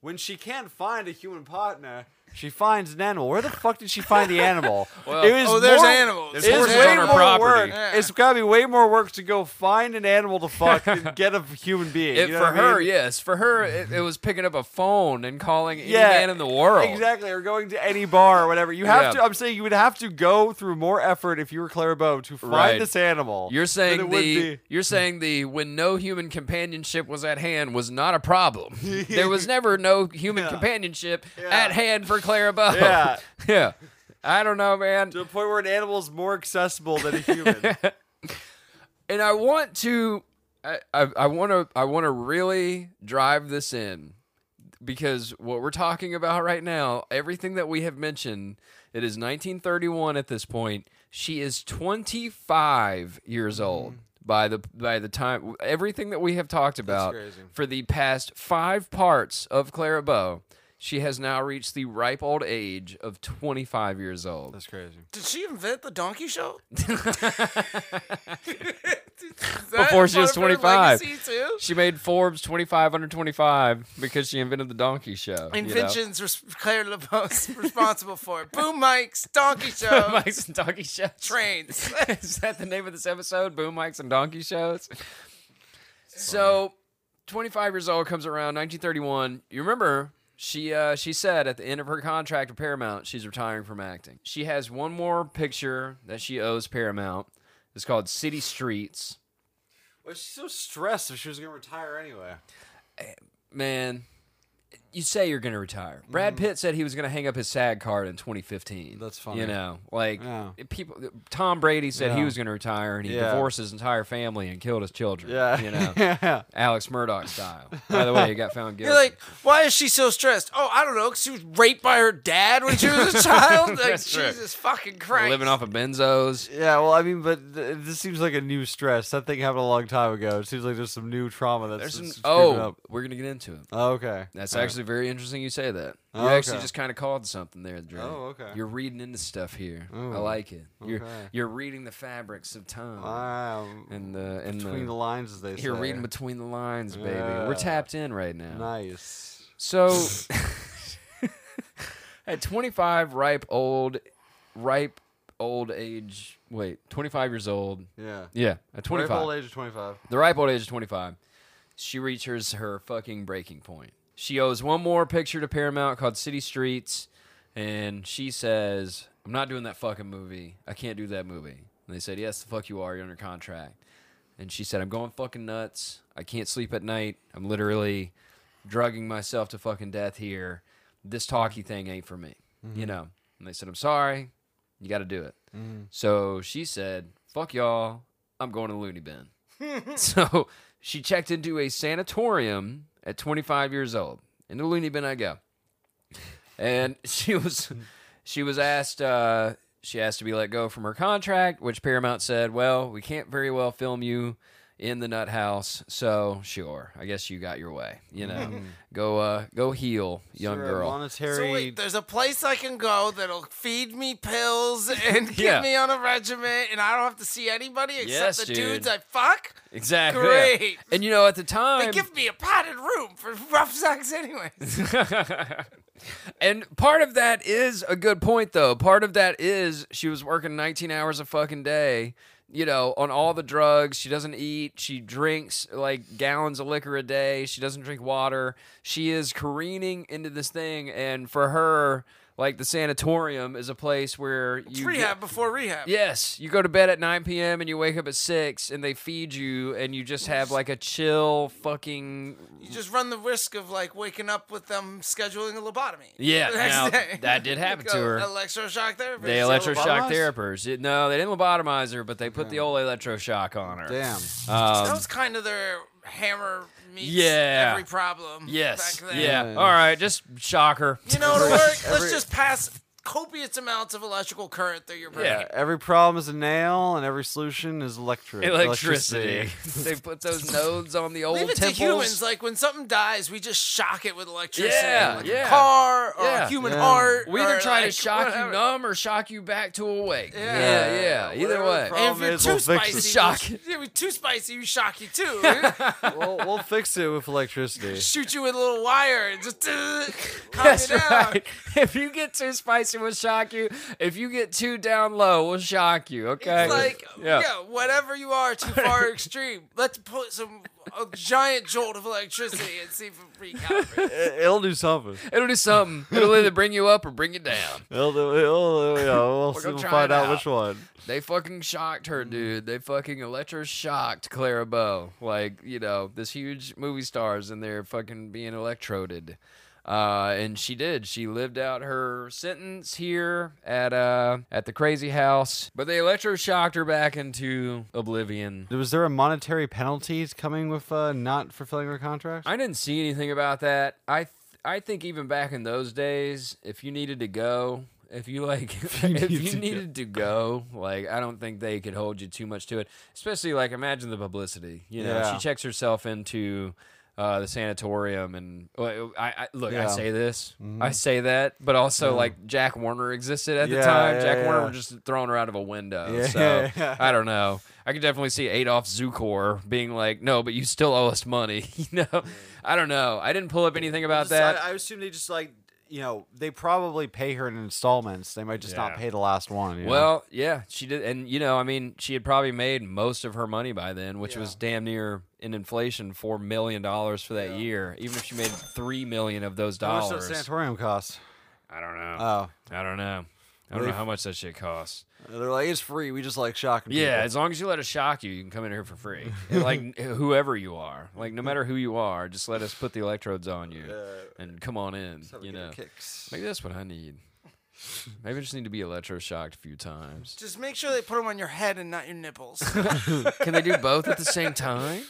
Speaker 5: when she can't find a human partner, she finds an animal. Where the fuck did she find the animal? well, it was
Speaker 2: Oh, there's
Speaker 5: more-
Speaker 2: animals.
Speaker 5: It's
Speaker 2: There's
Speaker 4: horses
Speaker 5: way
Speaker 4: on her
Speaker 5: more work.
Speaker 4: property.
Speaker 2: Yeah.
Speaker 5: It's gotta be way more work to go find an animal to fuck than get a human being.
Speaker 4: It,
Speaker 5: you know
Speaker 4: for
Speaker 5: what I mean?
Speaker 4: her, yes. For her, it, it was picking up a phone and calling any
Speaker 5: Yeah,
Speaker 4: man in the world.
Speaker 5: Exactly, or going to any bar or whatever. You have
Speaker 4: Yeah.
Speaker 5: to. I'm saying you would have to go through more effort if you were Claire Bow to find
Speaker 4: Right.
Speaker 5: this animal.
Speaker 4: You're saying
Speaker 5: than
Speaker 4: the
Speaker 5: it would be.
Speaker 4: you're saying the when no human companionship was at hand was not a problem. there was never no human companionship at hand for Clara Bow.
Speaker 5: Yeah.
Speaker 4: yeah. I don't know, man.
Speaker 5: to the point where an animal's more accessible than a human.
Speaker 4: and I want to, I, I, I want to, I want to really drive this in because what we're talking about right now, everything that we have mentioned, it is 1931 at this point. She is 25 years old by the by the time everything that we have talked about for the past five parts of Clara Bow. She has now reached the ripe old age of 25 years old.
Speaker 5: That's crazy.
Speaker 2: Did she invent the donkey show?
Speaker 4: Before she was 25.
Speaker 2: Too?
Speaker 4: She made Forbes 25 under 25 because she invented the donkey show. you know?
Speaker 2: Inventions res- Claire LeBeau's responsible for. Boom mics, donkey show,
Speaker 4: Mics and donkey shows.
Speaker 2: trains.
Speaker 4: Is that the name of this episode? Boom mics and donkey shows. So, 25 years old comes around 1931. You remember she uh, she said at the end of her contract with Paramount, she's retiring from acting. She has one more picture that she owes Paramount. It's called City Streets.
Speaker 5: Was she so stressed if she was gonna retire anyway?
Speaker 4: Man, you say you're going to retire. Brad Pitt said he was going to hang up his SAG card in 2015.
Speaker 5: Mm-hmm. That's funny.
Speaker 4: You know, like
Speaker 5: Yeah.
Speaker 4: people. Tom Brady said he
Speaker 5: Yeah.
Speaker 4: was going to retire, and he
Speaker 5: Yeah.
Speaker 4: divorced his entire family and killed his children.
Speaker 5: Yeah.
Speaker 4: you know,
Speaker 5: Yeah.
Speaker 4: Alex Murdoch style. By the way, he got found guilty.
Speaker 2: You're like, why is she so stressed? Oh, I don't know. 'cause she was raped by her dad when she was a child. Like,
Speaker 4: That's right.
Speaker 2: Jesus fucking Christ.
Speaker 4: living off of benzos.
Speaker 5: Yeah, well, I mean, but th- this seems like a new stress. That thing happened a long time ago. It seems like there's some new trauma that's
Speaker 4: There's an,
Speaker 5: that's creeping
Speaker 4: oh,
Speaker 5: up.
Speaker 4: we're gonna get into it.
Speaker 5: Oh, okay.
Speaker 4: That's
Speaker 5: All right.
Speaker 4: actually very interesting. You say that. You
Speaker 5: Oh,
Speaker 4: actually
Speaker 5: okay.
Speaker 4: just kind of called something there, Dre.
Speaker 5: Oh, okay.
Speaker 4: You're reading into stuff here. I like it. You're
Speaker 5: okay.
Speaker 4: you're reading the fabrics of time
Speaker 5: Wow.
Speaker 4: and the and
Speaker 5: Ah, Between the lines, as they say.
Speaker 4: You're reading between the lines, baby. We're
Speaker 5: Yeah.
Speaker 4: tapped in right now.
Speaker 5: Nice.
Speaker 4: So at 25 ripe old ripe old age, wait, 25 years old.
Speaker 5: Yeah.
Speaker 4: Yeah, at
Speaker 5: Ripe
Speaker 4: 25.
Speaker 5: old age of 25.
Speaker 4: the ripe old age of 25, she reaches her fucking breaking point. She owes one more picture to Paramount called City Streets and she says, "I'm not doing that fucking movie. I can't do that movie." And they said, "Yes, the fuck you are. You're under contract." And she said, "I'm going fucking nuts. I can't sleep at night. I'm literally drugging myself to fucking death here. This talkie thing ain't for me." You know. And they said, "I'm sorry. You got to do it."
Speaker 2: Mm-hmm.
Speaker 4: So she said, "Fuck y'all. I'm going to Looney Bin." so she checked into a sanatorium at 25 years old. Into Looney Bin I go and she was she was asked uh, she asked to be let go from her contract, which Paramount said, "Well, we can't very well film you in the Nut House, so sure, I guess you got your way. You know,
Speaker 2: Mm-hmm.
Speaker 4: go uh, go heal, young
Speaker 5: Sure,
Speaker 4: girl."
Speaker 5: Monetary.
Speaker 2: So wait, there's a place I can go that'll feed me pills and get
Speaker 4: Yeah.
Speaker 2: me on a regiment, and I don't have to see anybody except
Speaker 4: Yes,
Speaker 2: the
Speaker 4: dude.
Speaker 2: dudes I fuck.
Speaker 4: Exactly.
Speaker 2: Great.
Speaker 4: And you know, at the
Speaker 2: They
Speaker 4: time,
Speaker 2: give me a padded room for rough sex, anyways.
Speaker 4: and part of that is a good point, though. Part of that is she was working 19 hours a fucking day. you know, on all the drugs. She doesn't eat. She drinks like gallons of liquor a day. She doesn't drink water. She is careening into this thing, and for her, like the sanatorium is a place where you get-
Speaker 2: rehab before rehab.
Speaker 4: Yes, you go to bed at 9 p.m. and you wake up at 6 and they feed you and you just have like a chill fucking
Speaker 2: You just run the risk of like waking up with them scheduling a lobotomy.
Speaker 4: Yeah,
Speaker 2: the next
Speaker 4: now,
Speaker 2: day.
Speaker 4: that did happen to
Speaker 2: Go
Speaker 4: her.
Speaker 2: Electroshock therapy.
Speaker 4: the electroshock therapist. Yeah, No, they didn't lobotomize her, but they put the old electroshock on her.
Speaker 5: Damn. Uh,
Speaker 2: that was kind of their hammer meets
Speaker 4: Um, Yeah.
Speaker 2: every problem.
Speaker 4: Yes.
Speaker 2: back then.
Speaker 4: Yeah. All right, just shock her.
Speaker 2: You know to work. Let's just pass copious amounts of electrical current through your brain.
Speaker 4: Yeah.
Speaker 5: Every problem is a nail, and every solution is electric.
Speaker 4: Electricity. they put those nodes on the old
Speaker 2: Leave it
Speaker 4: temples.
Speaker 2: to humans. Like when something dies, we just shock it with electricity.
Speaker 4: Yeah,
Speaker 2: like
Speaker 4: yeah.
Speaker 2: A car or
Speaker 4: Yeah.
Speaker 2: a human
Speaker 5: Yeah.
Speaker 2: heart.
Speaker 4: we either
Speaker 2: or,
Speaker 4: try
Speaker 2: like,
Speaker 4: to shock
Speaker 2: whatever.
Speaker 4: you numb or shock you back to awake.
Speaker 2: Yeah.
Speaker 4: Yeah, yeah. Either
Speaker 5: Whatever
Speaker 4: way.
Speaker 5: problem-
Speaker 2: And if you're
Speaker 5: is,
Speaker 2: too
Speaker 5: we'll fix
Speaker 2: spicy,
Speaker 5: it.
Speaker 4: Shock.
Speaker 2: you- If you're too spicy, you shock you too.
Speaker 5: we'll, we'll fix it with electricity.
Speaker 2: Shoot you with a little wire and just uh, calm
Speaker 4: That's
Speaker 2: you down.
Speaker 4: right. If you get too spicy, we'll shock you. If you get too down low, we'll shock you. Okay.
Speaker 2: It's like, yeah. whatever you are, too far extreme. Let's put some a giant jolt of electricity and see if it recalibrates.
Speaker 5: It- It'll do something.
Speaker 4: It'll do something. It'll either bring you up or bring you down.
Speaker 5: It'll do. It'll, you know, we'll see,
Speaker 4: gonna
Speaker 5: we'll
Speaker 4: try
Speaker 5: find
Speaker 4: it
Speaker 5: out,
Speaker 4: out.
Speaker 5: which one.
Speaker 4: They fucking shocked her, dude. They fucking electroshocked Clara Bow. Like, you know, this huge movie stars and they're fucking being electroded. Uh, and she did. She lived out her sentence here at uh at the crazy house. But they electroshocked her back into oblivion.
Speaker 5: Was there a monetary penalty coming with uh, not fulfilling her contract?
Speaker 4: I didn't see anything about that. I th- I think even back in those days, if you needed to go, if you like, if you, needed to go, like I don't think they could hold you too much to it. Especially like imagine the publicity. You know,
Speaker 5: Yeah.
Speaker 4: she checks herself into. Uh, the sanatorium and well, I, I look. I
Speaker 5: Yeah. Mm-hmm.
Speaker 4: say this, I say that, but also like Jack Warner existed at the
Speaker 5: Yeah,
Speaker 4: time.
Speaker 5: yeah,
Speaker 4: Jack Warner
Speaker 5: yeah.
Speaker 4: was just throwing her out of a window.
Speaker 5: Yeah,
Speaker 4: so
Speaker 5: yeah.
Speaker 4: I don't know. I could definitely see Adolf Zukor being like, "No, but you still owe us money." You know, I don't know. I didn't pull up anything about that.
Speaker 5: I, I assume they just like you know they probably pay her in installments. They might just not pay the last one. you know?
Speaker 4: well, yeah, she did, and you know, I mean, she had probably made most of her money by then, which was damn near in inflation four million dollars for that year. Even if she made three million of those
Speaker 5: how much does
Speaker 4: dollars,
Speaker 5: the sanatorium cost?
Speaker 4: I don't know.
Speaker 5: Oh,
Speaker 4: I don't know. I don't know how much that shit costs.
Speaker 5: they're like it's free. We just like shocking.
Speaker 4: Yeah,
Speaker 5: people."
Speaker 4: as long as you let us shock you, you can come in here for free. And, like whoever you are, like no matter who you are, just let us put the electrodes on you
Speaker 5: Uh,
Speaker 4: and come on in.
Speaker 5: Have a
Speaker 4: You
Speaker 5: good
Speaker 4: know,
Speaker 5: kicks.
Speaker 4: maybe that's what I need. Maybe I just need to be electroshocked a few times.
Speaker 2: Just make sure they put them on your head and not your nipples. I
Speaker 4: Can they do both at the same time?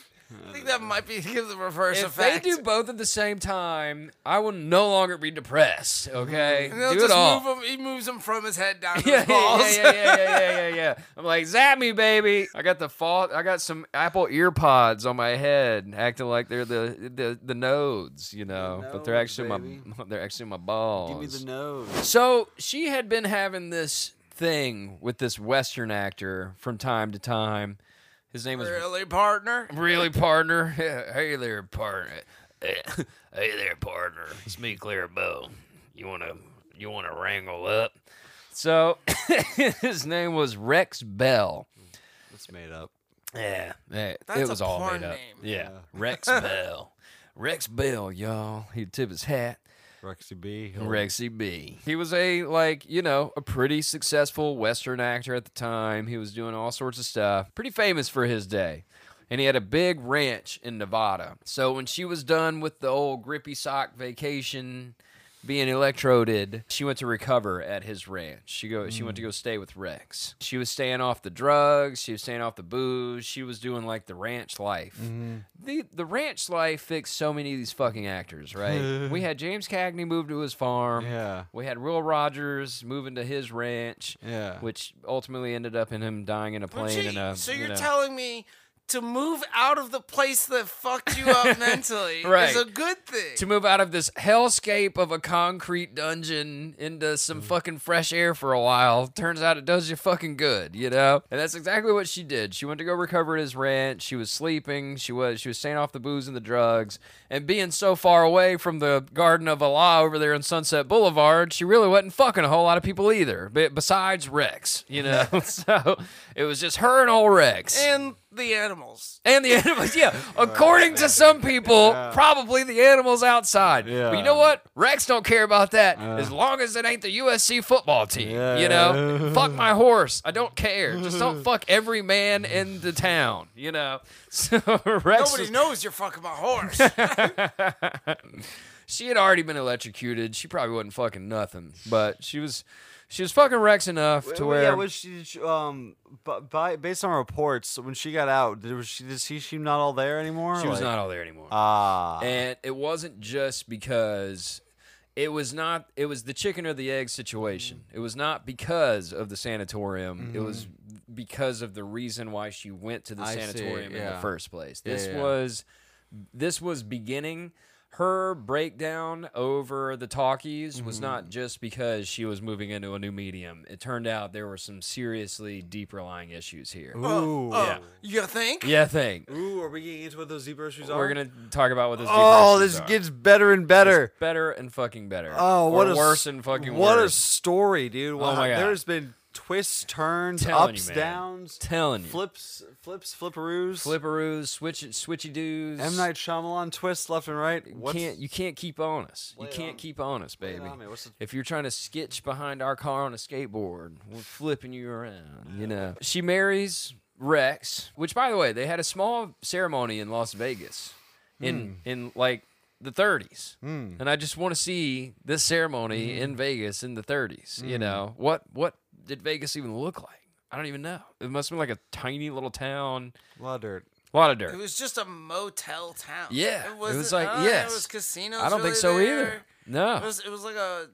Speaker 2: think that might be give the reverse
Speaker 4: If they
Speaker 2: effect.
Speaker 4: do both at the same time, I I will no longer be depressed. Okay,
Speaker 2: And they'll
Speaker 4: do it
Speaker 2: just
Speaker 4: all.
Speaker 2: move him. He moves them from his head down to
Speaker 4: yeah,
Speaker 2: his
Speaker 4: yeah,
Speaker 2: balls.
Speaker 4: yeah, yeah, yeah, yeah, yeah, yeah, yeah. I'm like, zap me, baby. I got the fall. I got some Apple ear pods on my head, acting like they're the the, the nodes, you know, but they're
Speaker 5: nodes,
Speaker 4: actually my
Speaker 5: baby.
Speaker 4: they're actually my balls.
Speaker 5: Give me the nose.
Speaker 4: So she had been having this thing with this Western actor from time to time. His name was
Speaker 2: Really, partner?
Speaker 4: really partner. hey there, partner.
Speaker 6: Hey, hey there, partner. It's me, Clara Bow. You wanna you wanna wrangle up?
Speaker 4: So his name was Rex Bell.
Speaker 5: It's made up.
Speaker 6: Yeah.
Speaker 4: Hey,
Speaker 2: That's
Speaker 4: it
Speaker 2: a
Speaker 4: was all
Speaker 2: porn
Speaker 4: made up.
Speaker 2: name.
Speaker 4: Yeah. Rex Bell. Rex Bell, y'all. He'd tip his hat.
Speaker 5: Rexy B.
Speaker 4: Rexy B. He was a like, you know, a pretty successful Western actor at the time. He was doing all sorts of stuff. Pretty famous for his day. And he had a big ranch in Nevada. So when she was done with the old grippy sock vacation being electroded, she went to recover at his ranch. She go she
Speaker 2: Hmm.
Speaker 4: went to go stay with Rex. She was staying off the drugs, she was staying off the booze, she was doing like the ranch life
Speaker 2: Mm-hmm.
Speaker 4: the the ranch life fixed so many of these fucking actors, right? we had James Cagney move to his farm.
Speaker 5: Yeah.
Speaker 4: We had Will Rogers moving to his ranch.
Speaker 5: Yeah.
Speaker 4: Which ultimately ended up in him dying in a
Speaker 2: But
Speaker 4: plane.
Speaker 2: gee,
Speaker 4: in a,
Speaker 2: so
Speaker 4: you
Speaker 2: you're
Speaker 4: know-
Speaker 2: telling me to move out of the place that fucked you up mentally
Speaker 4: Right.
Speaker 2: is a good thing.
Speaker 4: to move out of this hellscape of a concrete dungeon into some fucking fresh air for a while. Turns out it does you fucking good, you know? And that's exactly what she did. She went to go recover at his ranch. She was sleeping. She was she was staying off the booze and the drugs. And being so far away from the Garden of Allah over there on Sunset Boulevard, she really wasn't fucking a whole lot of people either. be- Besides Rex, you know? so it was just her and old Rex.
Speaker 2: and the animals.
Speaker 4: And the animals, yeah. According to some people, probably the animals outside. But you know what? Rex don't care about that as long as it ain't the USC football team. You know, fuck my horse. I don't care. Just don't fuck every man in the town. You know. So Rex,
Speaker 2: Nobody
Speaker 4: was-
Speaker 2: knows you're fucking my horse.
Speaker 4: she had already been electrocuted. She probably wasn't fucking nothing, but she was, she was fucking Rex enough to where.
Speaker 5: yeah, was she she- um but by based on reports when she got out, did was she is he she not all there anymore?
Speaker 4: She was
Speaker 5: Like-
Speaker 4: not all there anymore.
Speaker 5: Ah,
Speaker 4: and it wasn't just because it was not it was the chicken or the egg situation
Speaker 5: Mm.
Speaker 4: it was not because of the sanatorium it was because of the reason why she went to the
Speaker 5: Mm-hmm. I see,
Speaker 4: sanatorium in the
Speaker 5: yeah.
Speaker 4: first place this
Speaker 5: yeah.
Speaker 4: was this was beginning her breakdown over the talkies was
Speaker 5: Mm-hmm.
Speaker 4: not just because she was moving into a new medium it turned out there were some seriously deeper lying issues here
Speaker 5: ooh,
Speaker 2: Uh, You think?
Speaker 4: yeah thing
Speaker 5: Oh, ooh, are we getting into what those zebra issues are?
Speaker 4: we're gonna talk about what this deeper
Speaker 5: Oh,
Speaker 4: issues
Speaker 5: this
Speaker 4: are.
Speaker 5: gets better and better.
Speaker 4: It's better and fucking better.
Speaker 5: Oh, what
Speaker 4: or
Speaker 5: a
Speaker 4: worse
Speaker 5: s-
Speaker 4: and fucking
Speaker 5: what a
Speaker 4: worse. Oh
Speaker 5: story, dude! Wow,
Speaker 4: my God.
Speaker 5: there's been twists, turns,
Speaker 4: Telling you,
Speaker 5: ups,
Speaker 4: man.
Speaker 5: downs,
Speaker 4: Telling you.
Speaker 5: flips, flips, flipperoos,
Speaker 4: Flipperoos, switch switchy doos.
Speaker 5: M Night Shyamalan twists left and right. What's,
Speaker 4: can't you can't keep on us. You
Speaker 5: Lay it
Speaker 4: can't
Speaker 5: on-
Speaker 4: keep on us,
Speaker 5: lay it
Speaker 4: baby.
Speaker 5: on me. What's the-
Speaker 4: if you're trying to skitch behind our car on a skateboard, we're flipping you around. You know. She marries Rex, which by the way, they had a small ceremony in Las Vegas in
Speaker 5: Hmm.
Speaker 4: in like the 30s. And I just want to see this ceremony
Speaker 5: Hmm.
Speaker 4: in Vegas in the 30s, you know. What what did Vegas even look like? I don't even know. It must have been like a tiny little town,
Speaker 5: a lot of dirt.
Speaker 4: a lot of dirt.
Speaker 2: It was just a motel town.
Speaker 4: Yeah,
Speaker 2: It, wasn't-
Speaker 4: it was like
Speaker 2: uh,
Speaker 4: yes.
Speaker 2: It was casinos.
Speaker 4: I don't
Speaker 2: really
Speaker 4: think so either.
Speaker 2: there.
Speaker 4: No.
Speaker 2: It was it was like a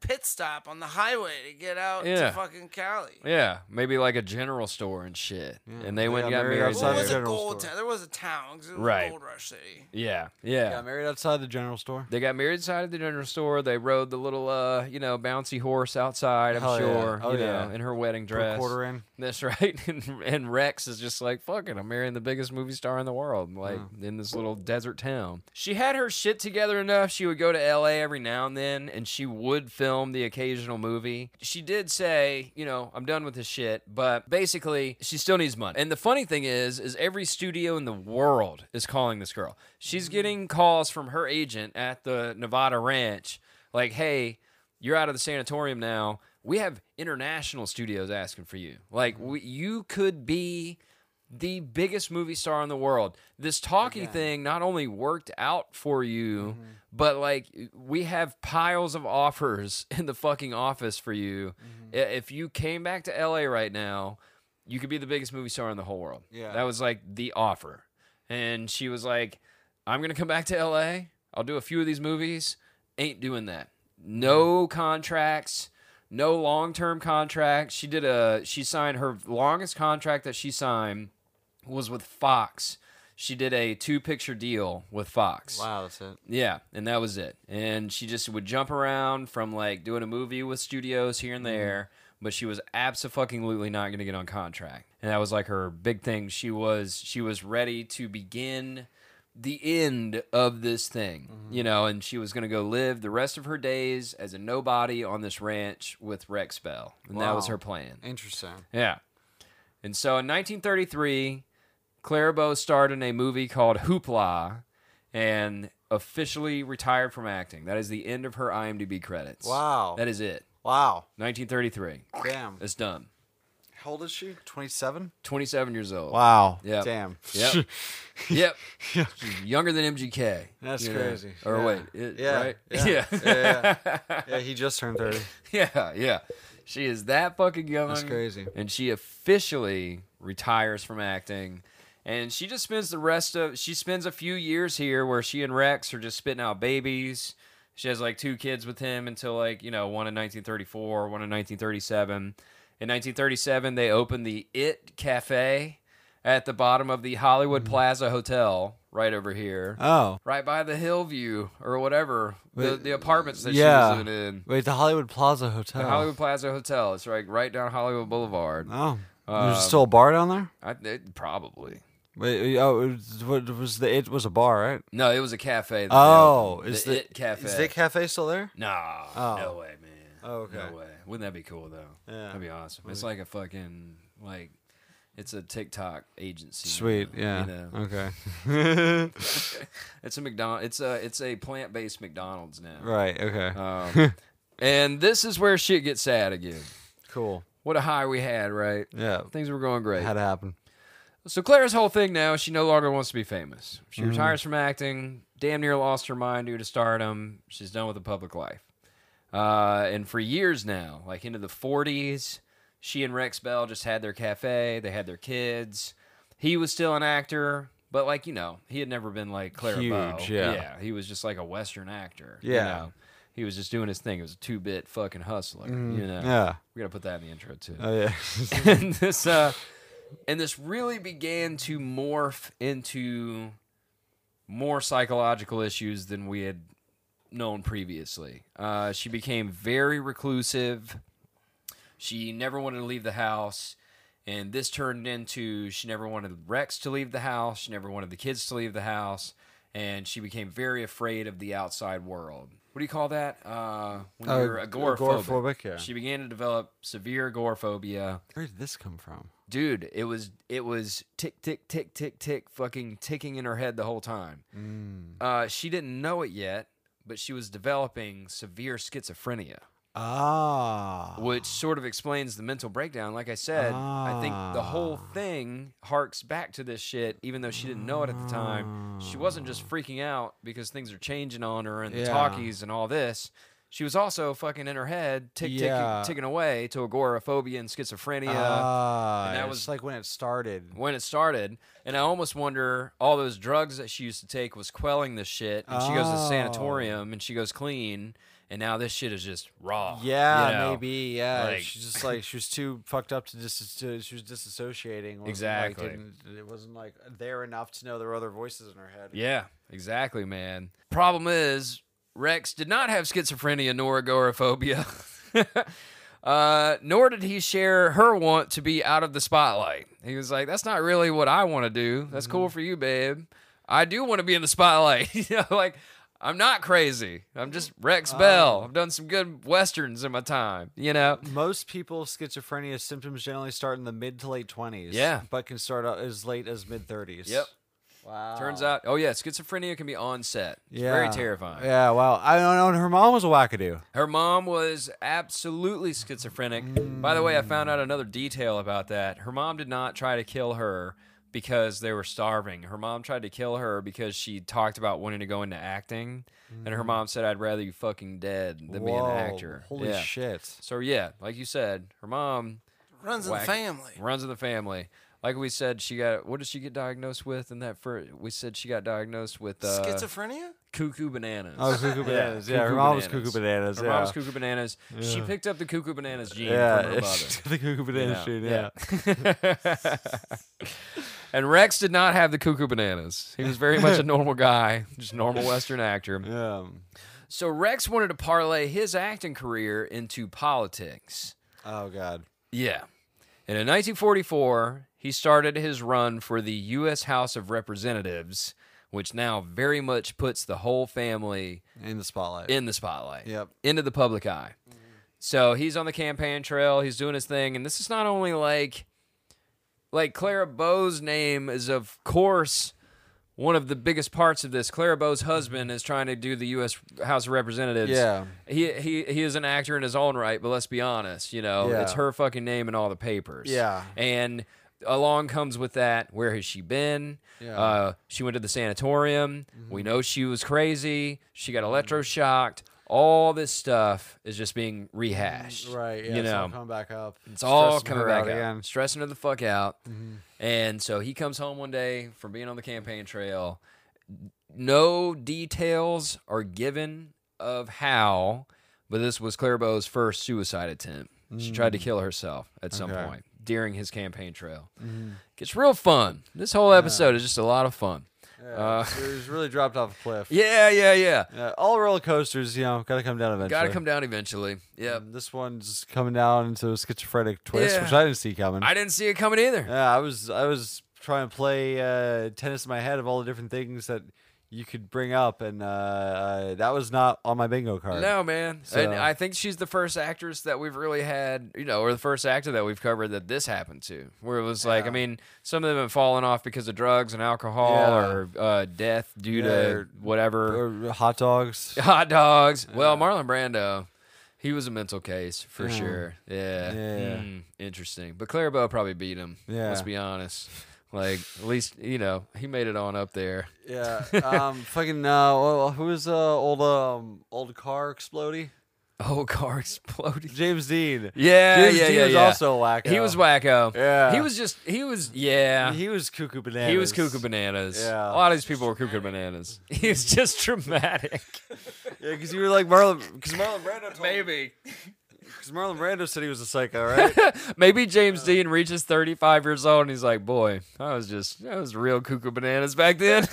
Speaker 2: pit stop on the highway to get out
Speaker 4: Yeah.
Speaker 2: to fucking Cali.
Speaker 4: yeah, maybe like a general store and shit, and they went and
Speaker 5: got
Speaker 4: got
Speaker 5: married
Speaker 4: married.
Speaker 5: outside
Speaker 2: Well,
Speaker 5: the
Speaker 4: there.
Speaker 2: it was a
Speaker 5: general
Speaker 2: gold
Speaker 5: store.
Speaker 2: town. There was a town 'cause it was
Speaker 4: Right.
Speaker 2: a gold rush city.
Speaker 4: yeah, yeah.
Speaker 5: Got married outside the general store.
Speaker 4: they got married inside of the general store. They rode the little, uh, you know, bouncy horse outside. I'm
Speaker 5: Hell yeah.
Speaker 4: sure,
Speaker 5: Oh
Speaker 4: you
Speaker 5: yeah.
Speaker 4: know, in her wedding
Speaker 5: Put a
Speaker 4: dress.
Speaker 5: quarter in.
Speaker 4: That's right. And, and Rex is just like, fuck it, I'm marrying the biggest movie star in the world, like in this little desert town. She had her shit together enough. She would go to LA every now and then and she would film the occasional movie. She did say, you know, I'm done with this shit, but basically, she still needs money. And the funny thing is, is every studio in the world is calling this girl. She's
Speaker 5: Mm.
Speaker 4: getting calls from her agent at the Nevada ranch, like, hey, you're out of the sanatorium now. We have international studios asking for you. Like we, you could be the biggest movie star in the world. This talkie thing not only worked out for you, but like we have piles of offers in the fucking office for you. I- If you came back to LA right now, you could be the biggest movie star in the whole world.
Speaker 5: Yeah.
Speaker 4: That was like the offer. And she was like, I'm going to come back to LA. I'll do a few of these movies. Ain't doing that. No contracts, no long term contracts. She did a, she signed her longest contract that she signed was with Fox. She did a two picture deal with Fox.
Speaker 5: Wow, that's it.
Speaker 4: Yeah, and that was it. And she just would jump around from like doing a movie with studios here and there, but she was absolutely not going to get on contract. And that was like her big thing. She was she was ready to begin the end of this thing, you know, and she was going to go live the rest of her days as a nobody on this ranch with Rex Bell. And that was
Speaker 5: Wow.
Speaker 4: her plan.
Speaker 5: Interesting.
Speaker 4: Yeah. And so in 1933, Claribeau starred in a movie called Hoopla and officially retired from acting. That is the end of her IMDb credits.
Speaker 5: Wow.
Speaker 4: That is it.
Speaker 5: Wow.
Speaker 4: 1933.
Speaker 5: Damn.
Speaker 4: It's done.
Speaker 5: How old is she? Twenty-seven.
Speaker 4: 27 years old.
Speaker 5: Wow.
Speaker 4: Yep.
Speaker 5: Damn.
Speaker 4: Yep. yep. She's younger than MGK.
Speaker 5: That's
Speaker 4: you know.
Speaker 5: crazy.
Speaker 4: Or
Speaker 5: Yeah.
Speaker 4: wait. it-
Speaker 5: Yeah.
Speaker 4: Right?
Speaker 5: Yeah. Yeah, Yeah, he just turned thirty.
Speaker 4: Yeah, yeah. She is that fucking young.
Speaker 5: That's crazy.
Speaker 4: And she officially retires from acting. And she just spends the rest of she spends a few years here where she and Rex are just spitting out babies. She has like two kids with him until like, you know, one in 1934, one in 1937. In 1937, they opened the It Cafe at the bottom of the Hollywood
Speaker 5: Mm-hmm.
Speaker 4: Plaza Hotel, right over here,
Speaker 5: Oh.
Speaker 4: right by the Hillview or whatever the, the apartments that she was
Speaker 5: yeah.
Speaker 4: living in.
Speaker 5: Wait, the Hollywood Plaza Hotel.
Speaker 4: The Hollywood Plaza Hotel. It's like right down Hollywood Boulevard.
Speaker 5: Oh.
Speaker 4: Um,
Speaker 5: There's still a bar down there?
Speaker 4: I, it, probably.
Speaker 5: Wait, oh, it was, what was the it was a bar, right?
Speaker 4: No, it was a cafe. that they
Speaker 5: Oh,
Speaker 4: opened.
Speaker 5: is
Speaker 4: the,
Speaker 5: the
Speaker 4: It Cafe?
Speaker 5: Is it cafe still there?
Speaker 4: no,
Speaker 5: Oh.
Speaker 4: no way, man.
Speaker 5: Oh, okay.
Speaker 4: No way. Wouldn't that be cool though?
Speaker 5: Yeah.
Speaker 4: That'd be awesome. It's like a fucking like, it's a TikTok agency.
Speaker 5: Sweet,
Speaker 4: now,
Speaker 5: yeah.
Speaker 4: You know?
Speaker 5: Okay.
Speaker 4: It's a McDonald. It's a it's a plant based McDonald's now.
Speaker 5: Right, okay.
Speaker 4: Um, and this is where shit gets sad again.
Speaker 5: cool.
Speaker 4: What a high we had, right?
Speaker 5: Yeah.
Speaker 4: Things were going great.
Speaker 5: Had it happen.
Speaker 4: So Claire's whole thing now, she no longer wants to be famous. She
Speaker 5: Mm-hmm.
Speaker 4: retires from acting, damn near lost her mind due to stardom. She's done with the public life. Uh, and for years now, like into the 40s, she and Rex Bell just had their cafe, they had their kids. He was still an actor, but like, you know, he had never been like Claire
Speaker 5: Huge,
Speaker 4: Bow.
Speaker 5: yeah.
Speaker 4: he was just like a western actor,
Speaker 5: Yeah.
Speaker 4: you know. He was just doing his thing. It was a two-bit fucking hustler, you know.
Speaker 5: Mm, Yeah.
Speaker 4: We got to put that in the intro too
Speaker 5: Oh yeah.
Speaker 4: and this uh and this really began to morph into more psychological issues than we had known previously. Uh, she became very reclusive. She never wanted to leave the house. And this turned into she never wanted Rex to leave the house. She never wanted the kids to leave the house. And she became very afraid of the outside world. What do you call that? Uh, when
Speaker 5: Uh,
Speaker 4: you're agoraphobic.
Speaker 5: agoraphobic, yeah.
Speaker 4: She began to develop severe agoraphobia
Speaker 5: Where did this come from?
Speaker 4: dude it was it was tick tick tick tick tick fucking ticking in her head the whole time
Speaker 5: Mm.
Speaker 4: uh, she didn't know it yet but she was developing severe schizophrenia
Speaker 5: Ah.
Speaker 4: which sort of explains the mental breakdown like i said i think the whole
Speaker 5: Ah.
Speaker 4: thing harks back to this shit even though she didn't know it at the time she wasn't just freaking out because things are changing on her and the
Speaker 5: Ah. Yeah.
Speaker 4: talkies and all this she was also fucking in her head tick tick
Speaker 5: Yeah.
Speaker 4: ticking away to agoraphobia and schizophrenia
Speaker 5: Ah,
Speaker 4: And that
Speaker 5: it's
Speaker 4: was-
Speaker 5: like when it started.
Speaker 4: when it started, and I almost wonder all those drugs that she used to take was quelling this shit. And she goes to the
Speaker 5: Oh.
Speaker 4: sanatorium and she goes clean, and now this shit is just raw.
Speaker 5: Yeah,
Speaker 4: you know?
Speaker 5: maybe. Yeah,
Speaker 4: like-
Speaker 5: she's just like she was too fucked up to dis. To, she was disassociating. wasn't, like,
Speaker 4: Exactly.
Speaker 5: didn't- it wasn't like there enough to know there were other voices in her head.
Speaker 4: Yeah, exactly, man. Problem is, Rex did not have schizophrenia nor agoraphobia, uh, nor did he share her want to be out of the spotlight. He was like, "That's not really what I want to do. That's cool for you, babe. I do want to be in the spotlight. you know, like." I'm not crazy. I'm just Rex Bell. I've done some good westerns in my time, you know.
Speaker 5: Most people with schizophrenia symptoms generally start in the mid to late twenties.
Speaker 4: Yeah.
Speaker 5: but can start out as late as mid thirties.
Speaker 4: Yep.
Speaker 5: Wow.
Speaker 4: Turns out, oh yeah, schizophrenia can be onset. It's
Speaker 5: Yeah.
Speaker 4: very terrifying.
Speaker 5: Yeah. Wow. I don't know. and Her mom was a wackadoo.
Speaker 4: Her mom was absolutely schizophrenic. By the way, I found out another detail about that. Her mom did not try to kill her because they were starving. Her mom tried to kill her because she talked about wanting to go into acting, and her mom said, "I'd rather you fucking dead than
Speaker 5: Mm-hmm.
Speaker 4: be
Speaker 5: Whoa,
Speaker 4: an actor."
Speaker 5: Holy
Speaker 4: Yeah.
Speaker 5: shit.
Speaker 4: So yeah, like you said, her mom
Speaker 2: Runs in the
Speaker 4: Whack-
Speaker 2: family.
Speaker 4: runs in the family. Like we said, she got what did she get diagnosed with? And that first, we said she got diagnosed with uh,
Speaker 2: Schizophrenia?
Speaker 4: cuckoo bananas.
Speaker 5: Oh, cuckoo bananas. Yeah, her mom was cuckoo bananas.
Speaker 4: Her
Speaker 5: yeah.
Speaker 4: mom was cuckoo bananas. She picked up the cuckoo bananas gene
Speaker 5: yeah,
Speaker 4: from her mother.
Speaker 5: the cuckoo banana shoot. Yeah.
Speaker 4: and Rex did not have the cuckoo bananas. He was very much a normal guy, just a normal Western actor.
Speaker 5: yeah. Um,
Speaker 4: So Rex wanted to parlay his acting career into politics.
Speaker 5: Oh god.
Speaker 4: Yeah. And in 1944, he started his run for the U.S. House of Representatives, which now very much puts the whole family
Speaker 5: In the spotlight.
Speaker 4: in the spotlight,
Speaker 5: Yep.
Speaker 4: into the public eye. So he's on the campaign trail. He's doing his thing, and this is not only like, like Clara Bow's name is of course one of the biggest parts of this. Clara Bow's husband is trying to do the U.S. House of Representatives.
Speaker 5: Yeah.
Speaker 4: he he he is an actor in his own right, but let's be honest, you know,
Speaker 5: Yeah.
Speaker 4: it's her fucking name in all the papers.
Speaker 5: Yeah.
Speaker 4: and. Along comes with that. Where has she been?
Speaker 5: Yeah. Mm-hmm.
Speaker 4: Uh, she went to the sanatorium. We know she was crazy. She got electroshocked. All this stuff is just being rehashed.
Speaker 5: Right. Yeah.
Speaker 4: you know,
Speaker 5: coming back up.
Speaker 4: it's all
Speaker 5: Stressing
Speaker 4: coming
Speaker 5: her
Speaker 4: back
Speaker 5: out Mm-hmm.
Speaker 4: out. Stressing her the fuck out. And so he comes home one day from being on the campaign trail. No details are given of how, but this was Claire Bow's first suicide attempt. She tried to kill herself at some
Speaker 5: Mm. Okay. Mm-hmm.
Speaker 4: point. during his campaign trail. Gets real fun. This whole episode is just a lot of fun. Uh,
Speaker 5: He's really dropped off a cliff.
Speaker 4: yeah, yeah, yeah.
Speaker 5: Yeah, all roller coasters, you know, gotta come down eventually.
Speaker 4: Got to come down eventually. Yeah,
Speaker 5: And This one's coming down into a schizophrenic twist,
Speaker 4: Yeah.
Speaker 5: which I didn't see coming.
Speaker 4: I didn't see it coming either.
Speaker 5: yeah, I was I was trying to play uh, tennis in my head of all the different things that you could bring up, and uh, uh, that was not on my bingo card.
Speaker 4: No, man.
Speaker 5: So-
Speaker 4: And I think she's the first actress that we've really had, you know, or the first actor that we've covered that this happened to, where it was like, I mean, some of them have fallen off because of drugs and alcohol
Speaker 5: Yeah.
Speaker 4: or uh, death due
Speaker 5: Yeah,
Speaker 4: to
Speaker 5: or-
Speaker 4: whatever.
Speaker 5: Or hot dogs.
Speaker 4: Hot dogs. Well, Marlon Brando, he was a mental case for sure. Yeah.
Speaker 5: Hmm. Yeah.
Speaker 4: Mm, interesting. But Clarabelle probably beat him. Let's
Speaker 5: Yeah.
Speaker 4: be honest. Like, at least, you know, he made it on up there.
Speaker 5: Yeah. Um. fucking. Uh. well, Who was uh old um old car explodey?
Speaker 4: Oh, car exploded.
Speaker 5: James Dean.
Speaker 4: Yeah,
Speaker 5: James
Speaker 4: yeah,
Speaker 5: Dean
Speaker 4: yeah,
Speaker 5: was
Speaker 4: yeah.
Speaker 5: also a wacko.
Speaker 4: He was wacko.
Speaker 5: Yeah.
Speaker 4: He was just he was yeah. Uh, He,
Speaker 5: He was cuckoo bananas.
Speaker 4: was cuckoo bananas.
Speaker 5: Yeah.
Speaker 4: A lot of these people were cuckoo bananas. He was just dramatic.
Speaker 5: Yeah, because you were like Marlon. Because Marlon Brando.
Speaker 4: Maybe.
Speaker 5: Because Marlon Brando said he was a psycho, right?
Speaker 4: Maybe James Dean reaches 35 years old and he's like, "Boy, I was just I was real cuckoo bananas back then.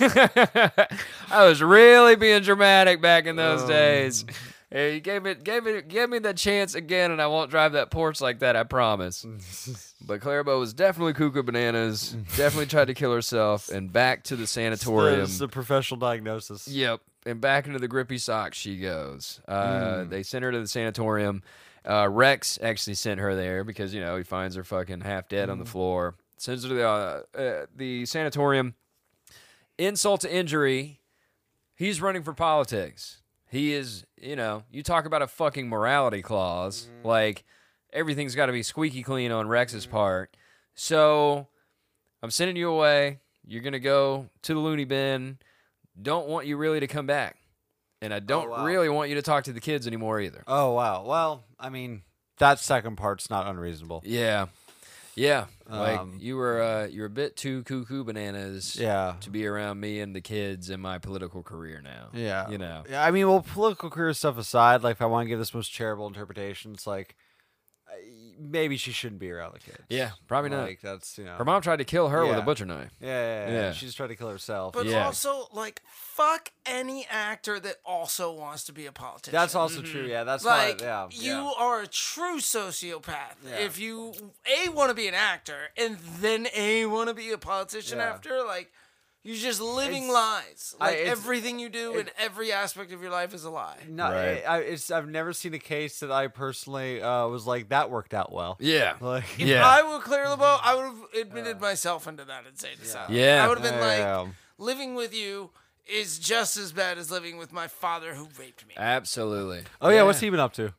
Speaker 4: I was really being dramatic back in those days." Hey, you gave it, gave it, gave me the chance again, and I won't drive that Porsche like that. I promise. But Clarabelle was definitely cuckoo bananas. definitely tried to kill herself, and back to the sanatorium.
Speaker 5: It's a professional diagnosis.
Speaker 4: Yep. And back into the grippy socks she goes. Uh, They sent her to the sanatorium. Uh, Rex actually sent her there because, you know, he finds her fucking half dead on the floor. Sends her to the, uh, uh, the sanatorium. Insult to injury, he's running for politics. He is, you know, you talk about a fucking morality clause. Like, everything's got to be squeaky clean on Rex's part. So, I'm sending you away. You're going to go to the loony bin don't want you really to come back. And I don't
Speaker 5: Oh, wow.
Speaker 4: really want you to talk to the kids anymore either.
Speaker 5: Oh wow. Well, I mean, that second part's not unreasonable.
Speaker 4: Yeah. Yeah. Like
Speaker 5: Um,
Speaker 4: you were uh you're a bit too cuckoo bananas
Speaker 5: Yeah.
Speaker 4: to be around me and the kids in my political career now.
Speaker 5: Yeah.
Speaker 4: You know.
Speaker 5: Yeah, I mean, well, political career stuff aside, like if I want to give this most charitable interpretation, it's like I- maybe she shouldn't be around the kids.
Speaker 4: Yeah, probably not.
Speaker 5: Like that's you know.
Speaker 4: Her mom tried to kill her with a
Speaker 5: Yeah.
Speaker 4: butcher knife.
Speaker 5: Yeah, yeah, yeah.
Speaker 4: Yeah.
Speaker 5: She just tried to kill herself.
Speaker 2: But
Speaker 4: Yeah.
Speaker 2: also, like, fuck any actor that also wants to be a politician.
Speaker 5: that's also true. Yeah, that's
Speaker 2: like
Speaker 5: why. Yeah,
Speaker 2: you
Speaker 5: yeah.
Speaker 2: are a true sociopath
Speaker 5: Yeah.
Speaker 2: if you a want to be an actor and then a want to be a politician
Speaker 5: Yeah.
Speaker 2: after. Like you're just living
Speaker 5: It's-
Speaker 2: lies.
Speaker 5: I-
Speaker 2: Like
Speaker 5: it's-
Speaker 2: everything you do and every aspect of your life is a lie.
Speaker 5: No, I, I, it's, I've never seen a case that I personally uh, was like that worked out well.
Speaker 4: Yeah.
Speaker 5: Like
Speaker 4: yeah.
Speaker 2: I were Claire LeBeau, I would have admitted myself into that insane asylum.
Speaker 4: Yeah.
Speaker 2: I would have been
Speaker 5: Yeah.
Speaker 2: like, living with you is just as bad as living with my father who raped me.
Speaker 4: Absolutely.
Speaker 5: Oh yeah, what's he been up to?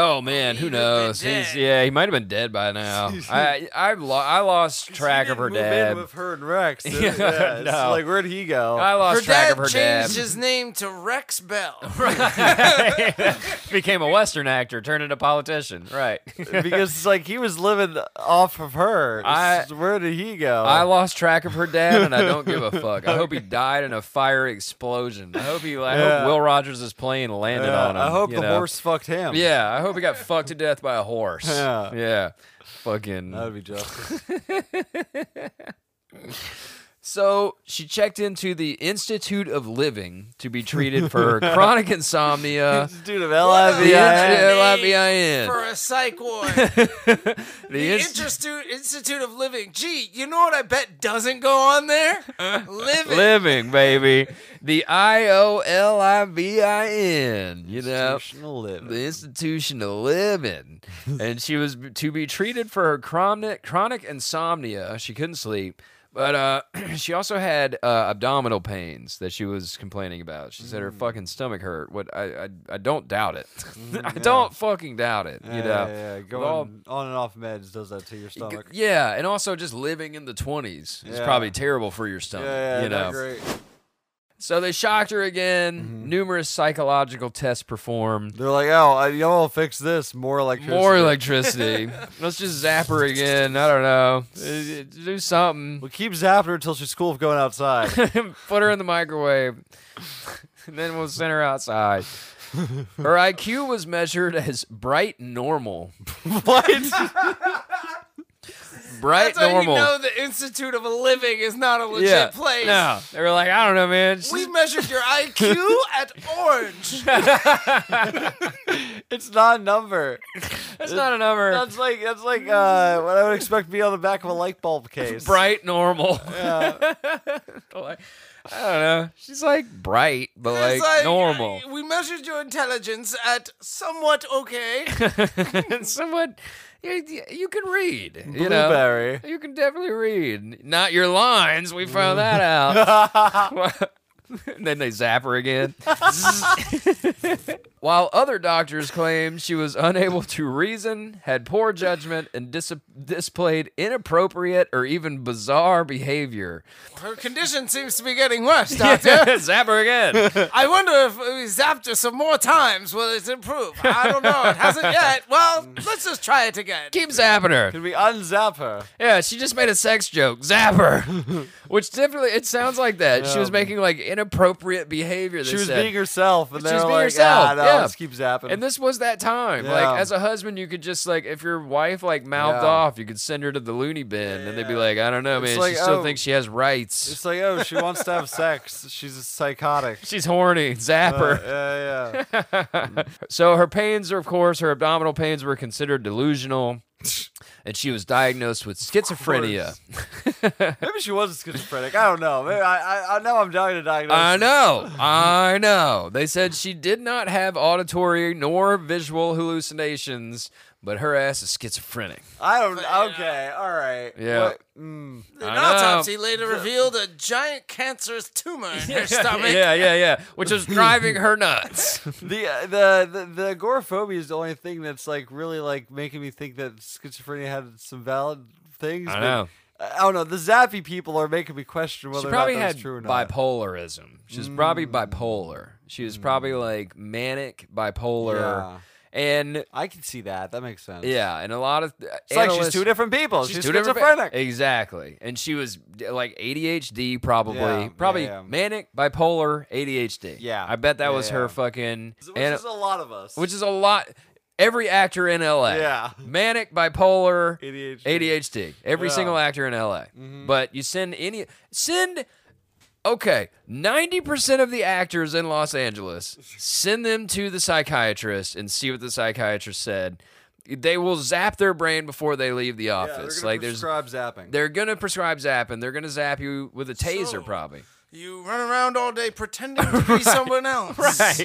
Speaker 4: Oh man,
Speaker 2: He
Speaker 4: who
Speaker 2: would've been
Speaker 4: knows? He's
Speaker 2: dead.
Speaker 4: yeah, he might have been dead by now. I I, lo- I lost track of her dad.
Speaker 5: with her and Rex.
Speaker 4: Yeah, it's no. like,
Speaker 5: like where'd he go?
Speaker 4: I lost
Speaker 2: her
Speaker 4: track
Speaker 2: dad
Speaker 4: of her dad.
Speaker 2: changed his name to Rex Bell.
Speaker 4: became a Western actor, turned into politician. Right.
Speaker 5: because it's like he was living off of her.
Speaker 4: I-
Speaker 5: S- Where did he go?
Speaker 4: I lost track of her dad, and I don't give a fuck. I hope he died in a fire explosion. I hope he. I
Speaker 5: Yeah.
Speaker 4: hope Will Rogers' plane landed
Speaker 5: Yeah,
Speaker 4: on him.
Speaker 5: I hope
Speaker 4: you
Speaker 5: the
Speaker 4: know?
Speaker 5: horse fucked him.
Speaker 4: Yeah, I hope he got fucked to death by a horse.
Speaker 5: Yeah. Uh,
Speaker 4: yeah, fucking.
Speaker 5: that would be justice.
Speaker 4: So she checked into the Institute of Living to be treated for her chronic insomnia.
Speaker 5: Dude of
Speaker 4: The Inst-
Speaker 5: LIVI.
Speaker 4: LIBIN.
Speaker 2: for a psych ward. the
Speaker 4: Inst-
Speaker 2: Institute Institute of Living. Gee, you know what I bet doesn't go on there? Living.
Speaker 4: Living, baby. The I O L I V I N. You know,
Speaker 5: Institutional living.
Speaker 4: the institution to live in. and she was b- to be treated for her chronic, chronic insomnia. She couldn't sleep. But uh, she also had uh, abdominal pains that she was complaining about. She said her
Speaker 5: Mm.
Speaker 4: fucking stomach hurt. What I I, I don't doubt it. I don't fucking doubt it.
Speaker 5: Yeah,
Speaker 4: you know, um,
Speaker 5: yeah, yeah.
Speaker 4: With
Speaker 5: Going
Speaker 4: all-
Speaker 5: on and off meds does that to your stomach.
Speaker 4: yeah, and also just living in the twenties is
Speaker 5: Yeah.
Speaker 4: probably terrible for your stomach.
Speaker 5: yeah, yeah,
Speaker 4: you know,
Speaker 5: not great.
Speaker 4: so they shocked her again.
Speaker 2: Mm-hmm.
Speaker 4: Numerous psychological tests performed.
Speaker 5: They're like, oh, I- y'all will fix this. More electricity.
Speaker 4: More electricity. Let's just zap her again. I don't know. Uh, Do something.
Speaker 5: Well, keep zapping her until she's cool with going outside.
Speaker 4: Put her in the microwave. and then we'll send her outside. Her IQ was measured as bright normal.
Speaker 5: what?
Speaker 4: bright
Speaker 2: That's
Speaker 4: normal.
Speaker 2: how you know the Institute of a Living is not a legit
Speaker 4: yeah.
Speaker 2: place.
Speaker 4: No. They were like, I don't know, man. It's,
Speaker 2: We measured your IQ at Orange.
Speaker 5: It's not a number.
Speaker 4: that's not a number.
Speaker 5: That's like that's like uh, what I would expect to be on the back of a light bulb case.
Speaker 4: bright normal. Like, I don't know. She's like bright, but like,
Speaker 2: It's like,
Speaker 4: normal.
Speaker 2: We measured your intelligence at somewhat okay.
Speaker 4: and somewhat you, you can read. You know,
Speaker 5: Blueberry.
Speaker 4: you can definitely read. Not your lines. We found that out. and then they zap her again. While other doctors claim she was unable to reason, had poor judgment, and dis- displayed inappropriate or even bizarre behavior.
Speaker 2: Her condition seems to be getting worse, Doctor.
Speaker 4: zap her again.
Speaker 2: I wonder if we zapped her some more times, will it improve? I don't know. It hasn't yet. Well, let's just try it again.
Speaker 4: Keep zapping her.
Speaker 5: Did we unzap her?
Speaker 4: Yeah, she just made a sex joke. Zap her. Which definitely, it sounds like that. She was making like inappropriate behavior. They
Speaker 5: Um, She was
Speaker 4: said.
Speaker 5: being herself, and
Speaker 4: She
Speaker 5: they
Speaker 4: was
Speaker 5: were
Speaker 4: being
Speaker 5: like,
Speaker 4: herself,
Speaker 5: "Ah, no,
Speaker 4: yeah.
Speaker 5: let's keep zapping."
Speaker 4: And this was that time.
Speaker 5: Yeah.
Speaker 4: Like, as a husband, you could just, like, if your wife, like, mouthed
Speaker 5: Yeah.
Speaker 4: off, you could send her to the loony bin. And they'd be like, I don't know,
Speaker 5: It's
Speaker 4: man.
Speaker 5: like,
Speaker 4: she still
Speaker 5: oh,
Speaker 4: thinks she has rights.
Speaker 5: it's like, oh, she wants to have sex. She's a psychotic.
Speaker 4: She's horny. Zap
Speaker 5: Uh,
Speaker 4: her.
Speaker 5: yeah, yeah.
Speaker 4: So her pains are, of course, her abdominal pains were considered delusional. And she was diagnosed with schizophrenia.
Speaker 5: Maybe she was schizophrenic. I don't know. Maybe I, I, I know I'm dying to diagnose.
Speaker 4: I know. I know. They said she did not have auditory nor visual hallucinations, but her ass is schizophrenic.
Speaker 5: I don't. Okay. All right.
Speaker 4: Yeah.
Speaker 5: What- mm.
Speaker 2: An
Speaker 4: I know.
Speaker 2: autopsy later revealed a giant cancerous tumor in her stomach.
Speaker 4: Yeah, yeah, yeah. Which is driving her nuts.
Speaker 5: the, uh, the the the agoraphobia is the only thing that's like really like making me think that schizophrenia had some valid things.
Speaker 4: I
Speaker 5: but-
Speaker 4: know.
Speaker 5: I don't know. The zappy people are making me question
Speaker 4: She
Speaker 5: whether
Speaker 4: probably
Speaker 5: or not that's
Speaker 4: had
Speaker 5: true or not. Mm.
Speaker 4: bipolarism. She was probably bipolar. She was probably like manic bipolar.
Speaker 5: Yeah.
Speaker 4: And
Speaker 5: I can see that. That makes sense.
Speaker 4: yeah, and a lot of
Speaker 5: It's like she's two
Speaker 4: analysts-
Speaker 5: different people. She's,
Speaker 4: two different-
Speaker 5: schizophrenic.
Speaker 4: Exactly. And she was d- like ADHD, probably.
Speaker 5: Yeah,
Speaker 4: probably
Speaker 5: yeah, yeah.
Speaker 4: manic, bipolar, ADHD.
Speaker 5: Yeah,
Speaker 4: I bet that
Speaker 5: yeah,
Speaker 4: was
Speaker 5: yeah.
Speaker 4: her fucking.
Speaker 5: Which
Speaker 4: and-
Speaker 5: is a lot of us.
Speaker 4: which is a lot. Every actor in LA.
Speaker 5: Yeah.
Speaker 4: Manic, bipolar,
Speaker 5: ADHD.
Speaker 4: ADHD. Every
Speaker 5: Yeah. Mm-hmm.
Speaker 4: single actor in LA. But you send any. Send. Okay, 90% of the actors in Los Angeles send them to the psychiatrist and see what the psychiatrist said. They will zap their brain before they leave the
Speaker 5: yeah, they're
Speaker 4: office.
Speaker 5: gonna
Speaker 4: like there's
Speaker 5: prescribe zapping.
Speaker 4: they're gonna prescribe zap and they're gonna zap you with a taser,
Speaker 2: So-
Speaker 4: probably.
Speaker 2: You run around all day pretending to be someone else.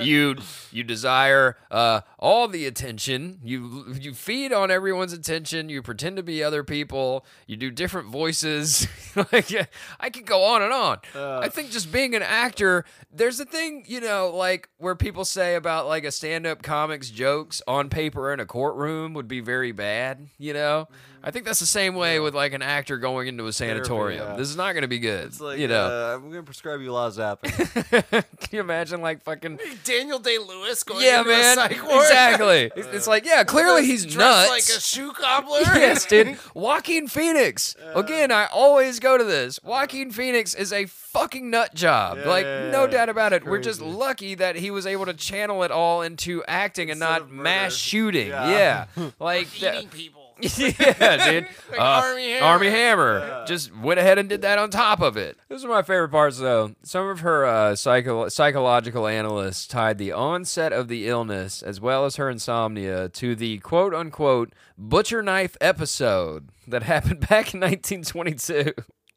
Speaker 4: you you desire uh, all the attention. You you feed on everyone's attention. You pretend to be other people. You do different voices. like yeah, I could go on and on.
Speaker 5: Uh.
Speaker 4: I think just being an actor, there's a thing you know, like where people say about like a stand-up comic's jokes on paper in a courtroom would be very bad. You know,
Speaker 5: Mm-hmm.
Speaker 4: I think that's the same way with like an actor going into a sanatorium.
Speaker 5: yeah.
Speaker 4: This is not going to be good.
Speaker 5: It's like,
Speaker 4: you know.
Speaker 5: uh, I'm gonna prescribe you a lot of zapping.
Speaker 4: Can you imagine like fucking
Speaker 2: Daniel Day Lewis going
Speaker 4: Yeah,
Speaker 2: into
Speaker 4: man.
Speaker 2: a psych ward.
Speaker 4: Exactly. It's- it's like, yeah, clearly he's
Speaker 2: Dressed
Speaker 4: nuts.
Speaker 2: like a shoe cobbler.
Speaker 4: yes, dude. Joaquin Phoenix. Again, I always go to this. Joaquin Phoenix is a fucking nut job. like, no doubt about it. We're just lucky that he was able to channel it all into acting and not
Speaker 5: of murder.
Speaker 4: mass shooting. Yeah.
Speaker 5: Yeah.
Speaker 4: like
Speaker 2: Eating people.
Speaker 4: yeah, dude.
Speaker 2: Like
Speaker 4: Uh,
Speaker 2: Army Hammer.
Speaker 4: Army Hammer. Just went ahead and did that on top of it. Those are my favorite parts, though. Some of her uh, psycho- psychological analysts tied the onset of the illness, as well as her insomnia, to the quote unquote butcher knife episode that happened back in 1922.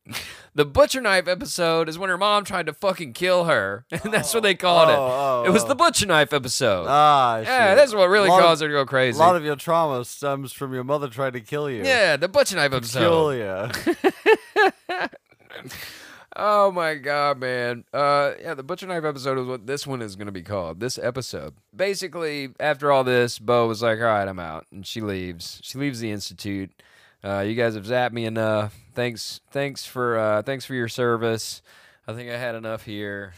Speaker 4: The butcher knife episode is when her mom tried to fucking kill her, and that's what they called it.
Speaker 5: oh,
Speaker 4: it was
Speaker 5: oh.
Speaker 4: the butcher knife episode.
Speaker 5: ah,
Speaker 4: yeah,
Speaker 5: shit.
Speaker 4: that's what really
Speaker 5: Lot of-
Speaker 4: caused her to go crazy.
Speaker 5: A lot of your trauma stems from your mother trying to kill you.
Speaker 4: yeah, the butcher knife episode.
Speaker 5: Kill ya.
Speaker 4: Oh my god, man! Uh, yeah, the butcher knife episode is what this one is going to be called. This episode, basically, after all this, Bo was like, "All right, I'm out," and she leaves. She leaves the institute. Uh, you guys have zapped me enough. Thanks, thanks for uh, thanks for your service. I think I had enough here.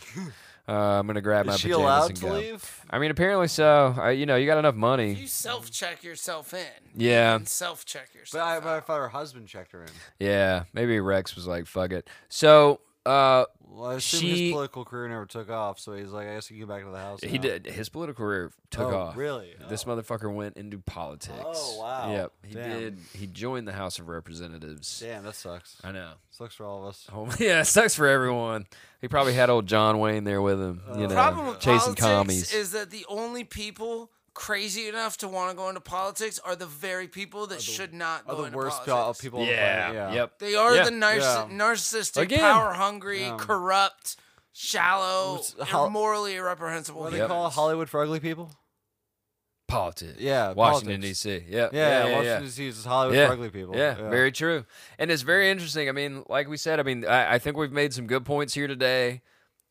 Speaker 4: Uh, I'm gonna grab my
Speaker 5: Is she
Speaker 4: pajamas
Speaker 5: allowed
Speaker 4: and
Speaker 5: to
Speaker 4: go.
Speaker 5: leave?
Speaker 4: I mean, apparently so. I, you know, you got enough
Speaker 2: You
Speaker 4: money.
Speaker 2: self check yourself in.
Speaker 4: Yeah,
Speaker 2: And self check
Speaker 5: But
Speaker 2: yourself.
Speaker 5: I,
Speaker 2: out.
Speaker 5: but I thought her husband checked her in.
Speaker 4: yeah. Maybe Rex was like, "Fuck it." So Uh,
Speaker 5: Well, I assume
Speaker 4: She-
Speaker 5: his political career never took off, so he's like, I guess he can go back to the house.
Speaker 4: he
Speaker 5: now.
Speaker 4: did. His political career took
Speaker 5: Oh,
Speaker 4: off.
Speaker 5: really?
Speaker 4: This motherfucker went into politics.
Speaker 5: Oh, wow.
Speaker 4: Yep. He
Speaker 5: Damn.
Speaker 4: did. He joined the House of Representatives.
Speaker 5: Damn, that sucks.
Speaker 4: I know.
Speaker 5: Sucks for all of us.
Speaker 4: Oh, yeah, it sucks for everyone. He probably had old John Wayne there with him,
Speaker 5: Uh,
Speaker 4: you know,
Speaker 2: problem with
Speaker 4: chasing
Speaker 2: politics
Speaker 4: commies.
Speaker 2: is that the only people crazy enough to want to go into politics are the very people that should not go
Speaker 5: Are the
Speaker 2: into
Speaker 5: worst pol-
Speaker 2: politics.
Speaker 5: people on the
Speaker 4: yeah,
Speaker 5: planet,
Speaker 4: Yep.
Speaker 2: They are
Speaker 4: Yeah.
Speaker 2: the narci-
Speaker 5: Yeah.
Speaker 2: narcissistic,
Speaker 4: Again.
Speaker 2: power hungry, corrupt, shallow,
Speaker 5: What's- how-
Speaker 2: morally irreprehensible.
Speaker 5: What do
Speaker 4: Yep.
Speaker 5: they call Hollywood for ugly people?
Speaker 4: Politics.
Speaker 5: Yeah,
Speaker 4: Washington
Speaker 5: politics.
Speaker 4: D.C. Yep.
Speaker 5: Yeah,
Speaker 4: yeah, yeah, yeah.
Speaker 5: Washington D.C. is Hollywood for ugly people.
Speaker 4: Yeah, very true. And it's very interesting. I mean, like we said, I mean, I, I think we've made some good points here today.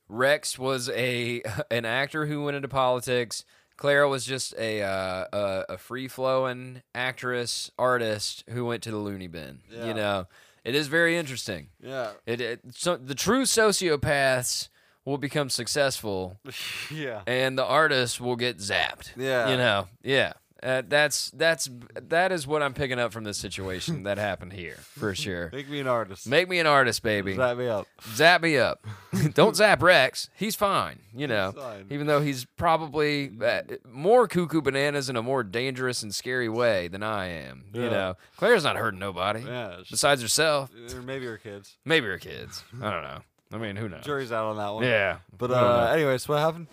Speaker 4: Rex was a an actor who went into politics. Clara was just a uh, a, a free flowing actress artist who went to the loony bin.
Speaker 5: Yeah.
Speaker 4: You know, it is very interesting.
Speaker 5: Yeah,
Speaker 4: It, it so the true sociopaths will become successful,
Speaker 5: yeah.
Speaker 4: and the artists will get zapped.
Speaker 5: Yeah.
Speaker 4: you know, yeah. Uh, that's that's that is what I'm picking up from this situation that happened here for sure.
Speaker 5: Make me an artist.
Speaker 4: Make me an artist, baby.
Speaker 5: Zap me up.
Speaker 4: Zap me up. Don't zap Rex. He's fine. You know,
Speaker 5: fine.
Speaker 4: even though he's probably uh, more cuckoo bananas in a more dangerous and scary way than I am. You
Speaker 5: Yeah.
Speaker 4: know, Claire's not hurting nobody
Speaker 5: Yeah, she-
Speaker 4: besides herself.
Speaker 5: Or maybe your kids.
Speaker 4: Maybe her kids. I don't know. I mean, who knows?
Speaker 5: Jury's out on that one.
Speaker 4: Uh, Yeah.
Speaker 5: But
Speaker 4: I don't know.
Speaker 5: uh, anyways, what happened?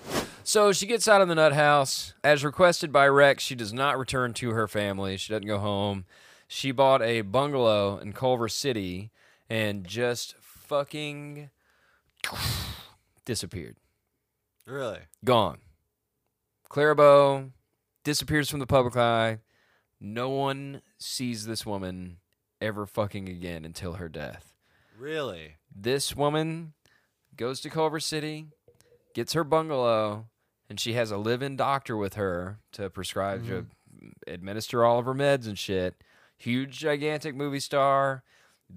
Speaker 4: So she gets out of the nut house. As requested by Rex, she does not return to her family. She doesn't go home. She bought a bungalow in Culver City and just fucking disappeared.
Speaker 5: Really?
Speaker 4: Gone. Clarabeau disappears from the public eye. No one sees this woman ever fucking again until her death
Speaker 5: Really?
Speaker 4: this woman goes to Culver City, gets her bungalow, and she has a live-in doctor with her to prescribe, to administer all of her meds and shit. Huge, gigantic movie star,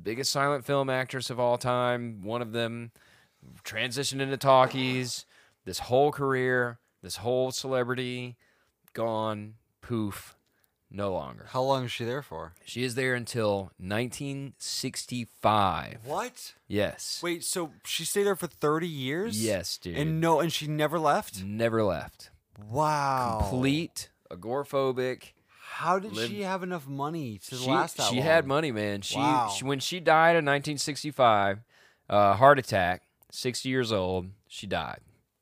Speaker 4: biggest silent film actress of all time. One of them transitioned into talkies. This whole career, this whole celebrity, gone. Poof, no longer.
Speaker 5: How long is she there for?
Speaker 4: She is there until 1965.
Speaker 5: What?
Speaker 4: Yes.
Speaker 5: Wait, so she stayed there for 30 years?
Speaker 4: Yes, dude.
Speaker 5: And no, and she never left?
Speaker 4: Never left.
Speaker 5: Wow.
Speaker 4: Complete agoraphobic.
Speaker 5: How did
Speaker 4: Lived-
Speaker 5: she have enough money to
Speaker 4: She,
Speaker 5: last that
Speaker 4: she
Speaker 5: long?
Speaker 4: had money, man. She,
Speaker 5: Wow.
Speaker 4: she when she died in 1965, uh, heart attack, 60 years old, she died.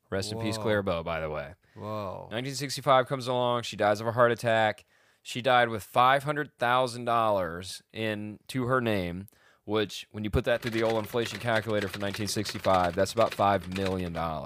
Speaker 4: Rest in peace,
Speaker 5: Whoa.
Speaker 4: Claire Bow, by the way.
Speaker 5: Whoa.
Speaker 4: 1965 comes along. She dies of a heart attack. She died with $500,000 in to her name, which, when you put that through the old inflation calculator for 1965, that's about $5 million. Wow.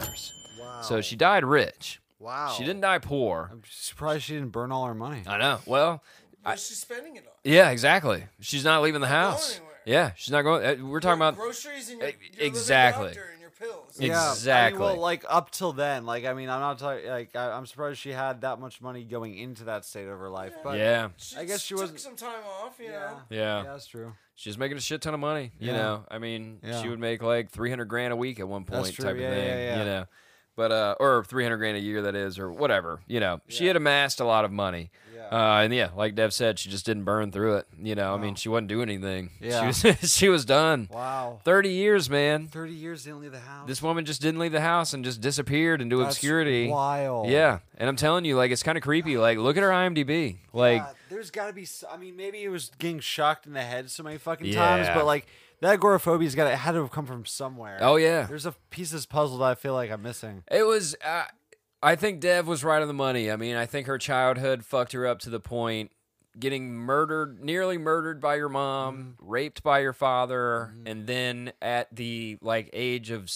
Speaker 4: So she died rich.
Speaker 5: Wow.
Speaker 4: She didn't die poor.
Speaker 5: I'm surprised she didn't burn all her money.
Speaker 4: I know. Well,
Speaker 2: Where's she spending it on?
Speaker 4: Yeah, exactly. She's not leaving the house.
Speaker 2: anywhere.
Speaker 4: Yeah, she's not going. uh, We're talking about
Speaker 2: groceries and your,
Speaker 4: e-
Speaker 2: your living
Speaker 4: exactly.
Speaker 2: doctor and your
Speaker 4: Yeah.
Speaker 2: pills.
Speaker 5: I mean,
Speaker 4: Exactly.
Speaker 5: well, like up till then, like I mean, I'm not talking. Like I, I'm surprised she had that much money going into that state of her life. But
Speaker 4: yeah,
Speaker 5: I guess she
Speaker 2: took
Speaker 5: wasn't.
Speaker 2: some time off, you know.
Speaker 4: yeah.
Speaker 5: that's true.
Speaker 4: She's making a shit ton of money. You
Speaker 5: Yeah.
Speaker 4: know, I mean,
Speaker 5: Yeah.
Speaker 4: she would make like three hundred grand a week at one
Speaker 5: That's
Speaker 4: point,
Speaker 5: true.
Speaker 4: type
Speaker 5: Yeah,
Speaker 4: of thing.
Speaker 5: yeah, yeah.
Speaker 4: You know, but uh, or three hundred grand a year that is, or whatever. You know, she had amassed a lot of money. Uh, and yeah, like Dev said, she just didn't burn through it. You know, I mean, she wasn't doing anything.
Speaker 5: Yeah.
Speaker 4: she was she was done.
Speaker 5: Wow.
Speaker 4: Thirty years, man.
Speaker 5: Thirty years they don't leave the house.
Speaker 4: This woman just didn't leave the house and just disappeared into
Speaker 5: That's
Speaker 4: obscurity.
Speaker 5: Wild.
Speaker 4: Yeah, and I'm telling you, like it's kind of creepy. Like, look at her IMDb. Like,
Speaker 5: God, there's got to be. s- I mean, maybe it was getting shocked in the head so many fucking times,
Speaker 4: Yeah.
Speaker 5: but like that agoraphobia's got to had to have come from somewhere.
Speaker 4: oh yeah,
Speaker 5: There's a piece of this puzzle that I feel like I'm missing.
Speaker 4: it was. Uh, I think Dev was right on the money. I mean, I think her childhood fucked her up to the point getting murdered, nearly murdered by your mom,
Speaker 2: Mm-hmm.
Speaker 4: raped by your father, and then at the like age of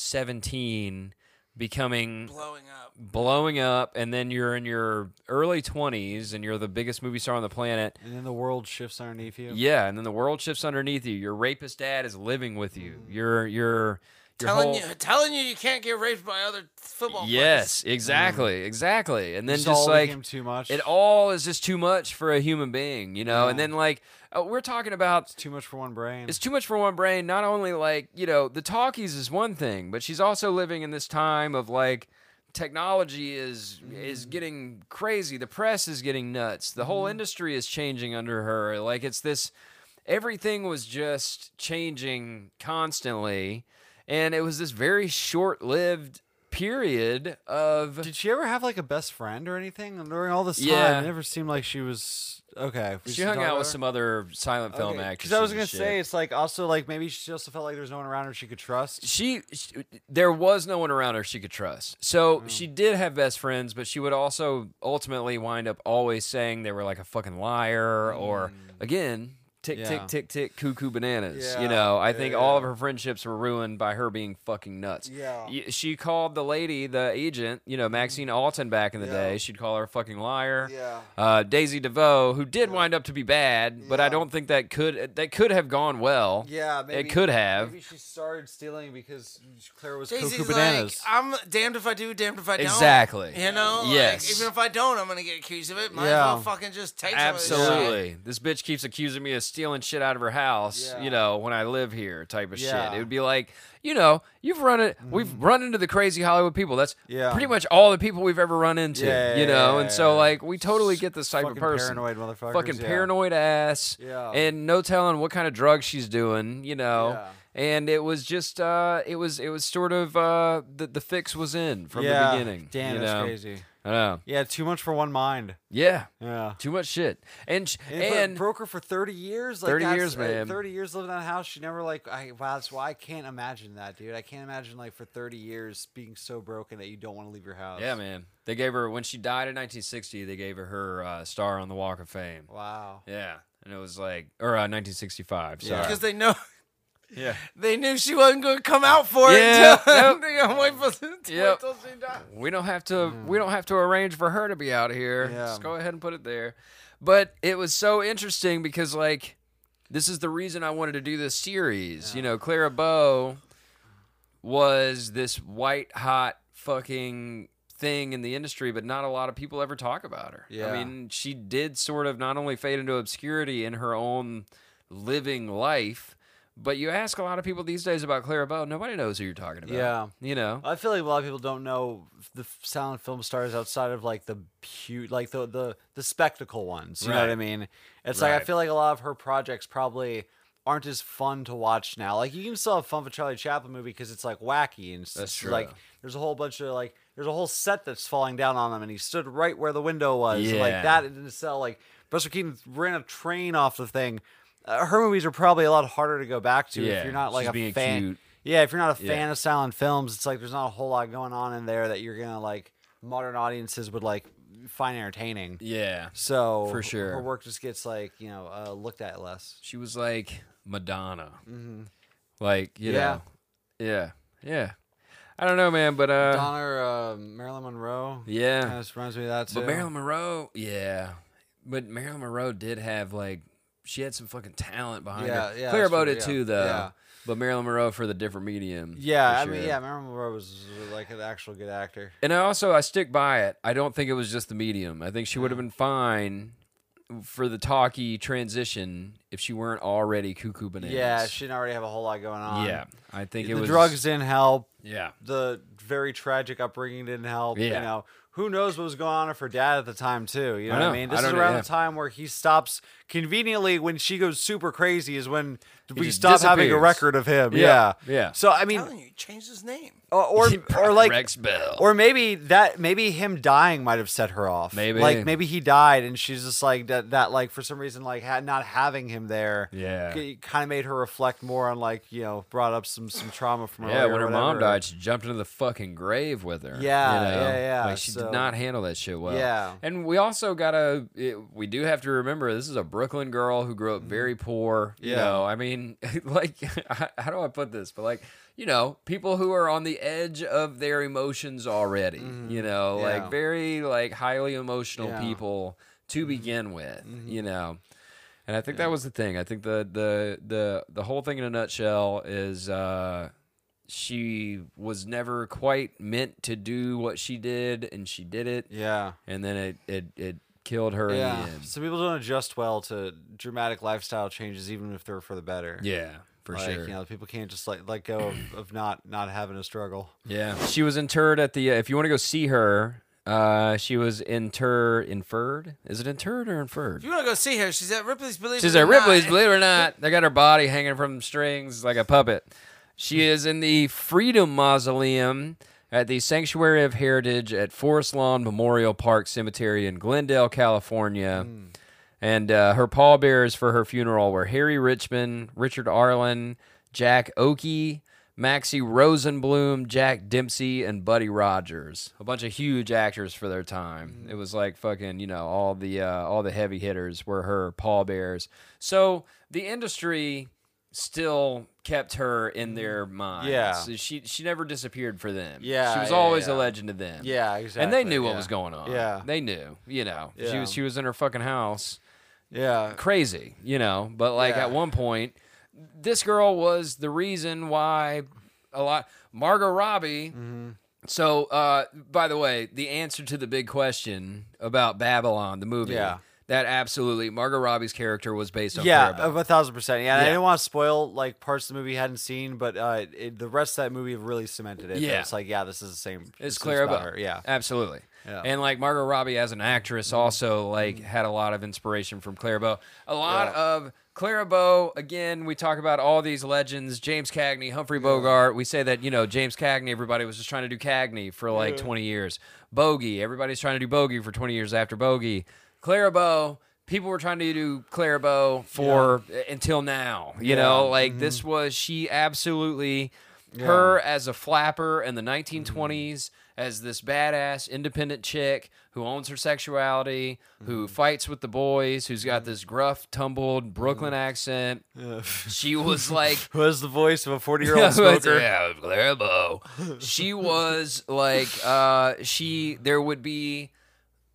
Speaker 4: 17 becoming
Speaker 2: Blowing up.
Speaker 4: blowing up and then you're in your early 20s and you're the biggest movie star on the planet
Speaker 5: And then the world shifts underneath you.
Speaker 4: Yeah, and then the world shifts underneath you. Your rapist dad is living with you. Your your your
Speaker 2: Mm-hmm. telling
Speaker 4: whole
Speaker 2: you, telling you, you can't get raped by other football
Speaker 4: yes, exactly, exactly. And then
Speaker 5: This
Speaker 4: just,
Speaker 5: all
Speaker 4: like
Speaker 5: became too much.
Speaker 4: it all is just too much for a human being, you know. And then like uh, we're talking about.
Speaker 5: It's too much for one brain.
Speaker 4: It's too much for one brain. Not only like you know the talkies is one thing, but she's also living in this time of like technology is is getting crazy. The press is getting nuts. The whole industry is changing under her. Like it's this everything was just changing constantly And it was this very short lived period of.
Speaker 5: Did she ever have like a best friend or anything during all this time?
Speaker 4: Yeah.
Speaker 5: It never seemed like she was okay. we
Speaker 4: She
Speaker 5: should
Speaker 4: hung
Speaker 5: talk
Speaker 4: out
Speaker 5: about
Speaker 4: with
Speaker 5: her?
Speaker 4: some other silent film actors.
Speaker 5: Because I was gonna say it's like also like maybe she also felt like there was no one around her she could trust.
Speaker 4: she, she there was no one around her she could trust
Speaker 5: Mm-hmm.
Speaker 4: so she did have best friends but she would also ultimately wind up always saying they were like a fucking liar or again tick tick
Speaker 5: Mm. Yeah.
Speaker 4: tick tick cuckoo bananas you
Speaker 5: Yeah,
Speaker 4: know i think all of her friendships were ruined by her being fucking nuts
Speaker 5: Yeah. Mm-hmm.
Speaker 4: Y- she called the lady the agent you know maxine alton back in the day she'd call her a fucking liar
Speaker 5: Yeah.
Speaker 4: uh, Daisy DeVoe, who did wind up to be bad, but I don't think that could that could have gone well.
Speaker 5: Yeah, maybe
Speaker 4: it could have.
Speaker 5: Maybe she started stealing because Claire was cuckoo
Speaker 2: Daisy's
Speaker 4: "Ah,
Speaker 2: like,
Speaker 5: bananas.
Speaker 2: I'm damned if I do, damned if I don't.
Speaker 4: Exactly.
Speaker 2: You know? Like,
Speaker 4: Yes.
Speaker 2: even if I don't, I'm gonna get accused of it. Might
Speaker 5: Yeah.
Speaker 2: as well fucking just take some of this shit.
Speaker 4: Absolutely. This bitch keeps accusing me of stealing shit out of her house,
Speaker 5: Yeah.
Speaker 4: you know, when I live here type of
Speaker 5: Yeah. Mm-hmm.
Speaker 4: shit. It would be like, you know, you've run it we've run into the crazy Hollywood people. That's
Speaker 5: Yeah.
Speaker 4: pretty much all the people we've ever run into.
Speaker 5: Yeah,
Speaker 4: you
Speaker 5: yeah,
Speaker 4: know,
Speaker 5: yeah,
Speaker 4: and so
Speaker 5: yeah.
Speaker 4: like we totally get this type of
Speaker 5: Fucking
Speaker 4: person.
Speaker 5: paranoid motherfuckers,
Speaker 4: Fucking
Speaker 5: yeah.
Speaker 4: paranoid ass.
Speaker 5: Yeah.
Speaker 4: And no telling what kind of drug she's doing, you know.
Speaker 5: Yeah.
Speaker 4: And it was just uh it was it was sort of uh the, the fix was in from
Speaker 5: yeah.
Speaker 4: the beginning.
Speaker 5: Damn,
Speaker 4: you
Speaker 5: that's
Speaker 4: know?
Speaker 5: crazy.
Speaker 4: I know.
Speaker 5: Yeah, too much for one mind.
Speaker 4: Yeah.
Speaker 5: Yeah.
Speaker 4: Too much shit. And sh-
Speaker 5: And, if I
Speaker 4: and
Speaker 5: broke her for thirty years. Like
Speaker 4: 30
Speaker 5: that's-
Speaker 4: years,
Speaker 5: uh,
Speaker 4: man.
Speaker 5: Thirty years living in that house. She never like. I wow. That's why I can't imagine that, dude. I can't imagine like for thirty years being so broken that you don't want to leave your house.
Speaker 4: Yeah, man. They gave her when she died in 1960. They gave her her uh, star on the Walk of Fame.
Speaker 5: Wow.
Speaker 4: Yeah, and it was like or uh, 1965. Sorry.
Speaker 2: Because they know
Speaker 4: Yeah.
Speaker 2: they knew she wasn't gonna come out for
Speaker 4: Yeah,
Speaker 2: it until
Speaker 4: yep.
Speaker 2: they gonna wait for until
Speaker 4: Yep.
Speaker 2: she died.
Speaker 4: We don't have to. We don't have to arrange for her to be out here.
Speaker 5: Yeah.
Speaker 4: Just go ahead and put it there. But it was so interesting because like this is the reason I wanted to do this series. You know, Clara Bow was this white hot fucking thing in the industry, but not a lot of people ever talk about her.
Speaker 5: Yeah.
Speaker 4: I mean, she did sort of not only fade into obscurity in her own living life. But you ask a lot of people these days about Clara Bow, nobody knows who you're talking about.
Speaker 5: Yeah.
Speaker 4: You know?
Speaker 5: I feel like a lot of people don't know the f- silent film stars outside of like the huge, like the the the spectacle ones. You know what I
Speaker 4: Right.
Speaker 5: mean? It's like I
Speaker 4: Right.
Speaker 5: feel like a lot of her projects probably aren't as fun to watch now. Like you can still have fun with Charlie Chaplin movie because it's like wacky and it's
Speaker 4: That's
Speaker 5: it's, like
Speaker 4: true.
Speaker 5: there's a whole bunch of like there's a whole set that's falling down on him and he stood right where the window was and, like
Speaker 4: Yeah.
Speaker 5: that in a cell. Like Buster Keaton ran a train off the thing. Uh, her movies are probably a lot harder to go back to if
Speaker 4: Yeah,
Speaker 5: you're not like
Speaker 4: she's
Speaker 5: a
Speaker 4: being
Speaker 5: fan.
Speaker 4: cute.
Speaker 5: Yeah, if you're not a
Speaker 4: Yeah.
Speaker 5: fan of silent films, it's like there's not a whole lot going on in there that you're gonna like modern audiences would like find entertaining.
Speaker 4: Yeah.
Speaker 5: So
Speaker 4: For sure.
Speaker 5: her work just gets like you know uh, looked at less.
Speaker 4: She was like Madonna. Like,
Speaker 5: Mm-hmm.
Speaker 4: you
Speaker 5: Yeah.
Speaker 4: know. Yeah. Yeah. I don't know, man, but uh
Speaker 5: Donna uh, Marilyn Monroe.
Speaker 4: yeah.
Speaker 5: kind of reminds me of that too.
Speaker 4: But Marilyn Monroe, yeah. But Marilyn Monroe did have like she had some fucking talent behind
Speaker 5: Yeah,
Speaker 4: her.
Speaker 5: yeah,
Speaker 4: Clear
Speaker 5: that's
Speaker 4: about
Speaker 5: true,
Speaker 4: it
Speaker 5: yeah.
Speaker 4: too though.
Speaker 5: Yeah.
Speaker 4: But Marilyn Monroe for the different medium.
Speaker 5: Yeah, I
Speaker 4: for
Speaker 5: mean,
Speaker 4: sure.
Speaker 5: yeah, Marilyn Monroe was uh, like an actual good actor.
Speaker 4: And I also I stick by it. I don't think it was just the medium. I think she
Speaker 5: Mm.
Speaker 4: would have been fine for the talkie transition if she weren't already cuckoo bananas.
Speaker 5: Yeah, she didn't already have a whole lot going on.
Speaker 4: Yeah. I think
Speaker 5: the
Speaker 4: it was
Speaker 5: drugs didn't help.
Speaker 4: Yeah.
Speaker 5: The very tragic upbringing didn't help. You
Speaker 4: Yeah.
Speaker 5: know, who knows what was going on with her dad at the time too. You know,
Speaker 4: I
Speaker 5: what I
Speaker 4: know.
Speaker 5: mean?
Speaker 4: I
Speaker 5: This is
Speaker 4: don't-
Speaker 5: around
Speaker 4: yeah.
Speaker 5: the time where he stops conveniently when she goes super crazy is when we
Speaker 4: just
Speaker 5: stop having a
Speaker 4: disappears.
Speaker 5: record of him. Yeah.
Speaker 4: Yeah, yeah.
Speaker 5: So I
Speaker 2: I'm telling
Speaker 5: mean,
Speaker 2: you, he changed his name.
Speaker 5: or or, or like
Speaker 4: Rex Bell.
Speaker 5: or maybe that maybe him dying might have set her off.
Speaker 4: Maybe.
Speaker 5: like maybe he died and she's just like that. That like for some reason like ha- not having him there.
Speaker 4: Yeah.
Speaker 5: kind of made her reflect more on like you know brought up some some trauma from
Speaker 4: Yeah,
Speaker 5: earlier
Speaker 4: when
Speaker 5: or
Speaker 4: her mom
Speaker 5: whatever.
Speaker 4: died, she jumped into the fucking grave with her.
Speaker 5: Yeah,
Speaker 4: you know?
Speaker 5: yeah, yeah,
Speaker 4: Like she
Speaker 5: so-
Speaker 4: did not handle that shit well.
Speaker 5: Yeah.
Speaker 4: and we also gotta, it, we do have to remember this is a Brooklyn girl who grew up very poor. You
Speaker 5: Mm-hmm. Yeah.
Speaker 4: know, I mean, like, how do I put this? But like, you know, people who are on the edge of their emotions already. You know,
Speaker 5: Mm-hmm. Yeah.
Speaker 4: like very like highly emotional
Speaker 5: Yeah. Mm-hmm.
Speaker 4: people to begin with. You know. And I think that was the thing. I think the the the the whole thing in a nutshell is uh, she was never quite meant to do what she did, and she did it,
Speaker 5: Yeah.
Speaker 4: and then it it it killed her in the end.
Speaker 5: So people don't adjust well to dramatic lifestyle changes, even if they're for the better.
Speaker 4: Yeah, for
Speaker 5: Like,
Speaker 4: sure.
Speaker 5: You know, people can't just like let go of, of not not having a struggle.
Speaker 4: Yeah, she was interred at the. Uh, if you want to go see her, uh, she was inter inferred. Is it interred or inferred?
Speaker 2: If you wanna go see her, she's at Ripley's Believe
Speaker 4: She's
Speaker 2: It
Speaker 4: at
Speaker 2: or Not.
Speaker 4: Ripley's, believe it or not. They got her body hanging from strings like a puppet. She is in the Freedom Mausoleum at the Sanctuary of Heritage at Forest Lawn Memorial Park Cemetery in Glendale, California. And uh, her pallbearers for her funeral were Harry Richmond, Richard Arlen, Jack Oakey, Maxie Rosenblum, Jack Dempsey, and Buddy Rogers. A bunch of huge actors for their time.
Speaker 5: Mm-hmm.
Speaker 4: It was like fucking, you know, all the uh, all the heavy hitters were her pallbearers. So the industry still kept her in their minds.
Speaker 5: Mm-hmm. Yeah.
Speaker 4: So she she never disappeared for them.
Speaker 5: Yeah,
Speaker 4: she was
Speaker 5: yeah,
Speaker 4: always
Speaker 5: yeah.
Speaker 4: a legend to them.
Speaker 5: Yeah,
Speaker 4: And they
Speaker 5: exactly,
Speaker 4: knew what
Speaker 5: yeah.
Speaker 4: was going on.
Speaker 5: Yeah.
Speaker 4: they knew. You know, she
Speaker 5: Yeah.
Speaker 4: was she was in her fucking house
Speaker 5: Yeah.
Speaker 4: crazy, you know. But like
Speaker 5: Yeah.
Speaker 4: at one point, this girl was the reason why a lot Margot Robbie.
Speaker 5: Mm-hmm.
Speaker 4: So, uh, by the way, the answer to the big question about Babylon, the movie,
Speaker 5: Yeah.
Speaker 4: that absolutely Margot Robbie's character was based on.
Speaker 5: yeah,
Speaker 4: Faribault.
Speaker 5: of a thousand percent. Yeah, and I
Speaker 4: Yeah.
Speaker 5: didn't want to spoil like parts of the movie I hadn't seen, but uh, it, the rest of that movie really cemented it.
Speaker 4: Yeah.
Speaker 5: it's like yeah, this is the same. this
Speaker 4: It's
Speaker 5: is
Speaker 4: clear
Speaker 5: about
Speaker 4: about
Speaker 5: her. Yeah,
Speaker 4: absolutely.
Speaker 5: Yeah. Mm-hmm.
Speaker 4: And like Margot Robbie as an actress also like had a lot of inspiration from Clairbeau. A lot of Clairbeau. Again, we talk about all these legends: James Cagney, Humphrey Bogart. We say that you know James Cagney. Everybody was just trying to do Cagney for like 20 years. Bogey. Everybody's trying to do Bogey for 20 years after Bogey. Clairbeau. People were trying to do Clairbeau for until now. You know, like this was she absolutely her as a flapper in the 1920s as this badass independent chick who owns her sexuality who fights with the boys who's got this gruff tumbled brooklyn accent she was like
Speaker 5: was the voice of a forty-year-old
Speaker 4: Yeah, but-
Speaker 5: smoker.
Speaker 4: yeah, Glaribo. she was like, uh, she. There would be,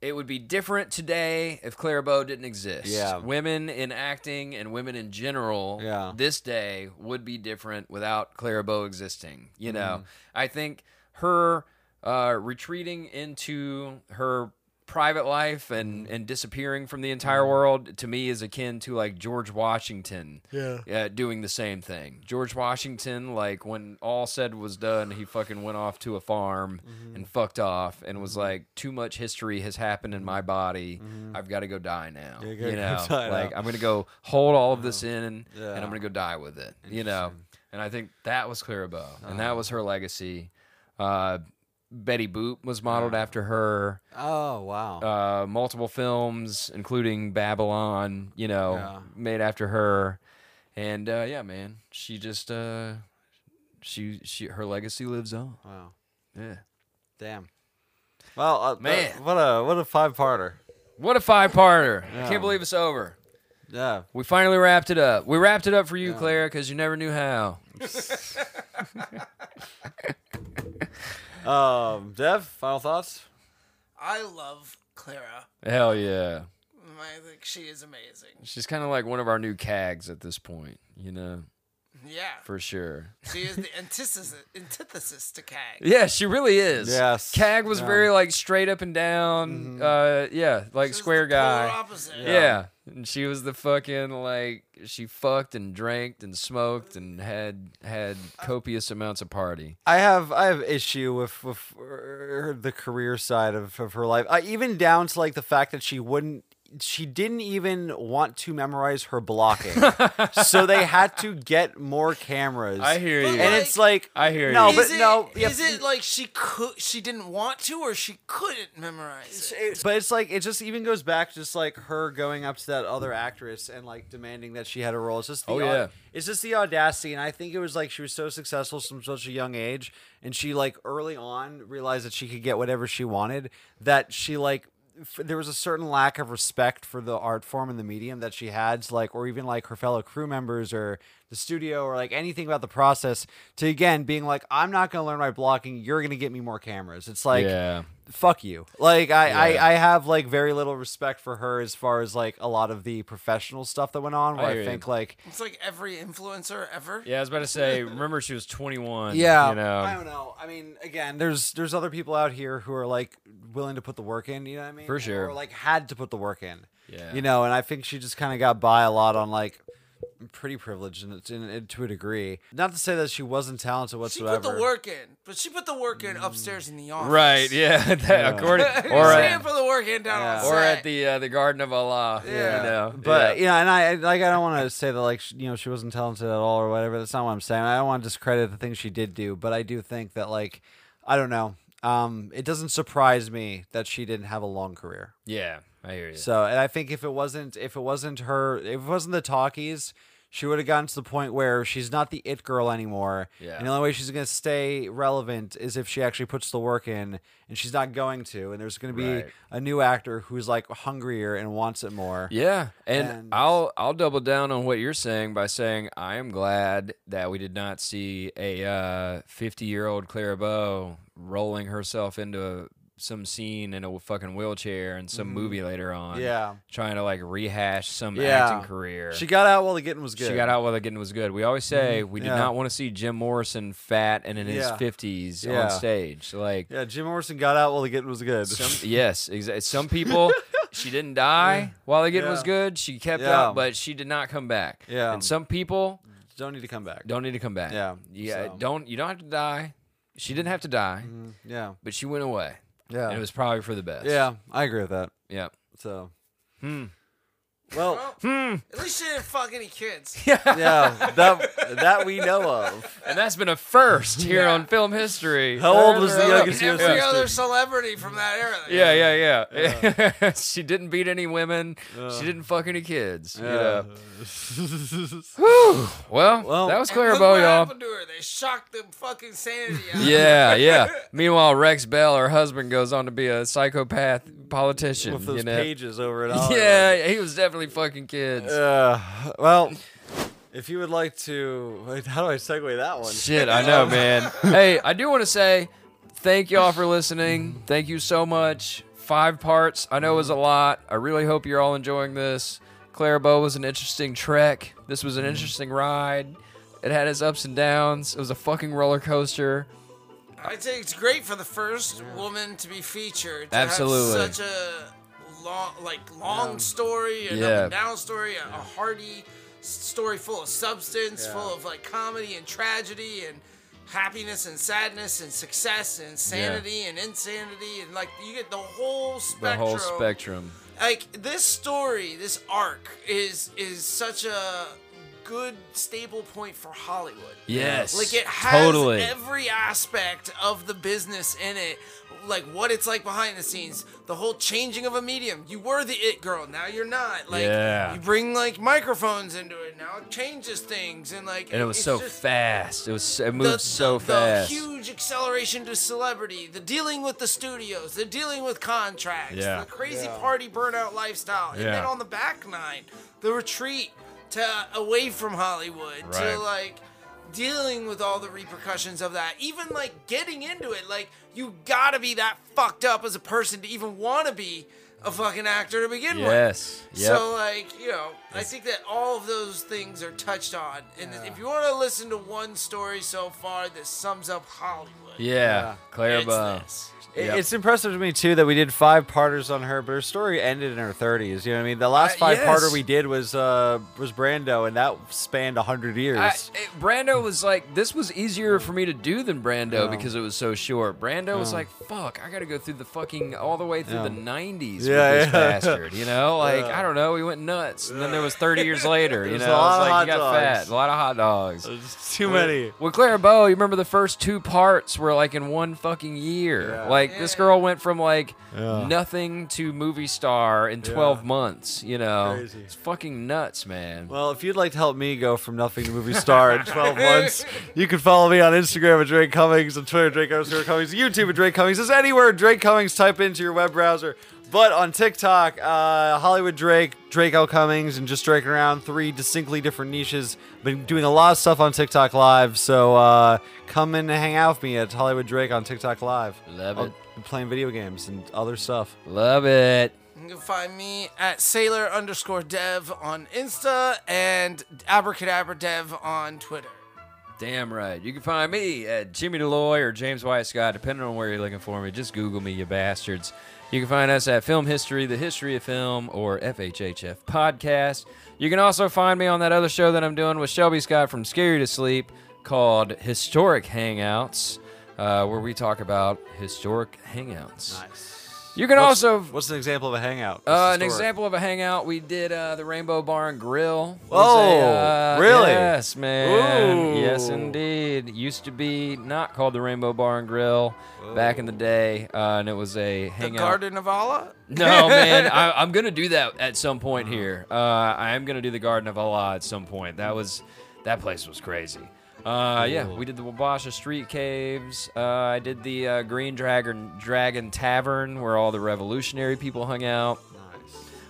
Speaker 4: it would be different today if Claribo didn't exist.
Speaker 5: Yeah.
Speaker 4: women in acting and women in general,
Speaker 5: Yeah.
Speaker 4: this day would be different without Claribo existing. You
Speaker 5: Mm-hmm.
Speaker 4: know, I think her uh, retreating into her private life
Speaker 5: Mm-hmm.
Speaker 4: and and disappearing from the entire world to me is akin to like George Washington yeah doing the same thing George Washington like when all said was done he fucking went off to a farm
Speaker 5: Mm-hmm.
Speaker 4: and fucked off and was like too much history has happened in my body I've got to go die now
Speaker 5: Mm-hmm. you gotta go
Speaker 4: you, know
Speaker 5: die now.
Speaker 4: like I'm going to go hold all of this in
Speaker 5: uh, Oh, Yeah.
Speaker 4: and I'm going to go die with it you know and I think that was Clarabeau and
Speaker 5: Uh-huh.
Speaker 4: that was her legacy uh Betty Boop was modeled
Speaker 5: Uh-huh.
Speaker 4: after her
Speaker 5: Oh wow.
Speaker 4: uh, multiple films, including Babylon, you know,
Speaker 5: Yeah.
Speaker 4: made after her. And uh, yeah, man, she just uh, she she her legacy lives on.
Speaker 5: wow.
Speaker 4: Yeah,
Speaker 5: Damn. Well, uh,
Speaker 4: Man.
Speaker 5: uh, what a what a five-parter.
Speaker 4: what a five parter! I
Speaker 5: Yeah.
Speaker 4: can't believe it's over.
Speaker 5: Yeah.
Speaker 4: We finally wrapped it up. We wrapped it up for you, Claire, because you never knew how.
Speaker 5: Um, Dev, final thoughts.
Speaker 2: I love Clara.
Speaker 4: Hell yeah,
Speaker 2: I think she is amazing.
Speaker 4: she's kind of like one of our new cags at this point, you know,
Speaker 2: Yeah,
Speaker 4: for sure.
Speaker 2: she is the antithesis antithesis to Kang.
Speaker 4: Yeah, she really is.
Speaker 5: Yes. Mm-hmm.
Speaker 4: Cag was
Speaker 5: Yeah.
Speaker 4: very like straight up and down. Uh, yeah, like
Speaker 2: She's
Speaker 4: square
Speaker 2: the
Speaker 4: guy.
Speaker 2: polar opposite.
Speaker 4: Yeah. And she was the fucking like she fucked and drank and smoked and had had copious amounts of party.
Speaker 5: I have I have issue with with er, the career side of, of her life. I, even down to like the fact that she wouldn't she didn't even want to memorize her blocking. so they had to get more cameras.
Speaker 4: hear
Speaker 2: you.
Speaker 5: and
Speaker 2: Like-
Speaker 5: it's like
Speaker 4: I hear
Speaker 5: no,
Speaker 4: you.
Speaker 2: Is
Speaker 5: but
Speaker 2: it,
Speaker 5: no, yeah,
Speaker 2: Is it like she could? She didn't want to, or she couldn't memorize it?
Speaker 5: it's- but it's like it just even goes back to just like her going up to that other actress and like demanding that she had a role. It's just the
Speaker 4: Oh,
Speaker 5: au-
Speaker 4: yeah.
Speaker 5: it's just the audacity, and I think it was like she was so successful from such a young age, and she like early on realized that she could get whatever she wanted. That she like f- there was a certain lack of respect for the art form and the medium that she had, so, like or even like her fellow crew members or the studio or like anything about the process. To again being like, I'm not gonna learn my blocking. You're gonna get me more cameras. It's like
Speaker 4: yeah.
Speaker 5: fuck you. Like I,
Speaker 4: Yeah.
Speaker 5: I, I have like very little respect for her as far as like a lot of the professional stuff that went on. Where
Speaker 4: I
Speaker 5: I,
Speaker 4: hear you.
Speaker 5: think like
Speaker 2: It's like every influencer ever.
Speaker 4: Yeah, I was about to say, remember she was twenty one.
Speaker 5: yeah,
Speaker 4: You
Speaker 5: I
Speaker 4: know.
Speaker 5: don't know. I mean, again, there's there's other people out here who are like willing to put the work in. You know what I mean?
Speaker 4: For sure.
Speaker 5: Or like had to put the work in.
Speaker 4: Yeah.
Speaker 5: You know, and I think she just kind of got by a lot on like pretty privileged in, in, in, to a degree. Not to say that she wasn't talented
Speaker 2: She
Speaker 5: whatsoever.
Speaker 2: put the work in, but she put the work in upstairs in the office.
Speaker 4: Mm. Right, yeah, that, according or
Speaker 2: she didn't
Speaker 4: at,
Speaker 2: put the work in down on set.
Speaker 4: or at the uh, the Garden of Allah. Yeah,
Speaker 5: But yeah, and I like I don't want to say that like sh- you know she wasn't talented at all or whatever. That's not what I'm saying. I don't want to discredit the things she did do, but I do think that like I don't know. Um, it doesn't surprise me that she didn't have a long career.
Speaker 4: yeah, I hear you.
Speaker 5: So, and I think if it wasn't if it wasn't her if it wasn't the talkies, she would have gotten to the point where she's not the it girl anymore.
Speaker 4: Yeah.
Speaker 5: And the only way she's gonna stay relevant is if she actually puts the work in, and she's not going to. And there's gonna be
Speaker 4: Right.
Speaker 5: a new actor who's like hungrier and wants it more.
Speaker 4: Yeah, and,
Speaker 5: And-
Speaker 4: I'll I'll double down on what you're saying by saying I am glad that we did not see a 50 year old Clara Bow rolling herself into some scene in a fucking wheelchair in some movie later on.
Speaker 5: Mm-hmm. Yeah.
Speaker 4: trying to like rehash some
Speaker 5: Yeah.
Speaker 4: acting career.
Speaker 5: She got out while the getting was good. Mm-hmm.
Speaker 4: She got out while the getting was good. We always say we do
Speaker 5: Yeah.
Speaker 4: not want to see Jim Morrison fat and in his
Speaker 5: Yeah.
Speaker 4: 50s
Speaker 5: Yeah.
Speaker 4: on stage. Like
Speaker 5: Yeah, Jim Morrison got out while the getting was good.
Speaker 4: some, yes, exactly. Some people, she didn't die while the getting was
Speaker 5: Yeah.
Speaker 4: good. She kept
Speaker 5: Yeah.
Speaker 4: up, but she did not come back.
Speaker 5: Yeah.
Speaker 4: And some people
Speaker 5: Don't need to come back.
Speaker 4: don't need to come back.
Speaker 5: Yeah,
Speaker 4: Yeah.
Speaker 5: so.
Speaker 4: Don't you don't have to die. She didn't have to die,
Speaker 5: Yeah,
Speaker 4: but she went away.
Speaker 5: yeah,
Speaker 4: And it was probably for the best.
Speaker 5: yeah. I agree with that.
Speaker 4: Yeah.
Speaker 5: So,
Speaker 4: Hmm.
Speaker 5: well,
Speaker 2: At least she didn't fuck any kids.
Speaker 5: yeah, that that we know of.
Speaker 4: And that's been a first here on film history.
Speaker 5: How old was the youngest
Speaker 2: Every
Speaker 5: UFC?
Speaker 2: other celebrity from that era.
Speaker 4: Yeah, yeah, yeah. she didn't beat any women. she didn't fuck any kids. You know? Whew. Well,
Speaker 5: Well-
Speaker 4: that was
Speaker 2: Look
Speaker 4: Clara
Speaker 2: what
Speaker 4: Bow, y'all.
Speaker 2: happened to her. They shocked the fucking sanity out. of her.
Speaker 4: Yeah, yeah. Meanwhile, Rex Bell, her husband, goes on to be a psychopath politician.
Speaker 5: With those
Speaker 4: you know?
Speaker 5: pages over and all.
Speaker 4: Yeah, he was definitely fucking kids.
Speaker 5: Uh, well, if you would like to, wait, how do I segue that one?
Speaker 4: Shit, I know, man. hey, I do want to say thank y'all for listening. Thank you so much. Five parts. I know it was a lot. I really hope you're all enjoying this. Clara Bow was an interesting trek. This was an
Speaker 2: Mm-hmm.
Speaker 4: interesting ride. It had its ups and downs. It was a fucking roller coaster.
Speaker 2: I'd say it's great for the first woman to be featured. to
Speaker 4: Absolutely.
Speaker 2: Have such a long, like long story, an
Speaker 4: Yeah.
Speaker 2: up and down story, a, a hearty s- story full of substance, full of like comedy and tragedy and happiness and sadness and success and sanity and insanity and like you get the whole
Speaker 4: The
Speaker 2: spectrum.
Speaker 4: whole spectrum.
Speaker 2: like this story, this arc is is such a good stable point for Hollywood.
Speaker 4: Yes.
Speaker 2: Like it has
Speaker 4: totally.
Speaker 2: every aspect of the business in it. Like what it's like behind the scenes, the whole changing of a medium. You were the it girl, now you're not. Like
Speaker 4: Yeah.
Speaker 2: you bring like microphones into it, now it changes things and like
Speaker 4: and it was
Speaker 2: it's
Speaker 4: so
Speaker 2: just-
Speaker 4: fast. It was it moved
Speaker 2: the-
Speaker 4: so
Speaker 2: the-
Speaker 4: fast.
Speaker 2: The huge acceleration to celebrity, the dealing with the studios, the dealing with contracts,
Speaker 4: Yeah.
Speaker 2: the crazy party burnout lifestyle, and then
Speaker 4: Yeah.
Speaker 2: on the back nine, the retreat to away from Hollywood
Speaker 4: Right.
Speaker 2: to like dealing with all the repercussions of that even like getting into it like you gotta be that fucked up as a person to even want to be a fucking actor to begin with
Speaker 4: yes. Yep.
Speaker 2: so like you know, I think that all of those things are touched on, and if you want to listen to one story so far that sums up Hollywood,
Speaker 4: yeah. Clara
Speaker 2: it's
Speaker 4: Bow.
Speaker 2: this.
Speaker 5: It-
Speaker 4: Yep.
Speaker 5: It's impressive to me too that we did five parters on her, but her story ended in her thirties. You know what I mean? The last
Speaker 4: Uh,
Speaker 5: five
Speaker 4: yes.
Speaker 5: parter we did was uh was Brando, and that spanned hundred years.
Speaker 4: I, it- Brando was like, this was easier for me to do than Brando because it was so short. Brando was like, fuck, I got to go through the fucking all the way through the
Speaker 5: Yeah,
Speaker 4: '90s with this
Speaker 5: yeah.
Speaker 4: bastard. You know, like I don't know, we went nuts, and then there was 30 years later. You
Speaker 5: There's
Speaker 4: know,
Speaker 5: a lot
Speaker 4: it's
Speaker 5: of
Speaker 4: like you
Speaker 5: hot
Speaker 4: got
Speaker 5: dogs.
Speaker 4: fat, a lot of hot dogs.
Speaker 5: It's too many.
Speaker 4: With Clara Bow, you remember the first two parts were like in one fucking year. Like this girl went from like nothing to movie star in 12 months. You know,
Speaker 5: Crazy.
Speaker 4: it's fucking nuts, man.
Speaker 5: Well, if you'd like to help me go from nothing to movie star in 12 months, you can follow me on Instagram at Drake Cummings, on Twitter at Drake underscore Cummings, YouTube at Drake Cummings. Is anywhere Drake Cummings type into your web browser. But on TikTok, uh, Hollywood Drake, Drake L. Cummings, and just Drake around three distinctly different niches. Been doing a lot of stuff on TikTok Live, so uh, come and hang out with me at Hollywood Drake on TikTok Live.
Speaker 4: Love
Speaker 5: I'll
Speaker 4: it.
Speaker 5: be playing video games and other stuff.
Speaker 4: Love it.
Speaker 2: You can find me at Sailor underscore Dev on Insta and Abracadabra Dev on Twitter.
Speaker 4: Damn right. You can find me at Jimmy Deloy or James White Scott, depending on where you're looking for me. Just Google me, you bastards. You can find us at Film History, The History of Film, or FHHF Podcast. You can also find me on that other show that I'm doing with Shelby Scott from Scary to Sleep called Historic Hangouts, uh, where we talk about historic hangouts. Nice. You can
Speaker 5: What's-
Speaker 4: also.
Speaker 5: what's an example of a hangout?
Speaker 4: Uh,
Speaker 5: What's
Speaker 4: an
Speaker 5: the story?
Speaker 4: example of a hangout, we did uh, the Rainbow Bar and Grill. was
Speaker 5: Oh,
Speaker 4: a, uh,
Speaker 5: really?
Speaker 4: Yes, man.
Speaker 5: Ooh.
Speaker 4: Yes, indeed. Used to be not called the Rainbow Bar and Grill back in the day, uh, and it was a
Speaker 2: The
Speaker 4: hangout.
Speaker 2: Garden of Allah?
Speaker 4: No, man, I, I'm gonna do that at some point here. Uh, I am gonna do the Garden of Allah at some point. That was that place was crazy. Uh, yeah, we did the Wabasha Street Caves. Uh, I did the uh, Green Dragon Dragon Tavern where all the revolutionary people hung out.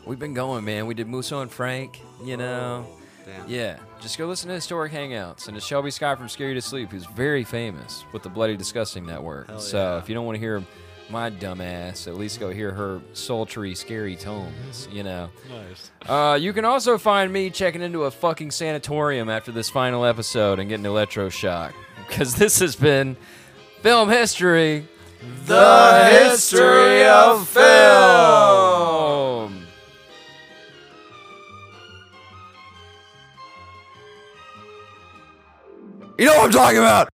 Speaker 4: We've been going, man. We did Musso and Frank. You know,
Speaker 5: damn.
Speaker 4: yeah. Just go listen to historic hangouts and it's Shelby Scott from Scary to Sleep, who's very famous with the Bloody Disgusting Network. so if you don't want to hear my dumb ass, at least go hear her sultry, scary tones. You know. Nice. Uh, you can also find me checking into a fucking sanatorium after this final episode and getting electroshock because this has been film history. The history of film.
Speaker 7: You know what I'm talking about!